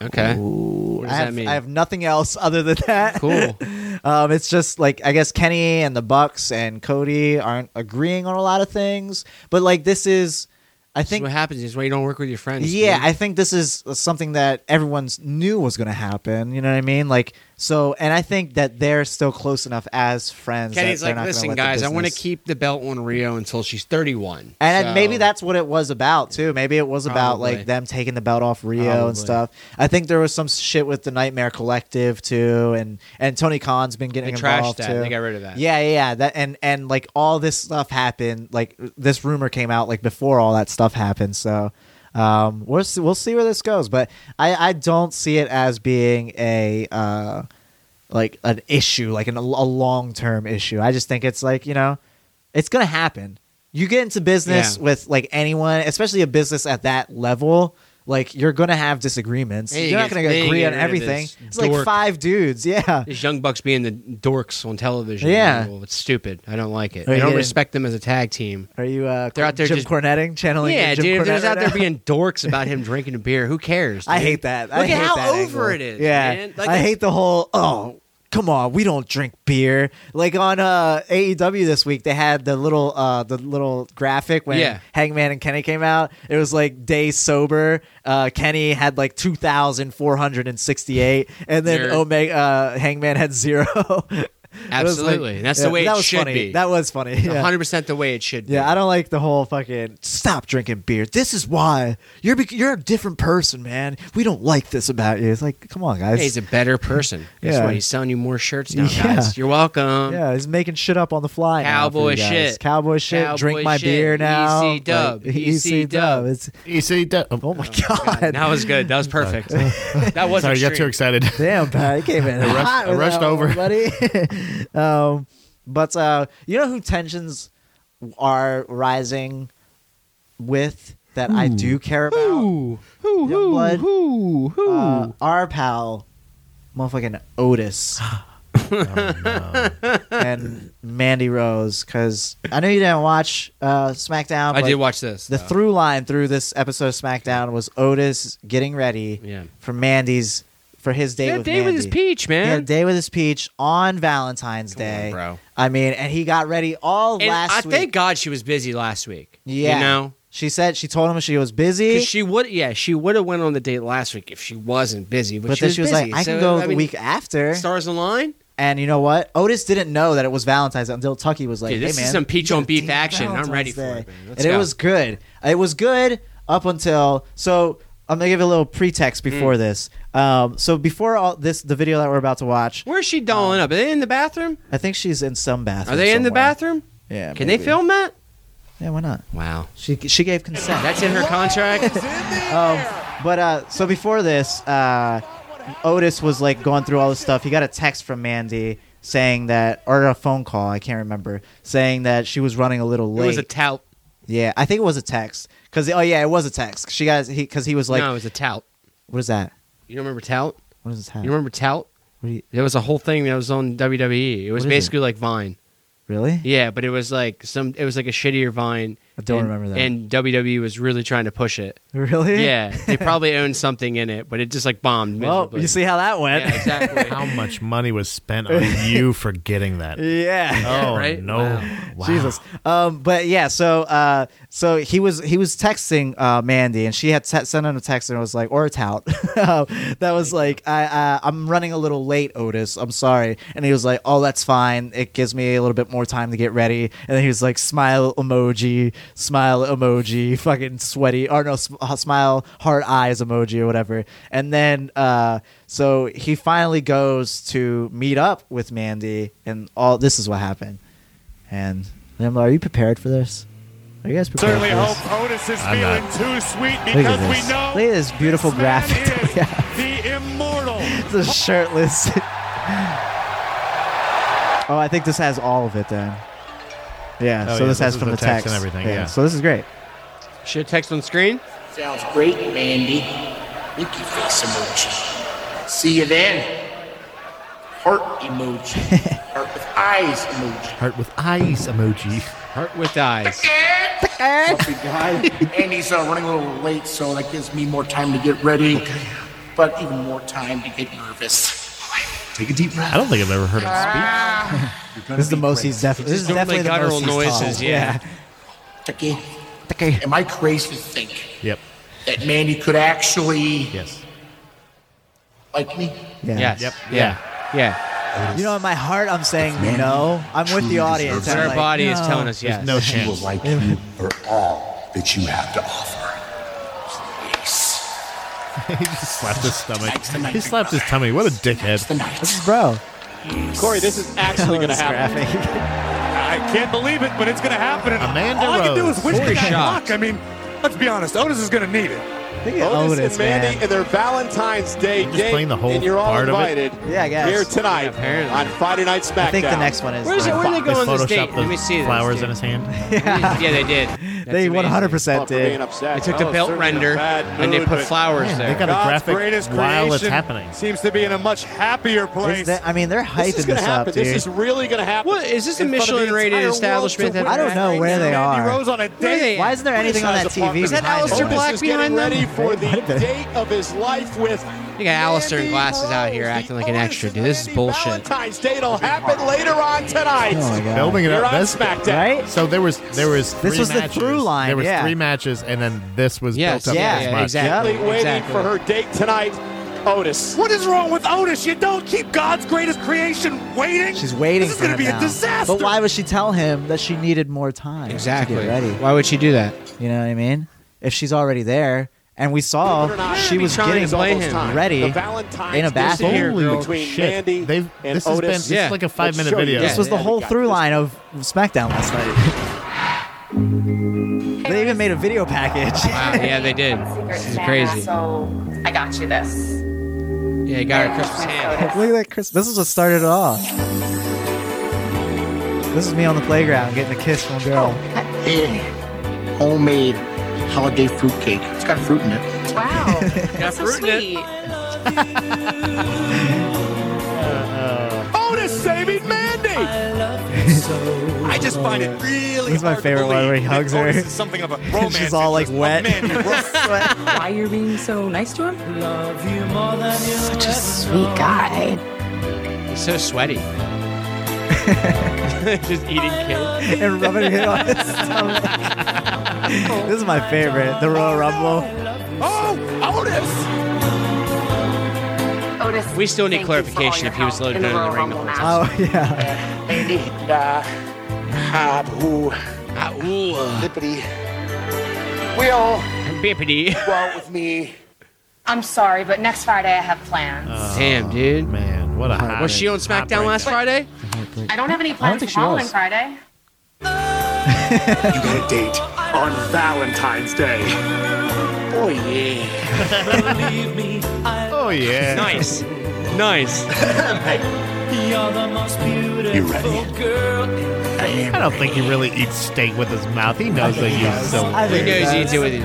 [SPEAKER 2] Okay.
[SPEAKER 1] Ooh,
[SPEAKER 2] What does
[SPEAKER 1] I
[SPEAKER 2] that
[SPEAKER 1] have,
[SPEAKER 2] mean?
[SPEAKER 1] I have nothing else other than that.
[SPEAKER 2] Cool.
[SPEAKER 1] [laughs] Um, it's just like I guess Kenny and the Bucks and Cody aren't agreeing on a lot of things, but like this is, I
[SPEAKER 2] Think,
[SPEAKER 1] think,
[SPEAKER 2] what happens is when you don't work with your friends.
[SPEAKER 1] yeah,
[SPEAKER 2] dude.
[SPEAKER 1] I think this is something that everyone's knew was going to happen. You know what I mean? Like so, and I think that they're still close enough as friends. that
[SPEAKER 2] Kenny's
[SPEAKER 1] they're
[SPEAKER 2] like,
[SPEAKER 1] not gonna
[SPEAKER 2] listen,
[SPEAKER 1] let the
[SPEAKER 2] guys, I want to
[SPEAKER 1] business-
[SPEAKER 2] keep the belt on Rio until she's 31.
[SPEAKER 1] And
[SPEAKER 2] So-
[SPEAKER 1] maybe that's what it was about too. Maybe it was about
[SPEAKER 2] Probably.
[SPEAKER 1] like them taking the belt off Rio
[SPEAKER 2] Probably.
[SPEAKER 1] and stuff. I think there was some shit with the Nightmare Collective too, and and Tony Khan's been
[SPEAKER 2] They
[SPEAKER 1] getting
[SPEAKER 2] trashed
[SPEAKER 1] involved
[SPEAKER 2] that.
[SPEAKER 1] too.
[SPEAKER 2] They got rid of that.
[SPEAKER 1] Yeah, yeah, yeah. That and and like all this stuff happened. Like this rumor came out like before all that stuff happened. So um, we'll see, we'll see where this goes. But I I don't see it as being a uh like an issue, like an, a long term issue. I just think it's like you know, it's gonna happen. You get into business
[SPEAKER 2] Yeah.
[SPEAKER 1] with like anyone, especially a business at that level. Like you're gonna have disagreements.
[SPEAKER 2] Hey,
[SPEAKER 1] you're not
[SPEAKER 2] it's
[SPEAKER 1] gonna
[SPEAKER 2] big,
[SPEAKER 1] agree
[SPEAKER 2] get
[SPEAKER 1] on
[SPEAKER 2] rid of
[SPEAKER 1] everything.
[SPEAKER 2] this
[SPEAKER 1] It's like
[SPEAKER 2] dork.
[SPEAKER 1] five dudes. Yeah.
[SPEAKER 2] [laughs] These young bucks being the dorks on television.
[SPEAKER 1] Yeah.
[SPEAKER 2] Well, It's stupid. I don't like it.
[SPEAKER 1] Right,
[SPEAKER 2] I don't
[SPEAKER 1] yeah.
[SPEAKER 2] respect them as a tag team.
[SPEAKER 1] Are you uh,
[SPEAKER 2] They're out there
[SPEAKER 1] Jim
[SPEAKER 2] just-
[SPEAKER 1] Cornetting, channeling?
[SPEAKER 2] yeah,
[SPEAKER 1] Jim
[SPEAKER 2] dude. If
[SPEAKER 1] Cornette
[SPEAKER 2] there's
[SPEAKER 1] right
[SPEAKER 2] out there
[SPEAKER 1] now?
[SPEAKER 2] being dorks about him drinking a beer, who cares?
[SPEAKER 1] I
[SPEAKER 2] dude?
[SPEAKER 1] hate that. I
[SPEAKER 2] Look
[SPEAKER 1] hate
[SPEAKER 2] at how
[SPEAKER 1] that angle.
[SPEAKER 2] over it is.
[SPEAKER 1] Yeah,
[SPEAKER 2] man. Like,
[SPEAKER 1] I
[SPEAKER 2] it's-
[SPEAKER 1] hate the whole. Oh, come on, we don't drink beer. Like on uh, AEW this week, they had the little uh, the little graphic when
[SPEAKER 2] Yeah.
[SPEAKER 1] Hangman and Kenny came out. It was like day sober. Uh, Kenny had like two thousand four hundred and sixty eight, and then
[SPEAKER 2] Nerd.
[SPEAKER 1] Omega uh, Hangman had zero. [laughs] It was like-
[SPEAKER 2] Absolutely. That's the way
[SPEAKER 1] that
[SPEAKER 2] it
[SPEAKER 1] was
[SPEAKER 2] should
[SPEAKER 1] funny.
[SPEAKER 2] be.
[SPEAKER 1] That was funny. [laughs] Yeah.
[SPEAKER 2] 100% the way it should be.
[SPEAKER 1] Yeah, I don't like the whole fucking stop drinking beer. This is why you're bec- you're a different person, man. We don't like this about you. It's like, come on, guys.
[SPEAKER 2] Hey, he's a better person. Guess
[SPEAKER 1] Yeah.
[SPEAKER 2] what? He's selling you more shirts now,
[SPEAKER 1] Yeah.
[SPEAKER 2] guys. You're welcome.
[SPEAKER 1] yeah, he's making shit up on the fly. now for
[SPEAKER 2] Cowboy
[SPEAKER 1] you guys.
[SPEAKER 2] shit.
[SPEAKER 1] Cowboy shit. drink
[SPEAKER 2] Cowboy
[SPEAKER 1] my
[SPEAKER 2] shit.
[SPEAKER 1] beer now.
[SPEAKER 2] EC dub.
[SPEAKER 1] Like,
[SPEAKER 2] EC dub.
[SPEAKER 1] It's
[SPEAKER 3] You see, that-
[SPEAKER 1] oh my god.
[SPEAKER 2] That was
[SPEAKER 1] [laughs]
[SPEAKER 2] good. That was perfect. that was
[SPEAKER 3] sorry, you got too
[SPEAKER 2] extreme.
[SPEAKER 3] excited.
[SPEAKER 1] Damn, Pat, you came
[SPEAKER 2] [laughs]
[SPEAKER 1] in
[SPEAKER 3] rushed-
[SPEAKER 1] hot
[SPEAKER 3] I
[SPEAKER 1] with
[SPEAKER 3] rushed
[SPEAKER 1] that one,
[SPEAKER 3] over.
[SPEAKER 1] buddy. [laughs] um, but uh, you know who tensions are rising with that I do care about.
[SPEAKER 2] Ooh, ooh,
[SPEAKER 1] Youngblood.
[SPEAKER 2] ooh, ooh, ooh. [gasps]
[SPEAKER 1] uh, our pal, motherfucking Otis [laughs] and Mandy Rose because I know you didn't watch uh, SmackDown.
[SPEAKER 2] I
[SPEAKER 1] but
[SPEAKER 2] did watch this.
[SPEAKER 1] The
[SPEAKER 2] though.
[SPEAKER 1] through line through this episode of SmackDown was Otis getting ready
[SPEAKER 2] Yeah.
[SPEAKER 1] for Mandy's for his date
[SPEAKER 2] He had a
[SPEAKER 1] with
[SPEAKER 2] day with
[SPEAKER 1] Mandy.
[SPEAKER 2] his peach,
[SPEAKER 1] He had
[SPEAKER 2] man.
[SPEAKER 1] a day with his peach on Valentine's Day,
[SPEAKER 2] bro.
[SPEAKER 1] I mean, and he got ready all
[SPEAKER 2] And
[SPEAKER 1] last
[SPEAKER 2] I
[SPEAKER 1] week.
[SPEAKER 2] thank God she was busy last week.
[SPEAKER 1] yeah,
[SPEAKER 2] You know?
[SPEAKER 1] she said she told him she was busy,
[SPEAKER 2] 'Cause she would, yeah, she would have went on the date last week if she wasn't busy. But,
[SPEAKER 1] but, then she was
[SPEAKER 2] busy.
[SPEAKER 1] like, "I
[SPEAKER 2] So,
[SPEAKER 1] can go the
[SPEAKER 2] mean,
[SPEAKER 1] week after."
[SPEAKER 2] Stars align.
[SPEAKER 1] And you know what? Otis didn't know that it was Valentine's Day until Tucky was like,
[SPEAKER 2] Dude, this
[SPEAKER 1] "Hey
[SPEAKER 2] is
[SPEAKER 1] man,
[SPEAKER 2] some peach on beef action. I'm
[SPEAKER 1] Valentine's
[SPEAKER 2] ready for
[SPEAKER 1] Day."
[SPEAKER 2] it. Man. Let's
[SPEAKER 1] and it
[SPEAKER 2] go.
[SPEAKER 1] was good. It was good up until so. I'm gonna give a little pretext
[SPEAKER 2] Mm.
[SPEAKER 1] before this. Um, so before all this, the video that we're about to watch,
[SPEAKER 2] Where's she
[SPEAKER 1] Oh.
[SPEAKER 2] doling up? Are they in the bathroom?
[SPEAKER 1] I think she's in some bathroom.
[SPEAKER 2] Are they in the
[SPEAKER 1] somewhere.
[SPEAKER 2] bathroom?
[SPEAKER 1] Yeah.
[SPEAKER 2] Can
[SPEAKER 1] maybe.
[SPEAKER 2] they film that?
[SPEAKER 1] Yeah, why not?
[SPEAKER 2] Wow.
[SPEAKER 1] She she gave consent.
[SPEAKER 2] That's in
[SPEAKER 1] [laughs]
[SPEAKER 2] her contract.
[SPEAKER 1] But uh, so before this, uh, Otis was like going through all this stuff. He got a text from Mandy saying that, or a phone call, I can't remember, saying that she was running a little
[SPEAKER 2] it
[SPEAKER 1] late.
[SPEAKER 2] was a tout.
[SPEAKER 1] yeah, I think it was a text. Cause oh yeah, it was a text. She got he because he was like,
[SPEAKER 2] no, it was a tout.
[SPEAKER 1] what is that?
[SPEAKER 2] You remember tout?
[SPEAKER 1] What is that?
[SPEAKER 2] You remember tout?
[SPEAKER 1] What do you-
[SPEAKER 2] There was a whole thing that was on WWE. It was
[SPEAKER 1] What is it?
[SPEAKER 2] basically like Vine.
[SPEAKER 1] really?
[SPEAKER 2] Yeah, but it was like some. It was like a shittier Vine.
[SPEAKER 1] I don't
[SPEAKER 2] and-
[SPEAKER 1] remember that.
[SPEAKER 2] And WWE was really trying to
[SPEAKER 1] [laughs]
[SPEAKER 2] push it.
[SPEAKER 1] Really?
[SPEAKER 2] Yeah, they probably owned something in it, but it just like bombed.
[SPEAKER 1] Well,
[SPEAKER 2] miserably.
[SPEAKER 1] you see how that went. [laughs]
[SPEAKER 2] Yeah, exactly.
[SPEAKER 3] [laughs] How much money was spent on you for getting that?
[SPEAKER 1] yeah.
[SPEAKER 3] Oh
[SPEAKER 2] right?
[SPEAKER 3] no!
[SPEAKER 2] Wow.
[SPEAKER 3] Wow.
[SPEAKER 1] Jesus. Um, but yeah, so uh, so he was he was texting uh, Mandy, and she had te- sent him a text, and it was like, "Or tout." [laughs] Um, that was like, I, uh, "I'm running a little late, Otis. I'm sorry." And he was like, "Oh, that's fine. It gives me a little bit more time to get ready." And then he was like, "Smile emoji, smile emoji, [laughs] fucking sweaty, or no, sm- uh, smile heart eyes emoji or whatever." And then uh, so he finally goes to meet up with Mandy, and all this is what happened. And Limla, are you prepared for this? Are you guys prepared
[SPEAKER 8] Certainly
[SPEAKER 1] for this?
[SPEAKER 8] hope Otis is
[SPEAKER 3] I'm
[SPEAKER 8] feeling
[SPEAKER 3] not.
[SPEAKER 8] too sweet
[SPEAKER 1] Look
[SPEAKER 8] because
[SPEAKER 1] at
[SPEAKER 8] we
[SPEAKER 1] this.
[SPEAKER 8] know
[SPEAKER 1] Look at this beautiful
[SPEAKER 8] this man
[SPEAKER 1] graphic. that
[SPEAKER 8] is
[SPEAKER 1] we have.
[SPEAKER 8] the immortal.
[SPEAKER 1] [laughs] It's a shirtless. [laughs] oh, I think this has all of it then. Yeah,
[SPEAKER 3] Oh,
[SPEAKER 1] so this
[SPEAKER 3] yeah, this
[SPEAKER 1] has
[SPEAKER 3] is
[SPEAKER 1] from
[SPEAKER 3] the
[SPEAKER 1] the
[SPEAKER 3] text
[SPEAKER 1] text,
[SPEAKER 3] and everything, yeah.
[SPEAKER 1] So this is great.
[SPEAKER 2] Should have text on screen?
[SPEAKER 9] Sounds great, Mandy. Winky face emoji. See you then. Heart emoji. Heart with eyes emoji.
[SPEAKER 3] Heart with eyes emoji. [laughs]
[SPEAKER 2] Heart with eyes.
[SPEAKER 9] Healthy [laughs] guy. Mandy's uh, running a little late, so that gives me more time to get ready, but even more time to get nervous. Take a deep breath.
[SPEAKER 3] I don't think I've ever heard of
[SPEAKER 1] This is the most he's definitely. This is definitely
[SPEAKER 2] Normally
[SPEAKER 1] the
[SPEAKER 2] guttural
[SPEAKER 1] most he's talked.
[SPEAKER 2] noises, yeah.
[SPEAKER 9] Tucky,
[SPEAKER 3] [laughs]
[SPEAKER 1] Okay.
[SPEAKER 9] am I crazy to think
[SPEAKER 3] Yep.
[SPEAKER 9] that Mandy could actually
[SPEAKER 3] Yes.
[SPEAKER 9] like me?
[SPEAKER 1] Yeah.
[SPEAKER 2] Yes.
[SPEAKER 3] Yep.
[SPEAKER 2] Yeah. Yeah.
[SPEAKER 1] You know, in my heart, I'm saying no. I'm with the audience.
[SPEAKER 2] But
[SPEAKER 1] I'm
[SPEAKER 2] our
[SPEAKER 1] like,
[SPEAKER 2] body is
[SPEAKER 1] no.
[SPEAKER 2] telling us yes.
[SPEAKER 3] No
[SPEAKER 5] She will
[SPEAKER 3] chance.
[SPEAKER 5] like you for all that you have to offer.
[SPEAKER 9] Yes.
[SPEAKER 3] he just slapped his stomach.
[SPEAKER 9] Tonight's the night,
[SPEAKER 3] He
[SPEAKER 9] big
[SPEAKER 3] slapped his
[SPEAKER 9] brother.
[SPEAKER 3] tummy. What a
[SPEAKER 9] Tonight's
[SPEAKER 3] dickhead.
[SPEAKER 9] the night.
[SPEAKER 3] [laughs]
[SPEAKER 1] Bro,
[SPEAKER 4] Corey, this is actually going to
[SPEAKER 1] this
[SPEAKER 4] happen.
[SPEAKER 1] graphic. [laughs]
[SPEAKER 8] I can't believe it, but it's going to happen. And
[SPEAKER 3] Amanda
[SPEAKER 8] all I can do
[SPEAKER 3] Rose.
[SPEAKER 8] is wish the
[SPEAKER 2] Forty
[SPEAKER 8] guy
[SPEAKER 2] shots.
[SPEAKER 8] luck. I mean, let's be honest, Otis is going to need it.
[SPEAKER 1] Look at
[SPEAKER 4] Otis,
[SPEAKER 1] Otis,
[SPEAKER 4] and Mandy
[SPEAKER 1] man.
[SPEAKER 4] and their Valentine's Day
[SPEAKER 3] just
[SPEAKER 4] date,
[SPEAKER 3] playing the whole
[SPEAKER 4] and you're all
[SPEAKER 3] part of it?
[SPEAKER 4] invited.
[SPEAKER 1] Yeah, I guess.
[SPEAKER 4] Here tonight
[SPEAKER 2] Yeah, apparently.
[SPEAKER 4] on Friday Night SmackDown.
[SPEAKER 1] I think the next one is.
[SPEAKER 2] Where's it? Where are they
[SPEAKER 3] They
[SPEAKER 2] going on this date?
[SPEAKER 3] photoshopped
[SPEAKER 2] Let me
[SPEAKER 3] those
[SPEAKER 2] see this.
[SPEAKER 3] flowers
[SPEAKER 2] dude.
[SPEAKER 3] in his hand.
[SPEAKER 2] [laughs] yeah.
[SPEAKER 1] [laughs]
[SPEAKER 2] they did. That's
[SPEAKER 1] They
[SPEAKER 2] amazing.
[SPEAKER 1] 100%
[SPEAKER 4] Fuck, we're being
[SPEAKER 1] did.
[SPEAKER 4] upset.
[SPEAKER 2] They took the
[SPEAKER 4] Oh,
[SPEAKER 2] belt
[SPEAKER 4] certainly in a
[SPEAKER 2] render
[SPEAKER 4] bad
[SPEAKER 2] and they
[SPEAKER 4] mood,
[SPEAKER 2] put
[SPEAKER 4] but-
[SPEAKER 2] flowers
[SPEAKER 3] Man,
[SPEAKER 2] there.
[SPEAKER 3] they got a
[SPEAKER 8] God's
[SPEAKER 3] graphic
[SPEAKER 8] greatest
[SPEAKER 3] while it's
[SPEAKER 8] creation
[SPEAKER 3] happening.
[SPEAKER 8] seems to be in a much happier place.
[SPEAKER 1] Is that- I mean, they're hyping
[SPEAKER 4] This
[SPEAKER 1] this,
[SPEAKER 4] is going to
[SPEAKER 1] up,
[SPEAKER 4] happen.
[SPEAKER 1] dude.
[SPEAKER 4] This is really going to happen.
[SPEAKER 2] What, is this a
[SPEAKER 4] in front of the
[SPEAKER 2] Michelin-rated
[SPEAKER 4] entire world
[SPEAKER 2] establishment
[SPEAKER 4] to
[SPEAKER 2] that-
[SPEAKER 1] I don't
[SPEAKER 4] witness
[SPEAKER 1] know
[SPEAKER 4] right
[SPEAKER 1] where
[SPEAKER 4] now.
[SPEAKER 1] they
[SPEAKER 8] Mandy
[SPEAKER 1] are.
[SPEAKER 8] Rose on a
[SPEAKER 2] Where are
[SPEAKER 8] date.
[SPEAKER 2] they
[SPEAKER 1] Why isn't there anything on that
[SPEAKER 4] Criticize the
[SPEAKER 1] TV?
[SPEAKER 4] Is that
[SPEAKER 1] behind
[SPEAKER 2] Aleister
[SPEAKER 1] it?
[SPEAKER 4] Otis
[SPEAKER 2] Black
[SPEAKER 4] is getting
[SPEAKER 2] behind them?
[SPEAKER 4] ready for the
[SPEAKER 1] Might have been.
[SPEAKER 4] date of his life with.
[SPEAKER 2] You got Alistair in glasses out here acting like an extra, dude. This is bullshit.
[SPEAKER 4] Valentine's date will happen later on tonight.
[SPEAKER 1] Oh my god.
[SPEAKER 3] Building it
[SPEAKER 4] You're
[SPEAKER 3] up.
[SPEAKER 4] on
[SPEAKER 3] That's
[SPEAKER 4] SmackDown.
[SPEAKER 1] Right?
[SPEAKER 3] So there was there was three
[SPEAKER 1] was the
[SPEAKER 3] matches.
[SPEAKER 1] through line,
[SPEAKER 3] There was
[SPEAKER 1] yeah.
[SPEAKER 3] three matches, and then this was
[SPEAKER 2] Yes,
[SPEAKER 3] built up
[SPEAKER 1] yeah,
[SPEAKER 3] this
[SPEAKER 1] yeah,
[SPEAKER 3] much.
[SPEAKER 2] exactly.
[SPEAKER 4] Waiting
[SPEAKER 2] Exactly.
[SPEAKER 4] for her date tonight, Otis.
[SPEAKER 8] What is wrong with Otis? You don't keep God's greatest creation waiting.
[SPEAKER 1] She's waiting
[SPEAKER 8] This is
[SPEAKER 1] for
[SPEAKER 8] going
[SPEAKER 1] him
[SPEAKER 8] to be
[SPEAKER 1] now.
[SPEAKER 8] a disaster.
[SPEAKER 1] But why would she tell him that she needed more time? To
[SPEAKER 2] Exactly.
[SPEAKER 1] get ready.
[SPEAKER 2] Why would she do
[SPEAKER 4] [laughs]
[SPEAKER 2] that?
[SPEAKER 1] You know what I mean? If she's already there, and we
[SPEAKER 4] Believe it or
[SPEAKER 1] saw
[SPEAKER 4] not,
[SPEAKER 1] she was
[SPEAKER 2] trying
[SPEAKER 1] getting
[SPEAKER 2] to play him.
[SPEAKER 1] ready
[SPEAKER 4] The
[SPEAKER 1] in a
[SPEAKER 4] Valentine's
[SPEAKER 1] bathroom.
[SPEAKER 2] here,
[SPEAKER 3] Holy
[SPEAKER 2] girl.
[SPEAKER 4] Between
[SPEAKER 3] shit!
[SPEAKER 4] Mandy
[SPEAKER 3] They've
[SPEAKER 4] and
[SPEAKER 3] this has been
[SPEAKER 4] Otis.
[SPEAKER 3] this
[SPEAKER 2] Yeah.
[SPEAKER 3] is like a five minute
[SPEAKER 4] show you
[SPEAKER 3] video.
[SPEAKER 2] this
[SPEAKER 1] This was the
[SPEAKER 2] Yeah,
[SPEAKER 1] whole
[SPEAKER 4] we got
[SPEAKER 1] through
[SPEAKER 4] this.
[SPEAKER 1] line of SmackDown last night. they even made a video
[SPEAKER 4] [laughs]
[SPEAKER 1] package.
[SPEAKER 2] Wow, yeah, they did. This is crazy.
[SPEAKER 10] So I got you this.
[SPEAKER 2] Yeah, you got her Christmas hand.
[SPEAKER 1] Look at that, Chris. This is what started it all. This is me on the playground getting a kiss from a girl.
[SPEAKER 9] Hey, homemade holiday fruitcake. It's got fruit in it.
[SPEAKER 10] Wow. That's so
[SPEAKER 2] fruit in it.
[SPEAKER 10] sweet.
[SPEAKER 8] Otis saving Mandy. I love you so. [laughs] I just find it really
[SPEAKER 1] This is my
[SPEAKER 8] hard to
[SPEAKER 1] favorite one where he
[SPEAKER 8] believe
[SPEAKER 1] hugs
[SPEAKER 8] that
[SPEAKER 1] her.
[SPEAKER 8] Otis is something
[SPEAKER 1] [laughs]
[SPEAKER 8] of a
[SPEAKER 4] Oh,
[SPEAKER 1] And
[SPEAKER 8] romance.
[SPEAKER 1] she's all like wet. [laughs]
[SPEAKER 10] Why you're being so nice to him? Such a sweet guy.
[SPEAKER 2] He's so sweaty. Just eating cake.
[SPEAKER 1] and rubbing it on [laughs] his stomach. this is my favorite. The Royal Rumble.
[SPEAKER 8] Oh, Otis!
[SPEAKER 10] Otis.
[SPEAKER 2] We still need
[SPEAKER 10] thank you for all
[SPEAKER 2] clarification
[SPEAKER 10] your
[SPEAKER 2] if he was
[SPEAKER 10] help
[SPEAKER 2] loaded
[SPEAKER 10] in the
[SPEAKER 2] under the
[SPEAKER 10] Royal
[SPEAKER 2] ring the
[SPEAKER 10] Rumble
[SPEAKER 2] whole
[SPEAKER 10] match.
[SPEAKER 1] Oh yeah.
[SPEAKER 9] [laughs] Benita, Uh, Habu, Lippity. Will
[SPEAKER 2] Bippity.
[SPEAKER 9] go out with me.
[SPEAKER 10] I'm sorry, but next Friday I have plans.
[SPEAKER 2] [laughs] Damn,
[SPEAKER 1] Oh,
[SPEAKER 2] dude.
[SPEAKER 3] Man, what a hot.
[SPEAKER 2] Was she on SmackDown last Friday?
[SPEAKER 10] I don't have any plans for
[SPEAKER 3] think she
[SPEAKER 10] following
[SPEAKER 3] was.
[SPEAKER 10] Friday.
[SPEAKER 7] You got a date on Valentine's Day.
[SPEAKER 9] Oh yeah.
[SPEAKER 3] Oh yeah.
[SPEAKER 1] [laughs]
[SPEAKER 2] Nice. Nice.
[SPEAKER 5] You ready?
[SPEAKER 3] I don't think he really eats steak with his mouth. He knows that you so.
[SPEAKER 1] I
[SPEAKER 2] He
[SPEAKER 1] think
[SPEAKER 2] knows he
[SPEAKER 1] that's-
[SPEAKER 2] eats it with his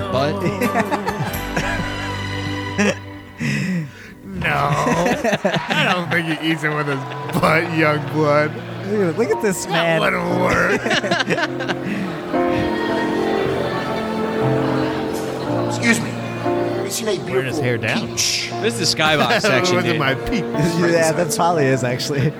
[SPEAKER 1] [laughs]
[SPEAKER 2] butt.
[SPEAKER 3] I don't think he eats it with his butt, young blood.
[SPEAKER 1] Dude, look at this man.
[SPEAKER 3] a word.
[SPEAKER 9] Excuse me. You seen a beautiful
[SPEAKER 3] his hair down.
[SPEAKER 9] peach?
[SPEAKER 2] This is the skybox section,
[SPEAKER 3] Within
[SPEAKER 2] dude.
[SPEAKER 3] my peak.
[SPEAKER 1] yeah, that probably is actually.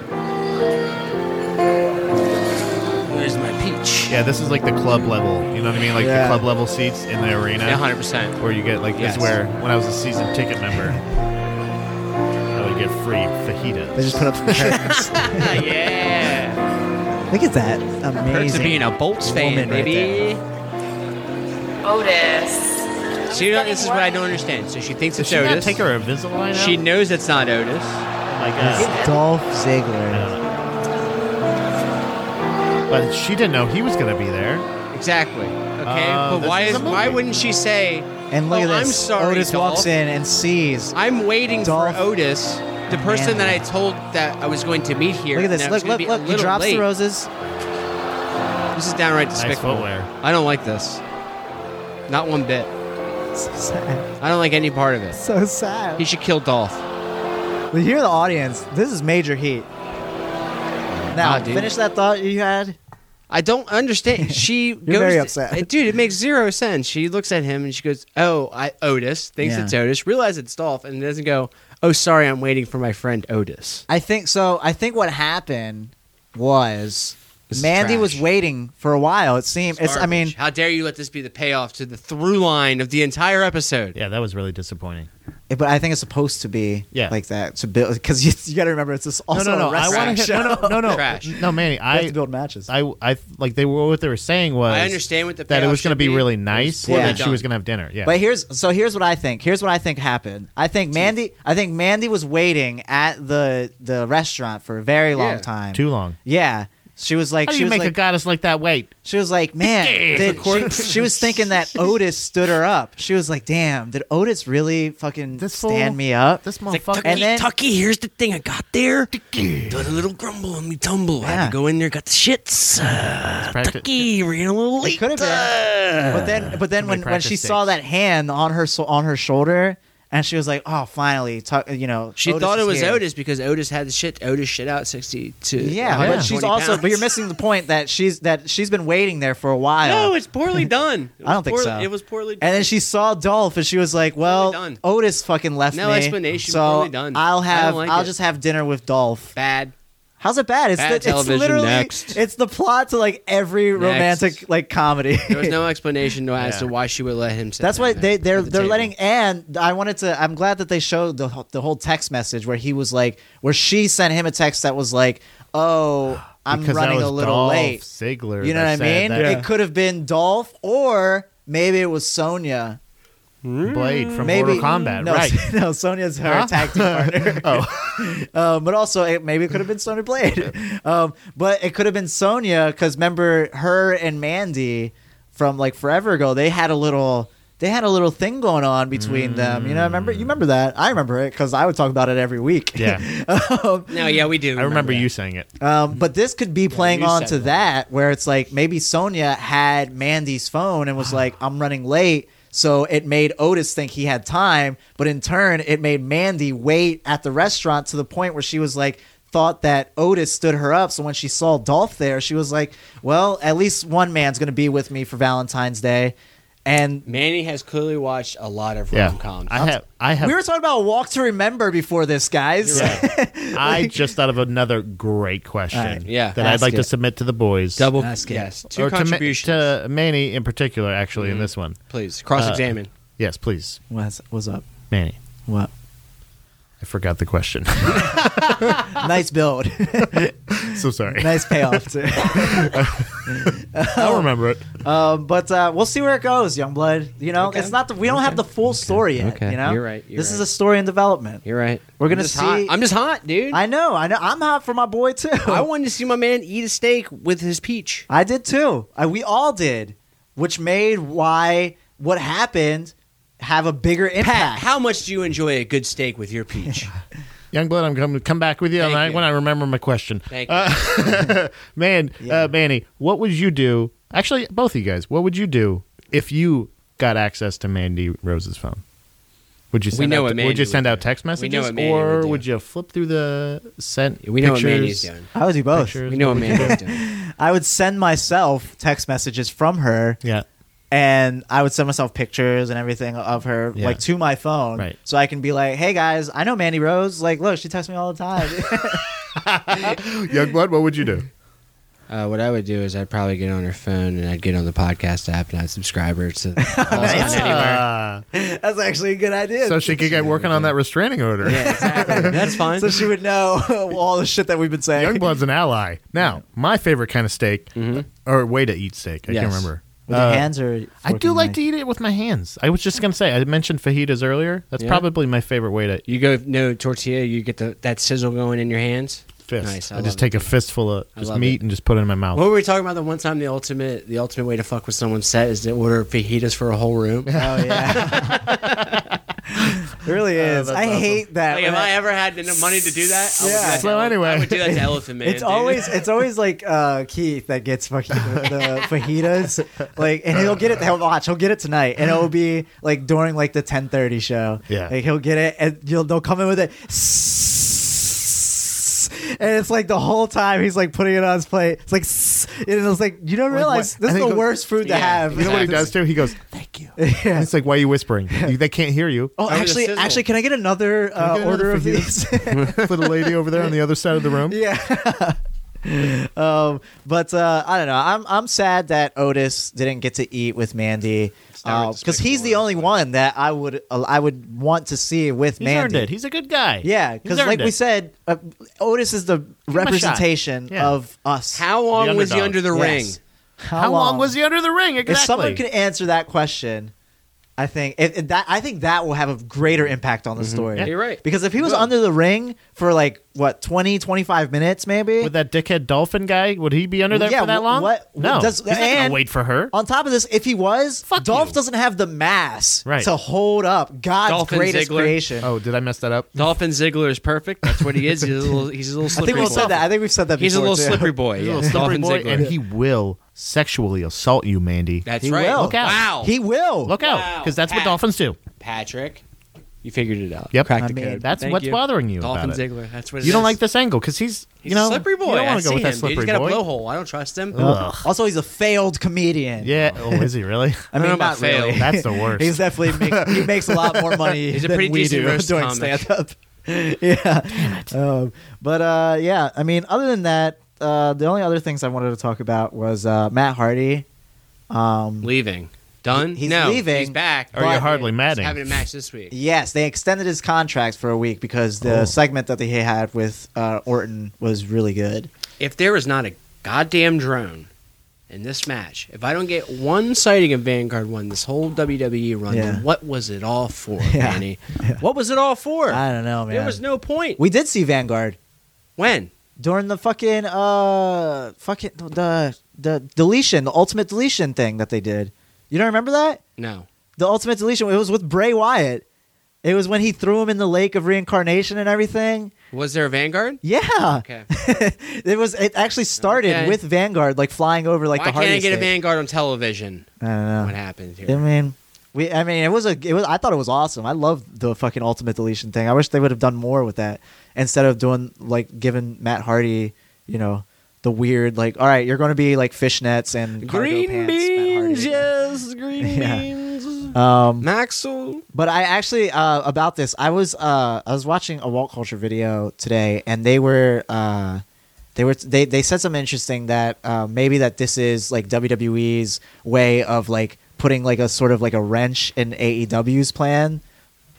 [SPEAKER 2] Where's my peach?
[SPEAKER 3] Yeah, this is like the club level. You know what I mean? Like
[SPEAKER 1] Yeah.
[SPEAKER 3] the club level seats in the arena.
[SPEAKER 2] Yeah, 100%.
[SPEAKER 3] Where you get like
[SPEAKER 2] Yes.
[SPEAKER 3] this where when I was a season ticket member, I would get free fajitas.
[SPEAKER 1] They just put up some [laughs] curtains.
[SPEAKER 2] yeah.
[SPEAKER 1] look at that.
[SPEAKER 2] Perks
[SPEAKER 1] Amazing.
[SPEAKER 2] of being a Bolts
[SPEAKER 1] Woman
[SPEAKER 2] fan,
[SPEAKER 1] right
[SPEAKER 2] baby.
[SPEAKER 10] Otis.
[SPEAKER 2] See, you know, this is what I don't understand. So she thinks
[SPEAKER 3] Does
[SPEAKER 2] it's
[SPEAKER 3] she not
[SPEAKER 2] Otis.
[SPEAKER 3] take her Invisalign out?
[SPEAKER 2] She knows it's not Otis.
[SPEAKER 3] oh my god.
[SPEAKER 1] Dolph Ziggler.
[SPEAKER 3] But she didn't know he was gonna be there.
[SPEAKER 2] Exactly. Okay,
[SPEAKER 3] Uh,
[SPEAKER 1] Um,
[SPEAKER 2] but
[SPEAKER 3] this
[SPEAKER 2] why
[SPEAKER 3] is
[SPEAKER 2] is
[SPEAKER 3] a movie.
[SPEAKER 2] why wouldn't she say?
[SPEAKER 1] And look
[SPEAKER 2] "Oh,
[SPEAKER 1] at this.
[SPEAKER 2] I'm sorry,
[SPEAKER 1] Otis
[SPEAKER 2] Dolph.
[SPEAKER 1] walks in and sees.
[SPEAKER 2] I'm waiting
[SPEAKER 1] Dolph.
[SPEAKER 2] for Otis, the person that I
[SPEAKER 1] Manley.
[SPEAKER 2] told that I was going to meet here.
[SPEAKER 1] Look at this.
[SPEAKER 2] and I was
[SPEAKER 1] Look,
[SPEAKER 2] gonna
[SPEAKER 1] look, look.
[SPEAKER 2] be a
[SPEAKER 1] He
[SPEAKER 2] little
[SPEAKER 1] drops
[SPEAKER 2] late.
[SPEAKER 1] the roses. [laughs]
[SPEAKER 2] This is downright
[SPEAKER 3] Nice
[SPEAKER 2] despicable.
[SPEAKER 3] footwear.
[SPEAKER 2] I don't like this. Not one bit.
[SPEAKER 1] So sad.
[SPEAKER 2] I don't like any part of it.
[SPEAKER 1] So sad.
[SPEAKER 2] He should kill Dolph.
[SPEAKER 1] But hear the audience. This is major heat. Now,
[SPEAKER 2] Ah, dude.
[SPEAKER 1] finish that thought you had.
[SPEAKER 2] I
[SPEAKER 1] [laughs]
[SPEAKER 2] don't understand. She goes
[SPEAKER 1] very upset.
[SPEAKER 2] Uh, dude. It makes zero sense. She looks at him and she goes, "Oh, I Otis." Thinks
[SPEAKER 1] Yeah.
[SPEAKER 2] it's Otis. Realizes it's Dolph, and doesn't go. Oh, sorry, I'm waiting for my friend Otis.
[SPEAKER 1] I think so. I think what happened was
[SPEAKER 2] This is
[SPEAKER 1] Mandy was
[SPEAKER 2] trash.
[SPEAKER 1] waiting for a while. It seemed. It's. I mean,
[SPEAKER 2] Garbage. how dare you let this be the payoff to the through line of the entire episode?
[SPEAKER 3] Yeah, that was really disappointing.
[SPEAKER 1] it- but I think it's supposed to be
[SPEAKER 3] Yeah.
[SPEAKER 1] like that to build because you, you got to remember it's this also
[SPEAKER 3] no, no, no.
[SPEAKER 1] a
[SPEAKER 3] I
[SPEAKER 1] wrestling
[SPEAKER 3] want to
[SPEAKER 1] show. [laughs]
[SPEAKER 3] hit. No, no, no, no.
[SPEAKER 2] Trash.
[SPEAKER 3] No, Manny.
[SPEAKER 1] You have
[SPEAKER 3] I
[SPEAKER 1] to build matches.
[SPEAKER 3] I, I like they were what they were saying was
[SPEAKER 2] I understand what the
[SPEAKER 3] that it
[SPEAKER 2] payoff
[SPEAKER 3] was going to
[SPEAKER 2] should
[SPEAKER 3] be,
[SPEAKER 2] be.
[SPEAKER 3] really
[SPEAKER 2] It was
[SPEAKER 3] nice
[SPEAKER 2] poorly
[SPEAKER 3] and that she
[SPEAKER 2] done.
[SPEAKER 3] was going to have dinner. Yeah,
[SPEAKER 1] But here's so here's what I think. Here's what I think happened. I think Mandy. I think Mandy was waiting at the the restaurant for a very long
[SPEAKER 2] Yeah.
[SPEAKER 1] time.
[SPEAKER 3] too long.
[SPEAKER 1] Yeah. She was like,
[SPEAKER 3] How do
[SPEAKER 1] she
[SPEAKER 3] you
[SPEAKER 1] was
[SPEAKER 3] make
[SPEAKER 1] like,
[SPEAKER 3] a goddess like that wait?
[SPEAKER 1] She was like,
[SPEAKER 2] [laughs]
[SPEAKER 1] man, did, she, she was thinking that Otis stood her up. She was like, damn, did Otis really fucking
[SPEAKER 3] This
[SPEAKER 1] stand
[SPEAKER 3] fool-
[SPEAKER 1] me up?
[SPEAKER 3] This motherfucker.
[SPEAKER 1] And then-
[SPEAKER 2] Tucky, here's the thing I got [laughs] there. Done a little grumble and we tumble. I had
[SPEAKER 1] Yeah.
[SPEAKER 2] to go in there, got the shits. Uh,
[SPEAKER 3] practi-
[SPEAKER 2] Tucky ran a little
[SPEAKER 1] It
[SPEAKER 2] late.
[SPEAKER 1] could have
[SPEAKER 2] [laughs]
[SPEAKER 1] been, but then, but then when, when she
[SPEAKER 3] practice
[SPEAKER 1] saw
[SPEAKER 3] takes.
[SPEAKER 1] that hand on her so- on her shoulder, and she was like, "Oh, finally!" Tuck, you know,
[SPEAKER 2] She
[SPEAKER 1] Otis
[SPEAKER 2] thought
[SPEAKER 1] is
[SPEAKER 2] it was
[SPEAKER 1] here.
[SPEAKER 2] Otis because Otis had the shit. Otis shit out sixty two.
[SPEAKER 1] Yeah, but she's also, but you're missing the point that she's that she's been waiting there for a while.
[SPEAKER 2] No,
[SPEAKER 1] [laughs]
[SPEAKER 2] it's poorly done. It
[SPEAKER 1] I
[SPEAKER 2] was
[SPEAKER 1] don't think
[SPEAKER 2] poorly-
[SPEAKER 1] so.
[SPEAKER 2] It was poorly done.
[SPEAKER 1] And then she saw Dolph, and she was like, "Well,
[SPEAKER 2] Poorly done.
[SPEAKER 1] Otis fucking left
[SPEAKER 2] No
[SPEAKER 1] me.
[SPEAKER 2] explanation,
[SPEAKER 1] So
[SPEAKER 2] poorly done.
[SPEAKER 1] I'll
[SPEAKER 2] I
[SPEAKER 1] have,
[SPEAKER 2] don't like
[SPEAKER 1] I'll
[SPEAKER 2] it.
[SPEAKER 1] just have dinner with Dolph.
[SPEAKER 2] bad.
[SPEAKER 1] How's it bad? It's
[SPEAKER 2] Bad
[SPEAKER 1] the, it's
[SPEAKER 2] television,
[SPEAKER 1] literally
[SPEAKER 2] next.
[SPEAKER 1] it's the plot to like every romantic like comedy.
[SPEAKER 2] There was no explanation as to why she would let him. sit
[SPEAKER 1] [laughs] That's
[SPEAKER 2] down
[SPEAKER 1] why
[SPEAKER 2] there
[SPEAKER 1] they they're
[SPEAKER 2] at the
[SPEAKER 1] they're
[SPEAKER 2] table.
[SPEAKER 1] letting and I wanted to I'm glad that they showed the wh- the whole text message where he was like where she sent him a text that was like,
[SPEAKER 3] [sighs]
[SPEAKER 1] "Oh, I'm
[SPEAKER 3] Because that
[SPEAKER 1] running
[SPEAKER 3] was
[SPEAKER 1] a little
[SPEAKER 3] Dolph
[SPEAKER 1] late."
[SPEAKER 3] Ziggler
[SPEAKER 1] you know what
[SPEAKER 3] that
[SPEAKER 1] I
[SPEAKER 3] said
[SPEAKER 1] mean?
[SPEAKER 3] that.
[SPEAKER 1] It could have been Dolph or maybe it was Sonya.
[SPEAKER 3] Blade from
[SPEAKER 1] Maybe
[SPEAKER 3] Mortal Kombat,
[SPEAKER 1] no,
[SPEAKER 3] right?
[SPEAKER 1] [laughs] No, Sonya's her tag team partner. oh, [laughs] um, but also it, maybe it could have been Sonya
[SPEAKER 3] [laughs]
[SPEAKER 1] Blade. um, but it could have been Sonya because remember her and Mandy from like forever ago. They had a little. They had a little thing going on between them, you know. Remember, you remember that? I remember it because I would talk about it every week.
[SPEAKER 3] [laughs] Mm.
[SPEAKER 1] [laughs]
[SPEAKER 3] yeah,
[SPEAKER 1] um,
[SPEAKER 2] No, yeah, we do.
[SPEAKER 3] I remember
[SPEAKER 2] that.
[SPEAKER 3] you saying it.
[SPEAKER 1] um, but this could be playing
[SPEAKER 2] you
[SPEAKER 1] on
[SPEAKER 2] said
[SPEAKER 1] to
[SPEAKER 2] that.
[SPEAKER 1] that, where it's like maybe Sonia had Mandy's phone and was like, "I'm running late," so it made Otis think he had time, but in turn, it made Mandy wait at the restaurant to the point where she was like, thought that Otis stood her up. So when she saw Dolph there, she was like, well, at least one man's going to be with me for Valentine's Day. And
[SPEAKER 2] Manny has clearly watched a lot of
[SPEAKER 3] Yeah.
[SPEAKER 2] rom coms.
[SPEAKER 3] I have. I have.
[SPEAKER 1] we
[SPEAKER 3] [laughs]
[SPEAKER 1] were talking about Walk to Remember before this, guys. [laughs]
[SPEAKER 3] I just thought of another great question.
[SPEAKER 2] All right, yeah.
[SPEAKER 3] that I'd
[SPEAKER 2] Ask
[SPEAKER 3] like to
[SPEAKER 2] it.
[SPEAKER 3] submit to the boys.
[SPEAKER 2] double
[SPEAKER 1] That's good.
[SPEAKER 2] yes, two
[SPEAKER 3] or to, Ma-
[SPEAKER 2] contributions,
[SPEAKER 3] to Manny in particular, actually,
[SPEAKER 1] Mm-hmm.
[SPEAKER 3] in this one.
[SPEAKER 2] please. Cross
[SPEAKER 1] uh,
[SPEAKER 2] examine.
[SPEAKER 3] Yes, please,
[SPEAKER 1] What's, what's up?
[SPEAKER 3] Manny.
[SPEAKER 1] What?
[SPEAKER 3] I forgot the question.
[SPEAKER 1] nice build.
[SPEAKER 3] [laughs]
[SPEAKER 1] [laughs]
[SPEAKER 3] so sorry.
[SPEAKER 1] nice payoff, too.
[SPEAKER 3] I'll remember it.
[SPEAKER 1] Um, but uh, we'll see where it goes, Youngblood. You know,
[SPEAKER 2] Okay.
[SPEAKER 1] it's not the, we don't have the full story yet.
[SPEAKER 2] Okay.
[SPEAKER 1] You know,
[SPEAKER 2] You're right. You're
[SPEAKER 1] this is
[SPEAKER 2] right.
[SPEAKER 1] a story in development.
[SPEAKER 2] You're right.
[SPEAKER 1] We're
[SPEAKER 2] I'm
[SPEAKER 1] gonna
[SPEAKER 2] just hot.
[SPEAKER 1] see-
[SPEAKER 2] I'm just hot, dude. I,
[SPEAKER 1] I know, I know. I'm hot for my boy too.
[SPEAKER 2] wanted to see my man eat a steak with his peach.
[SPEAKER 1] [laughs] I did too. I, we all did, which made why what happened have a bigger
[SPEAKER 2] Pat,
[SPEAKER 1] impact.
[SPEAKER 2] how much do you enjoy a good steak with
[SPEAKER 1] [laughs]
[SPEAKER 2] your peach?
[SPEAKER 3] Youngblood, I'm going to come back with you
[SPEAKER 2] Thank
[SPEAKER 3] on that
[SPEAKER 2] you.
[SPEAKER 3] when I remember my question. Uh,
[SPEAKER 2] Thank you.
[SPEAKER 3] [laughs] Man,
[SPEAKER 1] Yeah.
[SPEAKER 3] uh, Manny, what would you do? Actually, both of you guys, what would you do if you got access to Mandy Rose's phone? Would you send
[SPEAKER 2] know
[SPEAKER 3] out,
[SPEAKER 2] what Mandy
[SPEAKER 3] would you
[SPEAKER 2] would
[SPEAKER 3] send
[SPEAKER 2] do.
[SPEAKER 3] out text
[SPEAKER 2] know
[SPEAKER 3] messages
[SPEAKER 2] what Mandy
[SPEAKER 3] or
[SPEAKER 2] would do.
[SPEAKER 3] you flip through the sent
[SPEAKER 2] we know what Mandy's
[SPEAKER 3] pictures?
[SPEAKER 2] doing.
[SPEAKER 1] I would do both.
[SPEAKER 3] Pictures?
[SPEAKER 2] We know what Mandy's doing.
[SPEAKER 1] I would send myself text messages from her,
[SPEAKER 3] Yeah.
[SPEAKER 1] and I would send myself pictures and everything of her,
[SPEAKER 3] Yeah.
[SPEAKER 1] like to my phone,
[SPEAKER 3] Right.
[SPEAKER 1] so I can be like, "Hey guys, I know Mandy Rose. Like, look, she texts me all the time."
[SPEAKER 3] [laughs]
[SPEAKER 1] [laughs]
[SPEAKER 3] Youngblood, what would
[SPEAKER 2] [laughs]
[SPEAKER 3] you do?
[SPEAKER 2] Uh, what I would do is I'd probably get on her phone and I'd get on the podcast app and I'd subscribe her to the calls on anywhere.
[SPEAKER 3] Ah,
[SPEAKER 1] That's actually a good idea.
[SPEAKER 3] so she could get working on that restraining order.
[SPEAKER 2] Yeah, exactly. That's fine.
[SPEAKER 1] so she would know [laughs] all the shit that we've been saying.
[SPEAKER 3] [laughs] Youngblood's an ally. Now, my favorite kind of steak,
[SPEAKER 1] Mm-hmm.
[SPEAKER 3] or way to eat steak, I can't
[SPEAKER 2] Yes.
[SPEAKER 3] remember.
[SPEAKER 1] With your hands or
[SPEAKER 3] I do like to eat it with my hands. I was just gonna say I mentioned fajitas earlier. That's
[SPEAKER 2] Yeah.
[SPEAKER 3] probably my favorite way to eat
[SPEAKER 2] you go no tortilla, you get the that sizzle going in your hands.
[SPEAKER 3] fist.
[SPEAKER 2] Nice, I
[SPEAKER 3] I,
[SPEAKER 2] love
[SPEAKER 3] just
[SPEAKER 2] it.
[SPEAKER 3] take a fistful of
[SPEAKER 2] I
[SPEAKER 3] just
[SPEAKER 2] love
[SPEAKER 3] meat
[SPEAKER 2] it.
[SPEAKER 3] and just put it in my mouth.
[SPEAKER 2] What were we talking about the one time the ultimate the ultimate way to fuck with someone's set is to order fajitas for a whole
[SPEAKER 3] [laughs]
[SPEAKER 2] room? like,
[SPEAKER 1] Oh yeah, [laughs] it really is. I hate that.
[SPEAKER 2] if
[SPEAKER 1] when I-
[SPEAKER 2] I ever had the money to do that, I would do
[SPEAKER 1] Yeah.
[SPEAKER 2] that to
[SPEAKER 3] So
[SPEAKER 2] Ele-
[SPEAKER 3] anyway.
[SPEAKER 2] I would do
[SPEAKER 3] [laughs]
[SPEAKER 2] that to Elephant Man.
[SPEAKER 1] it's
[SPEAKER 2] dude.
[SPEAKER 1] always it's always like uh, Keith that gets fucking the fajitas, like, and he'll get it. He'll watch. He'll get it tonight, and it'll be like during like the ten thirty show.
[SPEAKER 3] Yeah.
[SPEAKER 1] like he'll get it, and you'll they'll come in with it. And it's like the whole time he's like putting it on his plate. It's like, and it's like you don't realize
[SPEAKER 3] I
[SPEAKER 1] this is
[SPEAKER 3] think
[SPEAKER 1] the
[SPEAKER 3] it-
[SPEAKER 1] worst food to
[SPEAKER 2] Yeah.
[SPEAKER 1] have.
[SPEAKER 3] you know what he does too?
[SPEAKER 1] [laughs]
[SPEAKER 3] He goes, "Thank [laughs] you." And It's like, why are you whispering? You- they can't hear you. [laughs]
[SPEAKER 1] Oh,
[SPEAKER 2] I would
[SPEAKER 1] actually,
[SPEAKER 2] just sizzle.
[SPEAKER 1] actually, can I get another
[SPEAKER 3] I
[SPEAKER 1] uh,
[SPEAKER 3] get another
[SPEAKER 1] order of these? [laughs]
[SPEAKER 3] fajita? For the lady over there on the other side of the room.
[SPEAKER 1] yeah. um, but uh, I don't know. I'm I'm sad that Otis didn't get to eat with Mandy
[SPEAKER 2] never
[SPEAKER 1] because he's the
[SPEAKER 2] despicable,
[SPEAKER 1] only one that I would uh, I would want to see with
[SPEAKER 3] He's
[SPEAKER 1] Mandy.
[SPEAKER 3] earned it. He's a good guy.
[SPEAKER 1] yeah,
[SPEAKER 3] He's
[SPEAKER 1] because
[SPEAKER 3] earned
[SPEAKER 1] like we
[SPEAKER 3] it.
[SPEAKER 1] said, uh, Otis is the
[SPEAKER 3] him a shot.
[SPEAKER 1] representation
[SPEAKER 3] Yeah.
[SPEAKER 1] of us.
[SPEAKER 2] How long
[SPEAKER 3] The
[SPEAKER 2] was he
[SPEAKER 3] underdog.
[SPEAKER 2] under the
[SPEAKER 1] Yes.
[SPEAKER 2] ring?
[SPEAKER 3] how long was he under the ring? Exactly.
[SPEAKER 1] If someone could answer that question, I think if, if that I think that will have a greater impact on the
[SPEAKER 3] Mm-hmm.
[SPEAKER 1] story.
[SPEAKER 2] You're right.
[SPEAKER 1] Because if he was
[SPEAKER 2] Well-
[SPEAKER 1] under the ring for like what 20 25 minutes maybe?
[SPEAKER 3] Would that dickhead dolphin guy? Would he be under there
[SPEAKER 1] Yeah,
[SPEAKER 3] for that
[SPEAKER 1] wh-
[SPEAKER 3] long?
[SPEAKER 1] what-
[SPEAKER 3] No,
[SPEAKER 1] does-
[SPEAKER 3] he's not gonna
[SPEAKER 1] and-
[SPEAKER 3] wait for her.
[SPEAKER 1] on top of this, if he was,
[SPEAKER 3] Fuck
[SPEAKER 1] Dolph
[SPEAKER 3] you.
[SPEAKER 1] doesn't have the mass
[SPEAKER 3] Right.
[SPEAKER 1] to hold up God's
[SPEAKER 2] Dolphin
[SPEAKER 1] greatest
[SPEAKER 2] Ziggler.
[SPEAKER 1] creation.
[SPEAKER 3] [laughs] Oh, did I mess that up?
[SPEAKER 2] Dolphin Ziggler is perfect. That's what he is. He's a [laughs] little he's a little
[SPEAKER 1] I
[SPEAKER 2] slippery.
[SPEAKER 1] think we've
[SPEAKER 2] boy.
[SPEAKER 1] said that. I think we've said that
[SPEAKER 2] He's a
[SPEAKER 1] before,
[SPEAKER 2] little
[SPEAKER 1] too.
[SPEAKER 2] slippery boy.
[SPEAKER 3] He's a little
[SPEAKER 2] yes.
[SPEAKER 3] slippery
[SPEAKER 2] Dolphin
[SPEAKER 3] boy,
[SPEAKER 2] Ziggler.
[SPEAKER 3] and he will sexually assault you, Mandy.
[SPEAKER 2] That's
[SPEAKER 1] He
[SPEAKER 2] right.
[SPEAKER 1] will.
[SPEAKER 3] Look out.
[SPEAKER 2] Wow.
[SPEAKER 1] He will.
[SPEAKER 3] Look out,
[SPEAKER 2] Wow.
[SPEAKER 3] because that's what
[SPEAKER 2] Pat.
[SPEAKER 3] dolphins do.
[SPEAKER 2] Patrick, you figured it out.
[SPEAKER 3] Yep.
[SPEAKER 2] Cracked
[SPEAKER 1] I
[SPEAKER 2] the
[SPEAKER 1] mean,
[SPEAKER 2] code.
[SPEAKER 3] That's
[SPEAKER 2] Thank
[SPEAKER 3] what's
[SPEAKER 2] you.
[SPEAKER 3] bothering you
[SPEAKER 2] Dolphin
[SPEAKER 3] about it.
[SPEAKER 2] Ziggler. That's what it
[SPEAKER 3] You don't
[SPEAKER 2] is.
[SPEAKER 3] like this angle because he's,
[SPEAKER 2] He's
[SPEAKER 3] you know,
[SPEAKER 2] a slippery boy.
[SPEAKER 3] You
[SPEAKER 2] I
[SPEAKER 3] don't want to
[SPEAKER 2] see
[SPEAKER 3] go with
[SPEAKER 2] him,
[SPEAKER 3] that slippery
[SPEAKER 2] dude. He's got
[SPEAKER 3] boy.
[SPEAKER 2] a blowhole. I don't trust him.
[SPEAKER 3] Ugh.
[SPEAKER 1] Also, he's a failed comedian.
[SPEAKER 2] [laughs]
[SPEAKER 3] [laughs] Yeah. Oh, is he really?
[SPEAKER 1] I
[SPEAKER 2] I
[SPEAKER 1] mean,
[SPEAKER 2] don't know
[SPEAKER 1] not
[SPEAKER 2] about failed.
[SPEAKER 1] really. [laughs]
[SPEAKER 3] That's
[SPEAKER 2] [laughs]
[SPEAKER 3] the worst.
[SPEAKER 1] He's definitely make, he makes a lot more money
[SPEAKER 2] He's a
[SPEAKER 1] than
[SPEAKER 2] pretty
[SPEAKER 1] we
[SPEAKER 2] decent
[SPEAKER 1] do
[SPEAKER 2] roast
[SPEAKER 1] doing
[SPEAKER 2] comic.
[SPEAKER 1] stand up. [laughs] yeah. Um, but uh, yeah, I mean, other than that, uh, the only other things I wanted to talk about was uh, Matt Hardy. Um,
[SPEAKER 2] Leaving. Done.
[SPEAKER 1] He's
[SPEAKER 2] no,
[SPEAKER 1] leaving,
[SPEAKER 2] He's back.
[SPEAKER 3] Or you're hardly
[SPEAKER 2] He's
[SPEAKER 3] matting.
[SPEAKER 2] having a match this week.
[SPEAKER 1] yes, they extended his contract for a week because
[SPEAKER 3] Oh.
[SPEAKER 1] the segment that they had with uh, Orton was really good.
[SPEAKER 2] If there is not a goddamn drone in this match, if I don't get one sighting of Vanguard One, this whole WWE run,
[SPEAKER 1] Yeah.
[SPEAKER 2] then what was it all
[SPEAKER 1] [laughs]
[SPEAKER 2] for,
[SPEAKER 1] Yeah.
[SPEAKER 2] Manny? What was it all for?
[SPEAKER 1] I don't know, man.
[SPEAKER 2] there was no point.
[SPEAKER 1] we did see Vanguard
[SPEAKER 2] when?
[SPEAKER 1] during the fucking uh fucking the the deletion, the ultimate deletion thing that they did. You don't remember that?
[SPEAKER 2] No.
[SPEAKER 1] The ultimate deletion. It was with Bray Wyatt. It was when he threw him in the lake of reincarnation and everything.
[SPEAKER 2] Was there a Vanguard?
[SPEAKER 1] Yeah,
[SPEAKER 2] Okay.
[SPEAKER 1] [laughs] it was. It actually started
[SPEAKER 2] Okay.
[SPEAKER 1] with Vanguard, like flying over, like
[SPEAKER 2] Why
[SPEAKER 1] the
[SPEAKER 2] can't I
[SPEAKER 1] hardest.
[SPEAKER 2] get a Vanguard on television?
[SPEAKER 1] I don't know.
[SPEAKER 2] What happened
[SPEAKER 1] I
[SPEAKER 2] here?
[SPEAKER 1] mean, We, I mean, it was a, it was. I thought it was awesome. I love the fucking ultimate deletion thing. I wish they would have done more with that instead of doing like giving Matt Hardy, you know, the weird like, all right, you're going to be like fishnets and cargo
[SPEAKER 2] Green
[SPEAKER 1] pants, Matt Hardy. [laughs]
[SPEAKER 2] beans, yes, green beans.
[SPEAKER 1] Um,
[SPEAKER 2] Maxwell.
[SPEAKER 1] But I actually uh, about this, I was uh, I was watching a Walt Culture video today, and they were uh, they were they they said something interesting that uh, maybe that this is like WWE's way of like putting like a sort of like a wrench in AEW's plan,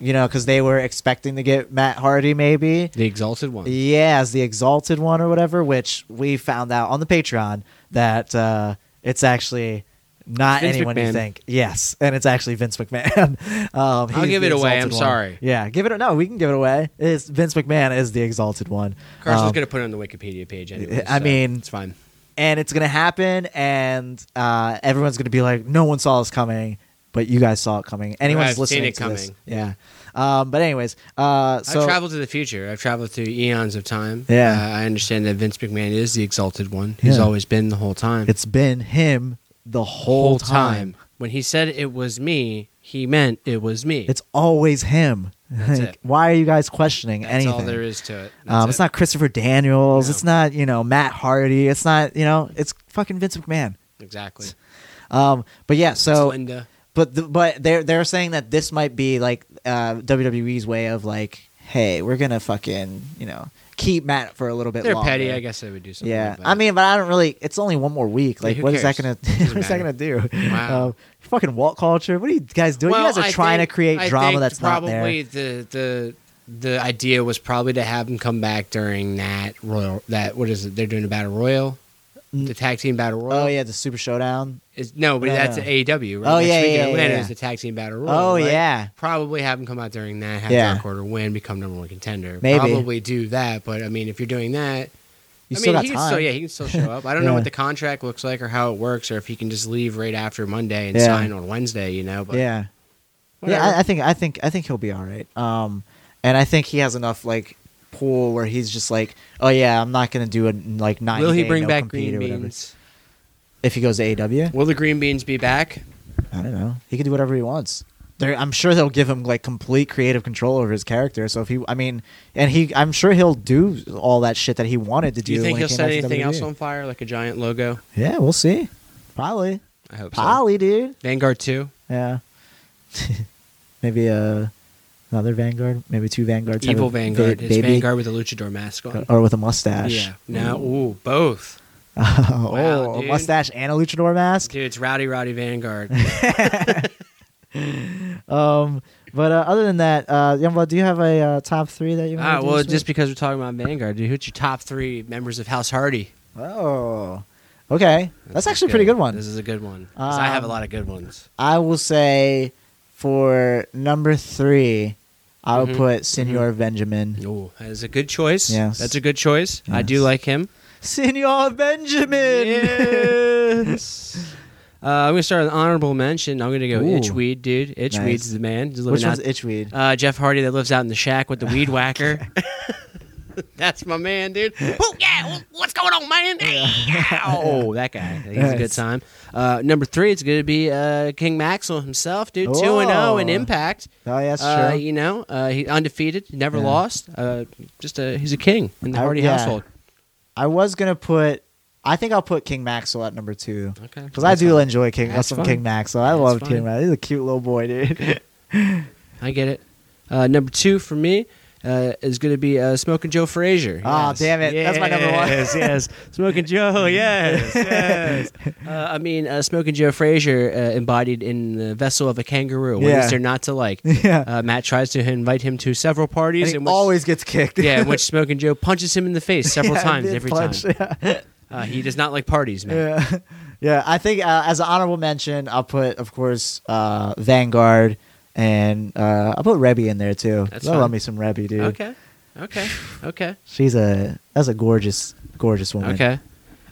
[SPEAKER 1] you know, because they were expecting to get Matt Hardy maybe,
[SPEAKER 2] The exalted one.
[SPEAKER 1] yeah, as the exalted one or whatever, which we found out on the Patreon that uh, it's actually. Not
[SPEAKER 2] Vince
[SPEAKER 1] anyone you
[SPEAKER 2] McMahon.
[SPEAKER 1] think. Yes, and it's actually Vince McMahon. [laughs] um,
[SPEAKER 2] I'll
[SPEAKER 1] he's
[SPEAKER 2] give
[SPEAKER 1] the
[SPEAKER 2] it away.
[SPEAKER 1] exalted
[SPEAKER 2] I'm
[SPEAKER 1] one.
[SPEAKER 2] sorry.
[SPEAKER 1] Yeah, give it. No, we can give it away. It's Vince McMahon is the exalted one.
[SPEAKER 2] Carson's
[SPEAKER 1] Um,
[SPEAKER 2] gonna put it on the Wikipedia page. Anyway,
[SPEAKER 1] I
[SPEAKER 2] so
[SPEAKER 1] mean-
[SPEAKER 2] it's fine.
[SPEAKER 1] and it's gonna happen, and uh, everyone's gonna be like, "No one saw this coming," but you guys saw it coming. Anyone's
[SPEAKER 2] I've
[SPEAKER 1] listening
[SPEAKER 2] seen it
[SPEAKER 1] to this,
[SPEAKER 2] coming.
[SPEAKER 1] yeah. Um, but anyways, uh, so
[SPEAKER 2] I've traveled to the future. I've traveled through eons of time.
[SPEAKER 1] Yeah.
[SPEAKER 2] Uh, I understand that Vince McMahon is the exalted one. He's
[SPEAKER 1] Yeah.
[SPEAKER 2] always been the whole time.
[SPEAKER 1] it's been him the whole, time.
[SPEAKER 2] When he said it was me, he meant it was me.
[SPEAKER 1] It's always him.
[SPEAKER 2] That's
[SPEAKER 1] Like,
[SPEAKER 2] it.
[SPEAKER 1] Why are you guys questioning
[SPEAKER 2] That's
[SPEAKER 1] anything?
[SPEAKER 2] all there is to it. That's
[SPEAKER 1] Um, it's
[SPEAKER 2] it.
[SPEAKER 1] not Christopher Daniels. It's not you know Matt Hardy. It's not you know it's fucking Vince McMahon.
[SPEAKER 2] exactly.
[SPEAKER 1] Um, but yeah, so
[SPEAKER 2] it's Linda.
[SPEAKER 1] But the, but they're they're saying that this might be like uh, WWE's way of like, hey, we're gonna fucking you know keep Matt for a little bit.
[SPEAKER 2] They're
[SPEAKER 1] longer.
[SPEAKER 2] petty. I guess they would do something.
[SPEAKER 1] Yeah,
[SPEAKER 2] like that.
[SPEAKER 1] I mean, but I don't really. It's only one more week.
[SPEAKER 2] Yeah,
[SPEAKER 1] Like,
[SPEAKER 2] who
[SPEAKER 1] what is that
[SPEAKER 2] cares?
[SPEAKER 1] gonna? [laughs]
[SPEAKER 2] Doesn't
[SPEAKER 1] what is that
[SPEAKER 2] matter.
[SPEAKER 1] gonna do?
[SPEAKER 2] Wow.
[SPEAKER 1] Um, fucking Walt culture. What are you guys doing? you guys are
[SPEAKER 2] I
[SPEAKER 1] trying
[SPEAKER 2] think-
[SPEAKER 1] to create
[SPEAKER 2] I
[SPEAKER 1] drama
[SPEAKER 2] think
[SPEAKER 1] that's not there.
[SPEAKER 2] probably the the the idea was probably to have him come back during that royal. That what is it? They're doing a battle royal, the tag team battle royal.
[SPEAKER 1] Mm. Oh yeah, the Super Showdown.
[SPEAKER 2] Is, no, but
[SPEAKER 1] No,
[SPEAKER 2] that's
[SPEAKER 1] no.
[SPEAKER 2] AEW. Right?
[SPEAKER 1] Oh, yeah,
[SPEAKER 2] Next week in
[SPEAKER 1] yeah, yeah,
[SPEAKER 2] Atlanta
[SPEAKER 1] yeah.
[SPEAKER 2] is the tag team battle royal.
[SPEAKER 1] Oh,
[SPEAKER 2] right?
[SPEAKER 1] yeah.
[SPEAKER 2] Probably have them come out during that, have
[SPEAKER 1] Yeah.
[SPEAKER 2] Dark Order win, become number one contender.
[SPEAKER 1] Maybe.
[SPEAKER 2] Probably do that, but I mean, if you're doing that,
[SPEAKER 1] You
[SPEAKER 2] I
[SPEAKER 1] still
[SPEAKER 2] mean,
[SPEAKER 1] got
[SPEAKER 2] he
[SPEAKER 1] time.
[SPEAKER 2] Can still, yeah, he can still show up. I
[SPEAKER 1] [laughs]
[SPEAKER 2] don't know
[SPEAKER 1] Yeah.
[SPEAKER 2] what the contract looks like or how it works, or if he can just leave right after Monday and
[SPEAKER 1] Yeah.
[SPEAKER 2] sign on Wednesday. You know, but
[SPEAKER 1] yeah.
[SPEAKER 2] whatever.
[SPEAKER 1] Yeah, I, I think I think I think he'll be all right. Um, and I think he has enough like pool where he's just like, oh yeah, I'm not gonna do a like nine.
[SPEAKER 2] Will he
[SPEAKER 1] day
[SPEAKER 2] bring
[SPEAKER 1] no
[SPEAKER 2] back
[SPEAKER 1] compete
[SPEAKER 2] green
[SPEAKER 1] or whatever.
[SPEAKER 2] beans?
[SPEAKER 1] if he goes to AEW?
[SPEAKER 2] Will the green beans be back?
[SPEAKER 1] I don't know. He can do whatever he wants. They're, I'm sure they'll give him like complete creative control over his character. So if he, I mean, and he, I'm sure he'll do all that shit that he wanted to
[SPEAKER 2] Do
[SPEAKER 1] do.
[SPEAKER 2] you think
[SPEAKER 1] when
[SPEAKER 2] he'll
[SPEAKER 1] he came
[SPEAKER 2] set
[SPEAKER 1] back to
[SPEAKER 2] anything else
[SPEAKER 1] WWE.
[SPEAKER 2] on fire, like a giant logo?
[SPEAKER 1] Yeah, we'll see. Probably,
[SPEAKER 2] I hope so.
[SPEAKER 1] probably, dude.
[SPEAKER 2] Vanguard two.
[SPEAKER 1] Yeah, [laughs] maybe uh, another Vanguard, maybe two Vanguards. have
[SPEAKER 2] Evil
[SPEAKER 1] a ba-
[SPEAKER 2] Vanguard. It's
[SPEAKER 1] baby. Oh,
[SPEAKER 2] Vanguard with a luchador mask on.
[SPEAKER 1] or with a mustache.
[SPEAKER 2] Yeah. Now, ooh, both.
[SPEAKER 1] [laughs] oh,
[SPEAKER 2] Wow,
[SPEAKER 1] a
[SPEAKER 2] dude.
[SPEAKER 1] mustache and a luchador mask.
[SPEAKER 2] Dude, it's Rowdy
[SPEAKER 1] [laughs]
[SPEAKER 2] Rowdy Vanguard.
[SPEAKER 1] Um, but uh, other than that, uh, Youngblood, do you have a uh, top three that you want
[SPEAKER 2] ah,
[SPEAKER 1] to do?
[SPEAKER 2] well,
[SPEAKER 1] this
[SPEAKER 2] just
[SPEAKER 1] week?
[SPEAKER 2] because we're talking about Vanguard, dude, who's your top three members of House Hardy?
[SPEAKER 1] oh, okay, that's, actually a pretty good one.
[SPEAKER 2] This is a good one. 'cause I have a
[SPEAKER 1] Um,
[SPEAKER 2] lot of good ones.
[SPEAKER 1] I will say for number three, I would
[SPEAKER 2] Mhm.
[SPEAKER 1] put Senor Benjamin.
[SPEAKER 2] Ooh, that is a good choice.
[SPEAKER 1] Yes.
[SPEAKER 2] That's a good choice. I do
[SPEAKER 1] Yes.
[SPEAKER 2] like him.
[SPEAKER 1] Senor Benjamin.
[SPEAKER 2] Yes. Uh, I'm gonna start with honorable mention. I'm gonna go
[SPEAKER 1] Ooh.
[SPEAKER 2] Itchweed, dude. Itchweed's
[SPEAKER 1] Nice.
[SPEAKER 2] the man. He's
[SPEAKER 1] [laughs]
[SPEAKER 2] living
[SPEAKER 1] Which
[SPEAKER 2] out-
[SPEAKER 1] one's Itchweed?
[SPEAKER 2] Uh, Jeff Hardy that lives out in the shack with the
[SPEAKER 1] [laughs]
[SPEAKER 2] weed whacker. [laughs] That's my man, dude. Oh yeah, what's going on, man? Hey,
[SPEAKER 1] [laughs]
[SPEAKER 2] oh, that guy. He's a good
[SPEAKER 1] Nice.
[SPEAKER 2] time. Uh, number three, it's going to be uh, King Maxwell himself, dude. Two and zero in
[SPEAKER 1] Oh.
[SPEAKER 2] Impact.
[SPEAKER 1] oh, yes,
[SPEAKER 2] Uh,
[SPEAKER 1] sure.
[SPEAKER 2] You know, uh, he undefeated, never
[SPEAKER 1] Yeah.
[SPEAKER 2] lost. Uh, just a, he's a king in the
[SPEAKER 1] I-
[SPEAKER 2] Hardy
[SPEAKER 1] yeah.
[SPEAKER 2] household.
[SPEAKER 1] I was gonna put. I think I'll put King Maxwell at number two.
[SPEAKER 2] Okay,
[SPEAKER 1] Because I do enjoy King.
[SPEAKER 2] That's
[SPEAKER 1] some
[SPEAKER 2] fine.
[SPEAKER 1] King Maxwell. I
[SPEAKER 2] That's
[SPEAKER 1] love
[SPEAKER 2] fine.
[SPEAKER 1] King Maxwell. He's a cute little boy,
[SPEAKER 2] [laughs]
[SPEAKER 1] dude. [laughs]
[SPEAKER 2] I get it. Uh, number two for me uh, is going to be uh, Smoking Joe Frazier.
[SPEAKER 1] Aw, Ah, damn it. That's my number one.
[SPEAKER 2] Yes, [laughs] yes. Smoking Joe, yes, yes. [laughs] Uh, I mean, uh, Smoking Joe Frazier uh, embodied in the vessel of a kangaroo. What
[SPEAKER 1] Yeah.
[SPEAKER 2] is there not
[SPEAKER 1] [laughs]
[SPEAKER 2] to like?
[SPEAKER 1] Yeah.
[SPEAKER 2] Uh, Matt tries to invite him to several
[SPEAKER 1] And
[SPEAKER 2] parties.
[SPEAKER 1] he
[SPEAKER 2] in which,
[SPEAKER 1] always gets kicked.
[SPEAKER 2] [laughs] Yeah, in which Smoking Joe punches him in the face several
[SPEAKER 1] Yeah,
[SPEAKER 2] times
[SPEAKER 1] mid
[SPEAKER 2] every
[SPEAKER 1] punch,
[SPEAKER 2] time.
[SPEAKER 1] Yeah.
[SPEAKER 2] Uh, he does not like parties, man.
[SPEAKER 1] Yeah. [laughs] Yeah, I think uh, as an honorable mention, I'll put, of course, uh, Vanguard, and uh, I'll put Rebby in there too.
[SPEAKER 2] That's
[SPEAKER 1] I love
[SPEAKER 2] fine.
[SPEAKER 1] me some Rebby, dude.
[SPEAKER 2] Okay. Okay. Okay.
[SPEAKER 1] She's a that's a gorgeous, gorgeous woman.
[SPEAKER 2] Okay.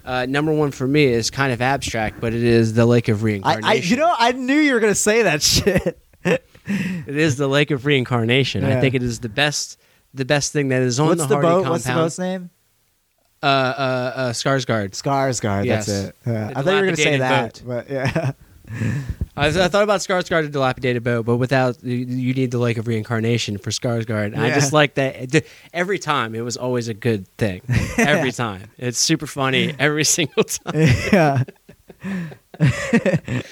[SPEAKER 2] Uh, number one for me is kind of abstract, but it is the Lake of
[SPEAKER 1] I,
[SPEAKER 2] Reincarnation.
[SPEAKER 1] I you know I knew you were gonna say that [laughs] shit.
[SPEAKER 2] It is the Lake of Reincarnation. I
[SPEAKER 1] Yeah.
[SPEAKER 2] think it is the best, the best thing that is on
[SPEAKER 1] What's
[SPEAKER 2] the
[SPEAKER 1] the,
[SPEAKER 2] Hardy
[SPEAKER 1] boat?
[SPEAKER 2] compound.
[SPEAKER 1] What's the boat's name?
[SPEAKER 2] Uh, uh, uh, Skarsgård.
[SPEAKER 1] Skarsgård.
[SPEAKER 2] Yes.
[SPEAKER 1] That's it. Yeah.
[SPEAKER 2] The
[SPEAKER 1] I thought you were gonna say [laughs]
[SPEAKER 2] dilapidated
[SPEAKER 1] that,
[SPEAKER 2] boat.
[SPEAKER 1] but yeah.
[SPEAKER 2] I, was- I thought about Skarsgård and dilapidated boat, but without you, you need the lake of reincarnation for Skarsgård. I
[SPEAKER 1] Yeah.
[SPEAKER 2] just like that d- every time it was always a good
[SPEAKER 1] [laughs]
[SPEAKER 2] thing. Every time it's super funny every single time.
[SPEAKER 1] yeah.
[SPEAKER 2] [laughs]
[SPEAKER 1] [laughs]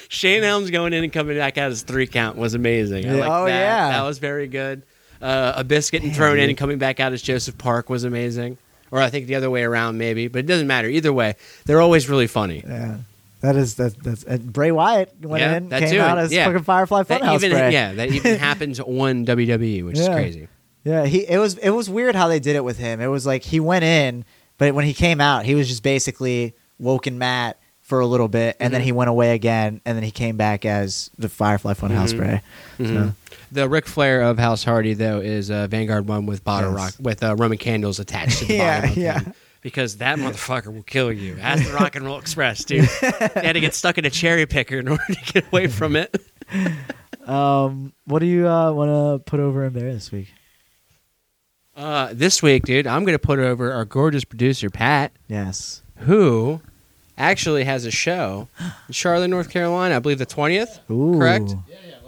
[SPEAKER 2] Shane Helms going in and coming back out as three count was amazing. I
[SPEAKER 1] Yeah.
[SPEAKER 2] liked
[SPEAKER 1] Oh,
[SPEAKER 2] that.
[SPEAKER 1] yeah.
[SPEAKER 2] that was very good. Uh, a biscuit and thrown in
[SPEAKER 1] dude.
[SPEAKER 2] and coming back out as Joseph Park was amazing. Or I think the other way around maybe, but it doesn't matter. Either way, they're always really funny.
[SPEAKER 1] Yeah. That is that that's and Bray Wyatt went
[SPEAKER 2] Yeah,
[SPEAKER 1] in,
[SPEAKER 2] that
[SPEAKER 1] came
[SPEAKER 2] too,
[SPEAKER 1] out
[SPEAKER 2] and-
[SPEAKER 1] as
[SPEAKER 2] yeah.
[SPEAKER 1] fucking Firefly
[SPEAKER 2] That
[SPEAKER 1] Funhouse
[SPEAKER 2] even,
[SPEAKER 1] Bray.
[SPEAKER 2] yeah, that
[SPEAKER 1] [laughs]
[SPEAKER 2] even happens on WWE, which is
[SPEAKER 1] Yeah.
[SPEAKER 2] crazy.
[SPEAKER 1] Yeah, he it was it was weird how they did it with him. It was like he went in, but when he came out, he was just basically woken Matt for a little bit, and then
[SPEAKER 2] Mhm.
[SPEAKER 1] he went away again, and then he came back as the Firefly Funhouse
[SPEAKER 2] Mhm.
[SPEAKER 1] Bray.
[SPEAKER 2] Mhm. The Ric Flair of House Hardy though is uh, Vanguard One with bottle
[SPEAKER 1] Yes.
[SPEAKER 2] rock with uh, Roman candles attached to
[SPEAKER 1] [laughs]
[SPEAKER 2] the
[SPEAKER 1] Yeah,
[SPEAKER 2] bottom of
[SPEAKER 1] yeah.
[SPEAKER 2] him. Because that motherfucker will kill you. As the Rock and Roll Express, dude.
[SPEAKER 1] [laughs]
[SPEAKER 2] they had to get stuck in a cherry picker in order to get away from it.
[SPEAKER 1] So, um, what do you uh, want to put over him there this week?
[SPEAKER 2] Uh, this week, dude, I'm going to put over our gorgeous producer Pat,
[SPEAKER 1] Yes.
[SPEAKER 2] who actually has a show in Charlotte, North Carolina. I believe the 20th. Correct.
[SPEAKER 1] Ooh.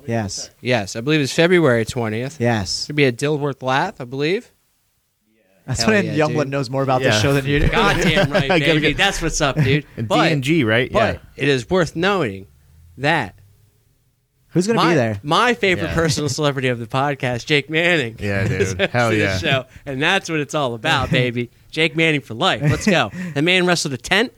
[SPEAKER 1] Yes.
[SPEAKER 2] Yes, I believe it's February 20th.
[SPEAKER 1] Yes.
[SPEAKER 2] It'll be at Dilworth Laugh, I believe.
[SPEAKER 1] That's
[SPEAKER 2] Hell
[SPEAKER 1] why
[SPEAKER 2] yeah,
[SPEAKER 1] Youngblood
[SPEAKER 2] dude.
[SPEAKER 1] knows more about
[SPEAKER 3] Yeah.
[SPEAKER 1] this show than
[SPEAKER 2] [laughs]
[SPEAKER 1] you do.
[SPEAKER 2] [laughs] Goddamn right,
[SPEAKER 3] [laughs] I gotta
[SPEAKER 2] baby.
[SPEAKER 3] get-
[SPEAKER 2] That's what's up, dude.
[SPEAKER 3] [laughs] And D
[SPEAKER 2] But-
[SPEAKER 3] and G, right?
[SPEAKER 2] But it is worth noting that
[SPEAKER 1] Who's gonna
[SPEAKER 2] my,
[SPEAKER 1] be there?
[SPEAKER 2] my favorite
[SPEAKER 3] Yeah.
[SPEAKER 2] personal celebrity of the podcast, Jake Manning.
[SPEAKER 3] yeah,
[SPEAKER 2] [laughs] is
[SPEAKER 3] dude. Hell
[SPEAKER 2] hosting the
[SPEAKER 3] yeah.
[SPEAKER 2] Show, and that's what it's all about, baby. Jake Manning for life. Let's
[SPEAKER 3] [laughs]
[SPEAKER 2] go. The man wrestled a tent.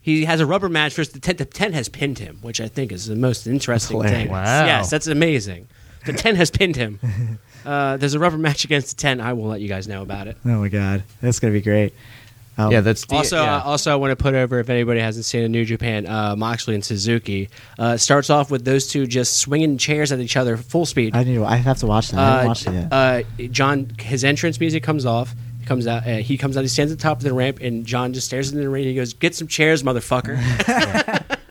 [SPEAKER 2] He has a rubber match first. The tent, the tent has pinned him, which I think is the most interesting thing.
[SPEAKER 3] Wow.
[SPEAKER 2] Yes, that's amazing. The tent has pinned him.
[SPEAKER 3] [laughs]
[SPEAKER 2] Uh, there's a rubber match against the tent. I will let you guys know about it.
[SPEAKER 1] Oh my god, that's gonna be great. Um,
[SPEAKER 3] Yeah, that's D-
[SPEAKER 2] Also,
[SPEAKER 3] yeah.
[SPEAKER 2] uh, also, I want to put over if anybody hasn't seen a New Japan, uh, Moxley and Suzuki. Uh, it starts off with those two just swinging chairs at each other full speed.
[SPEAKER 1] I need. To, I have to watch that. I haven't
[SPEAKER 2] Uh,
[SPEAKER 1] watched it yet.
[SPEAKER 2] uh, John, his entrance music comes off. He comes out. Uh, he comes out. He stands at the top of the ramp, and John just stares into the ring. And he goes, "Get some
[SPEAKER 1] [laughs]
[SPEAKER 2] chairs, motherfucker."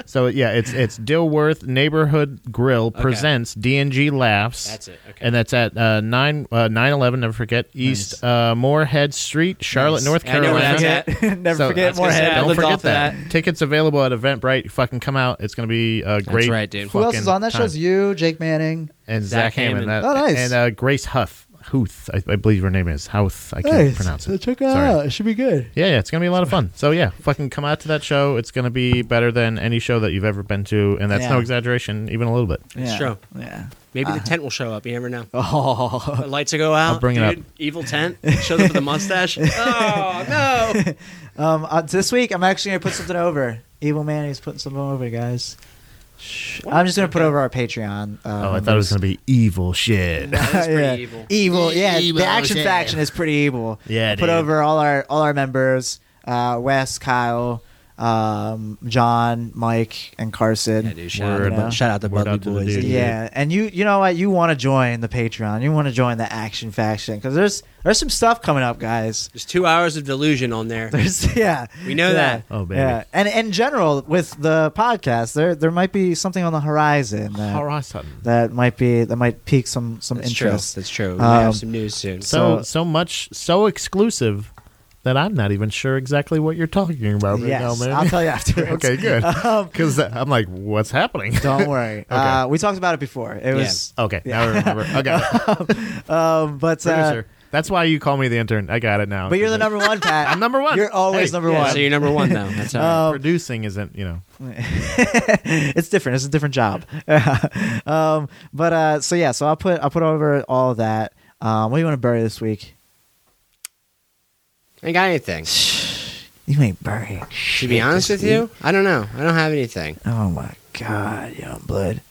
[SPEAKER 3] So yeah, it's it's Dilworth Neighborhood Grill presents D and G laughs.
[SPEAKER 2] That's it, okay.
[SPEAKER 3] And that's at uh, nine uh, nine eleven. Never forget East uh, Moorhead Street, Charlotte, North
[SPEAKER 2] I know
[SPEAKER 3] Carolina.
[SPEAKER 2] where that's
[SPEAKER 1] [laughs]
[SPEAKER 2] at.
[SPEAKER 1] Never
[SPEAKER 3] So-
[SPEAKER 1] forget
[SPEAKER 2] That's gonna say, I
[SPEAKER 1] Moorhead.
[SPEAKER 3] Don't
[SPEAKER 2] lived
[SPEAKER 3] forget
[SPEAKER 2] off of
[SPEAKER 3] that.
[SPEAKER 2] that.
[SPEAKER 3] Tickets available at Eventbrite. Fucking come out. It's gonna be a great.
[SPEAKER 2] right, dude.
[SPEAKER 1] Who else is
[SPEAKER 3] fucking
[SPEAKER 1] on that show?
[SPEAKER 3] time.
[SPEAKER 1] It's you, Jake Manning.
[SPEAKER 3] and
[SPEAKER 2] Zach
[SPEAKER 3] Zach Hammond.
[SPEAKER 2] Hammond.
[SPEAKER 3] That-
[SPEAKER 1] Oh, nice.
[SPEAKER 3] And uh, Grace Huth. Huth, I, I believe her name is Houth. I can't pronounce it.
[SPEAKER 1] Check it
[SPEAKER 3] Sorry.
[SPEAKER 1] out. It should be good.
[SPEAKER 3] Yeah, yeah, it's gonna be a lot of fun. So yeah, fucking come out to that show. It's gonna be better than any show that you've ever been to, and that's
[SPEAKER 1] Yeah.
[SPEAKER 3] no exaggeration, even a little bit.
[SPEAKER 1] Yeah.
[SPEAKER 2] true.
[SPEAKER 1] Yeah.
[SPEAKER 2] Maybe the tent will show up. You never know.
[SPEAKER 1] Oh,
[SPEAKER 2] The lights will go out.
[SPEAKER 3] I'll bring it
[SPEAKER 2] dude, Evil tent shows up with
[SPEAKER 1] [laughs]
[SPEAKER 2] a mustache. oh no!
[SPEAKER 1] um, uh, this week I'm actually gonna put something over. Evil Manning's putting something over, guys. Shh. I'm just gonna put over our Patreon. Uh,
[SPEAKER 3] Oh, I thought it was gonna be evil shit. [laughs]
[SPEAKER 2] That's pretty
[SPEAKER 1] [laughs] yeah.
[SPEAKER 2] evil.
[SPEAKER 1] Evil, yeah.
[SPEAKER 3] Evil,
[SPEAKER 1] the action
[SPEAKER 3] yeah.
[SPEAKER 1] faction is pretty evil.
[SPEAKER 3] Yeah,
[SPEAKER 1] put
[SPEAKER 3] dude.
[SPEAKER 1] over all our all our members: uh, Wes, Kyle, um, John, Mike, and Carson.
[SPEAKER 2] Yeah, dude, shout,
[SPEAKER 3] Word
[SPEAKER 2] out,
[SPEAKER 1] up.
[SPEAKER 2] shout uh, out the
[SPEAKER 3] Word
[SPEAKER 2] Bubbly
[SPEAKER 3] out to the
[SPEAKER 2] Boys.
[SPEAKER 3] dude.
[SPEAKER 2] dude.
[SPEAKER 1] Yeah, and you you know what? You want to join the Patreon. You want to join the Action Faction because there's there's some stuff coming up, guys. [laughs]
[SPEAKER 2] There's two hours of delusion on there.
[SPEAKER 1] There's yeah,
[SPEAKER 2] We know
[SPEAKER 1] yeah,
[SPEAKER 2] that.
[SPEAKER 3] Oh, baby.
[SPEAKER 1] Yeah, and in general with the podcast, there there might be something on the horizon that
[SPEAKER 3] Horizon.
[SPEAKER 1] that might be that might pique some some
[SPEAKER 2] That's true.
[SPEAKER 1] interest.
[SPEAKER 2] That's true. We
[SPEAKER 1] Um,
[SPEAKER 2] have some news soon.
[SPEAKER 3] So,
[SPEAKER 1] So-
[SPEAKER 3] so much so exclusive that I'm not even sure exactly what you're talking about right
[SPEAKER 1] Yes,
[SPEAKER 3] now, man.
[SPEAKER 1] I'll tell you afterwards.
[SPEAKER 3] [laughs]
[SPEAKER 1] Um, [laughs]
[SPEAKER 3] okay, good. Because I'm like, what's happening?
[SPEAKER 1] Don't
[SPEAKER 3] [laughs]
[SPEAKER 1] worry. uh, we talked about it before. It was,
[SPEAKER 3] okay, now I remember.
[SPEAKER 1] [laughs]
[SPEAKER 3] I got it.
[SPEAKER 1] um, but uh,
[SPEAKER 3] Producer. That's why you call me the intern. I got it now.
[SPEAKER 1] but you're the number one, Pat.
[SPEAKER 3] [laughs] I'm number one.
[SPEAKER 1] You're always
[SPEAKER 3] Hey,
[SPEAKER 1] number
[SPEAKER 2] Yeah,
[SPEAKER 1] one.
[SPEAKER 2] so you're number one now. That's all right.
[SPEAKER 1] uh,
[SPEAKER 3] producing isn't, you know.
[SPEAKER 1] [laughs] it's different. It's a different job. [laughs] um, but uh, so yeah, so I'll put I'll put over all of that. Um, what do you want to bury this week? [sighs] Uh,
[SPEAKER 2] I ain't got anything.
[SPEAKER 1] You ain't burying.
[SPEAKER 2] To be honest with you, I don't know. I don't have anything.
[SPEAKER 1] Oh my god, young blood.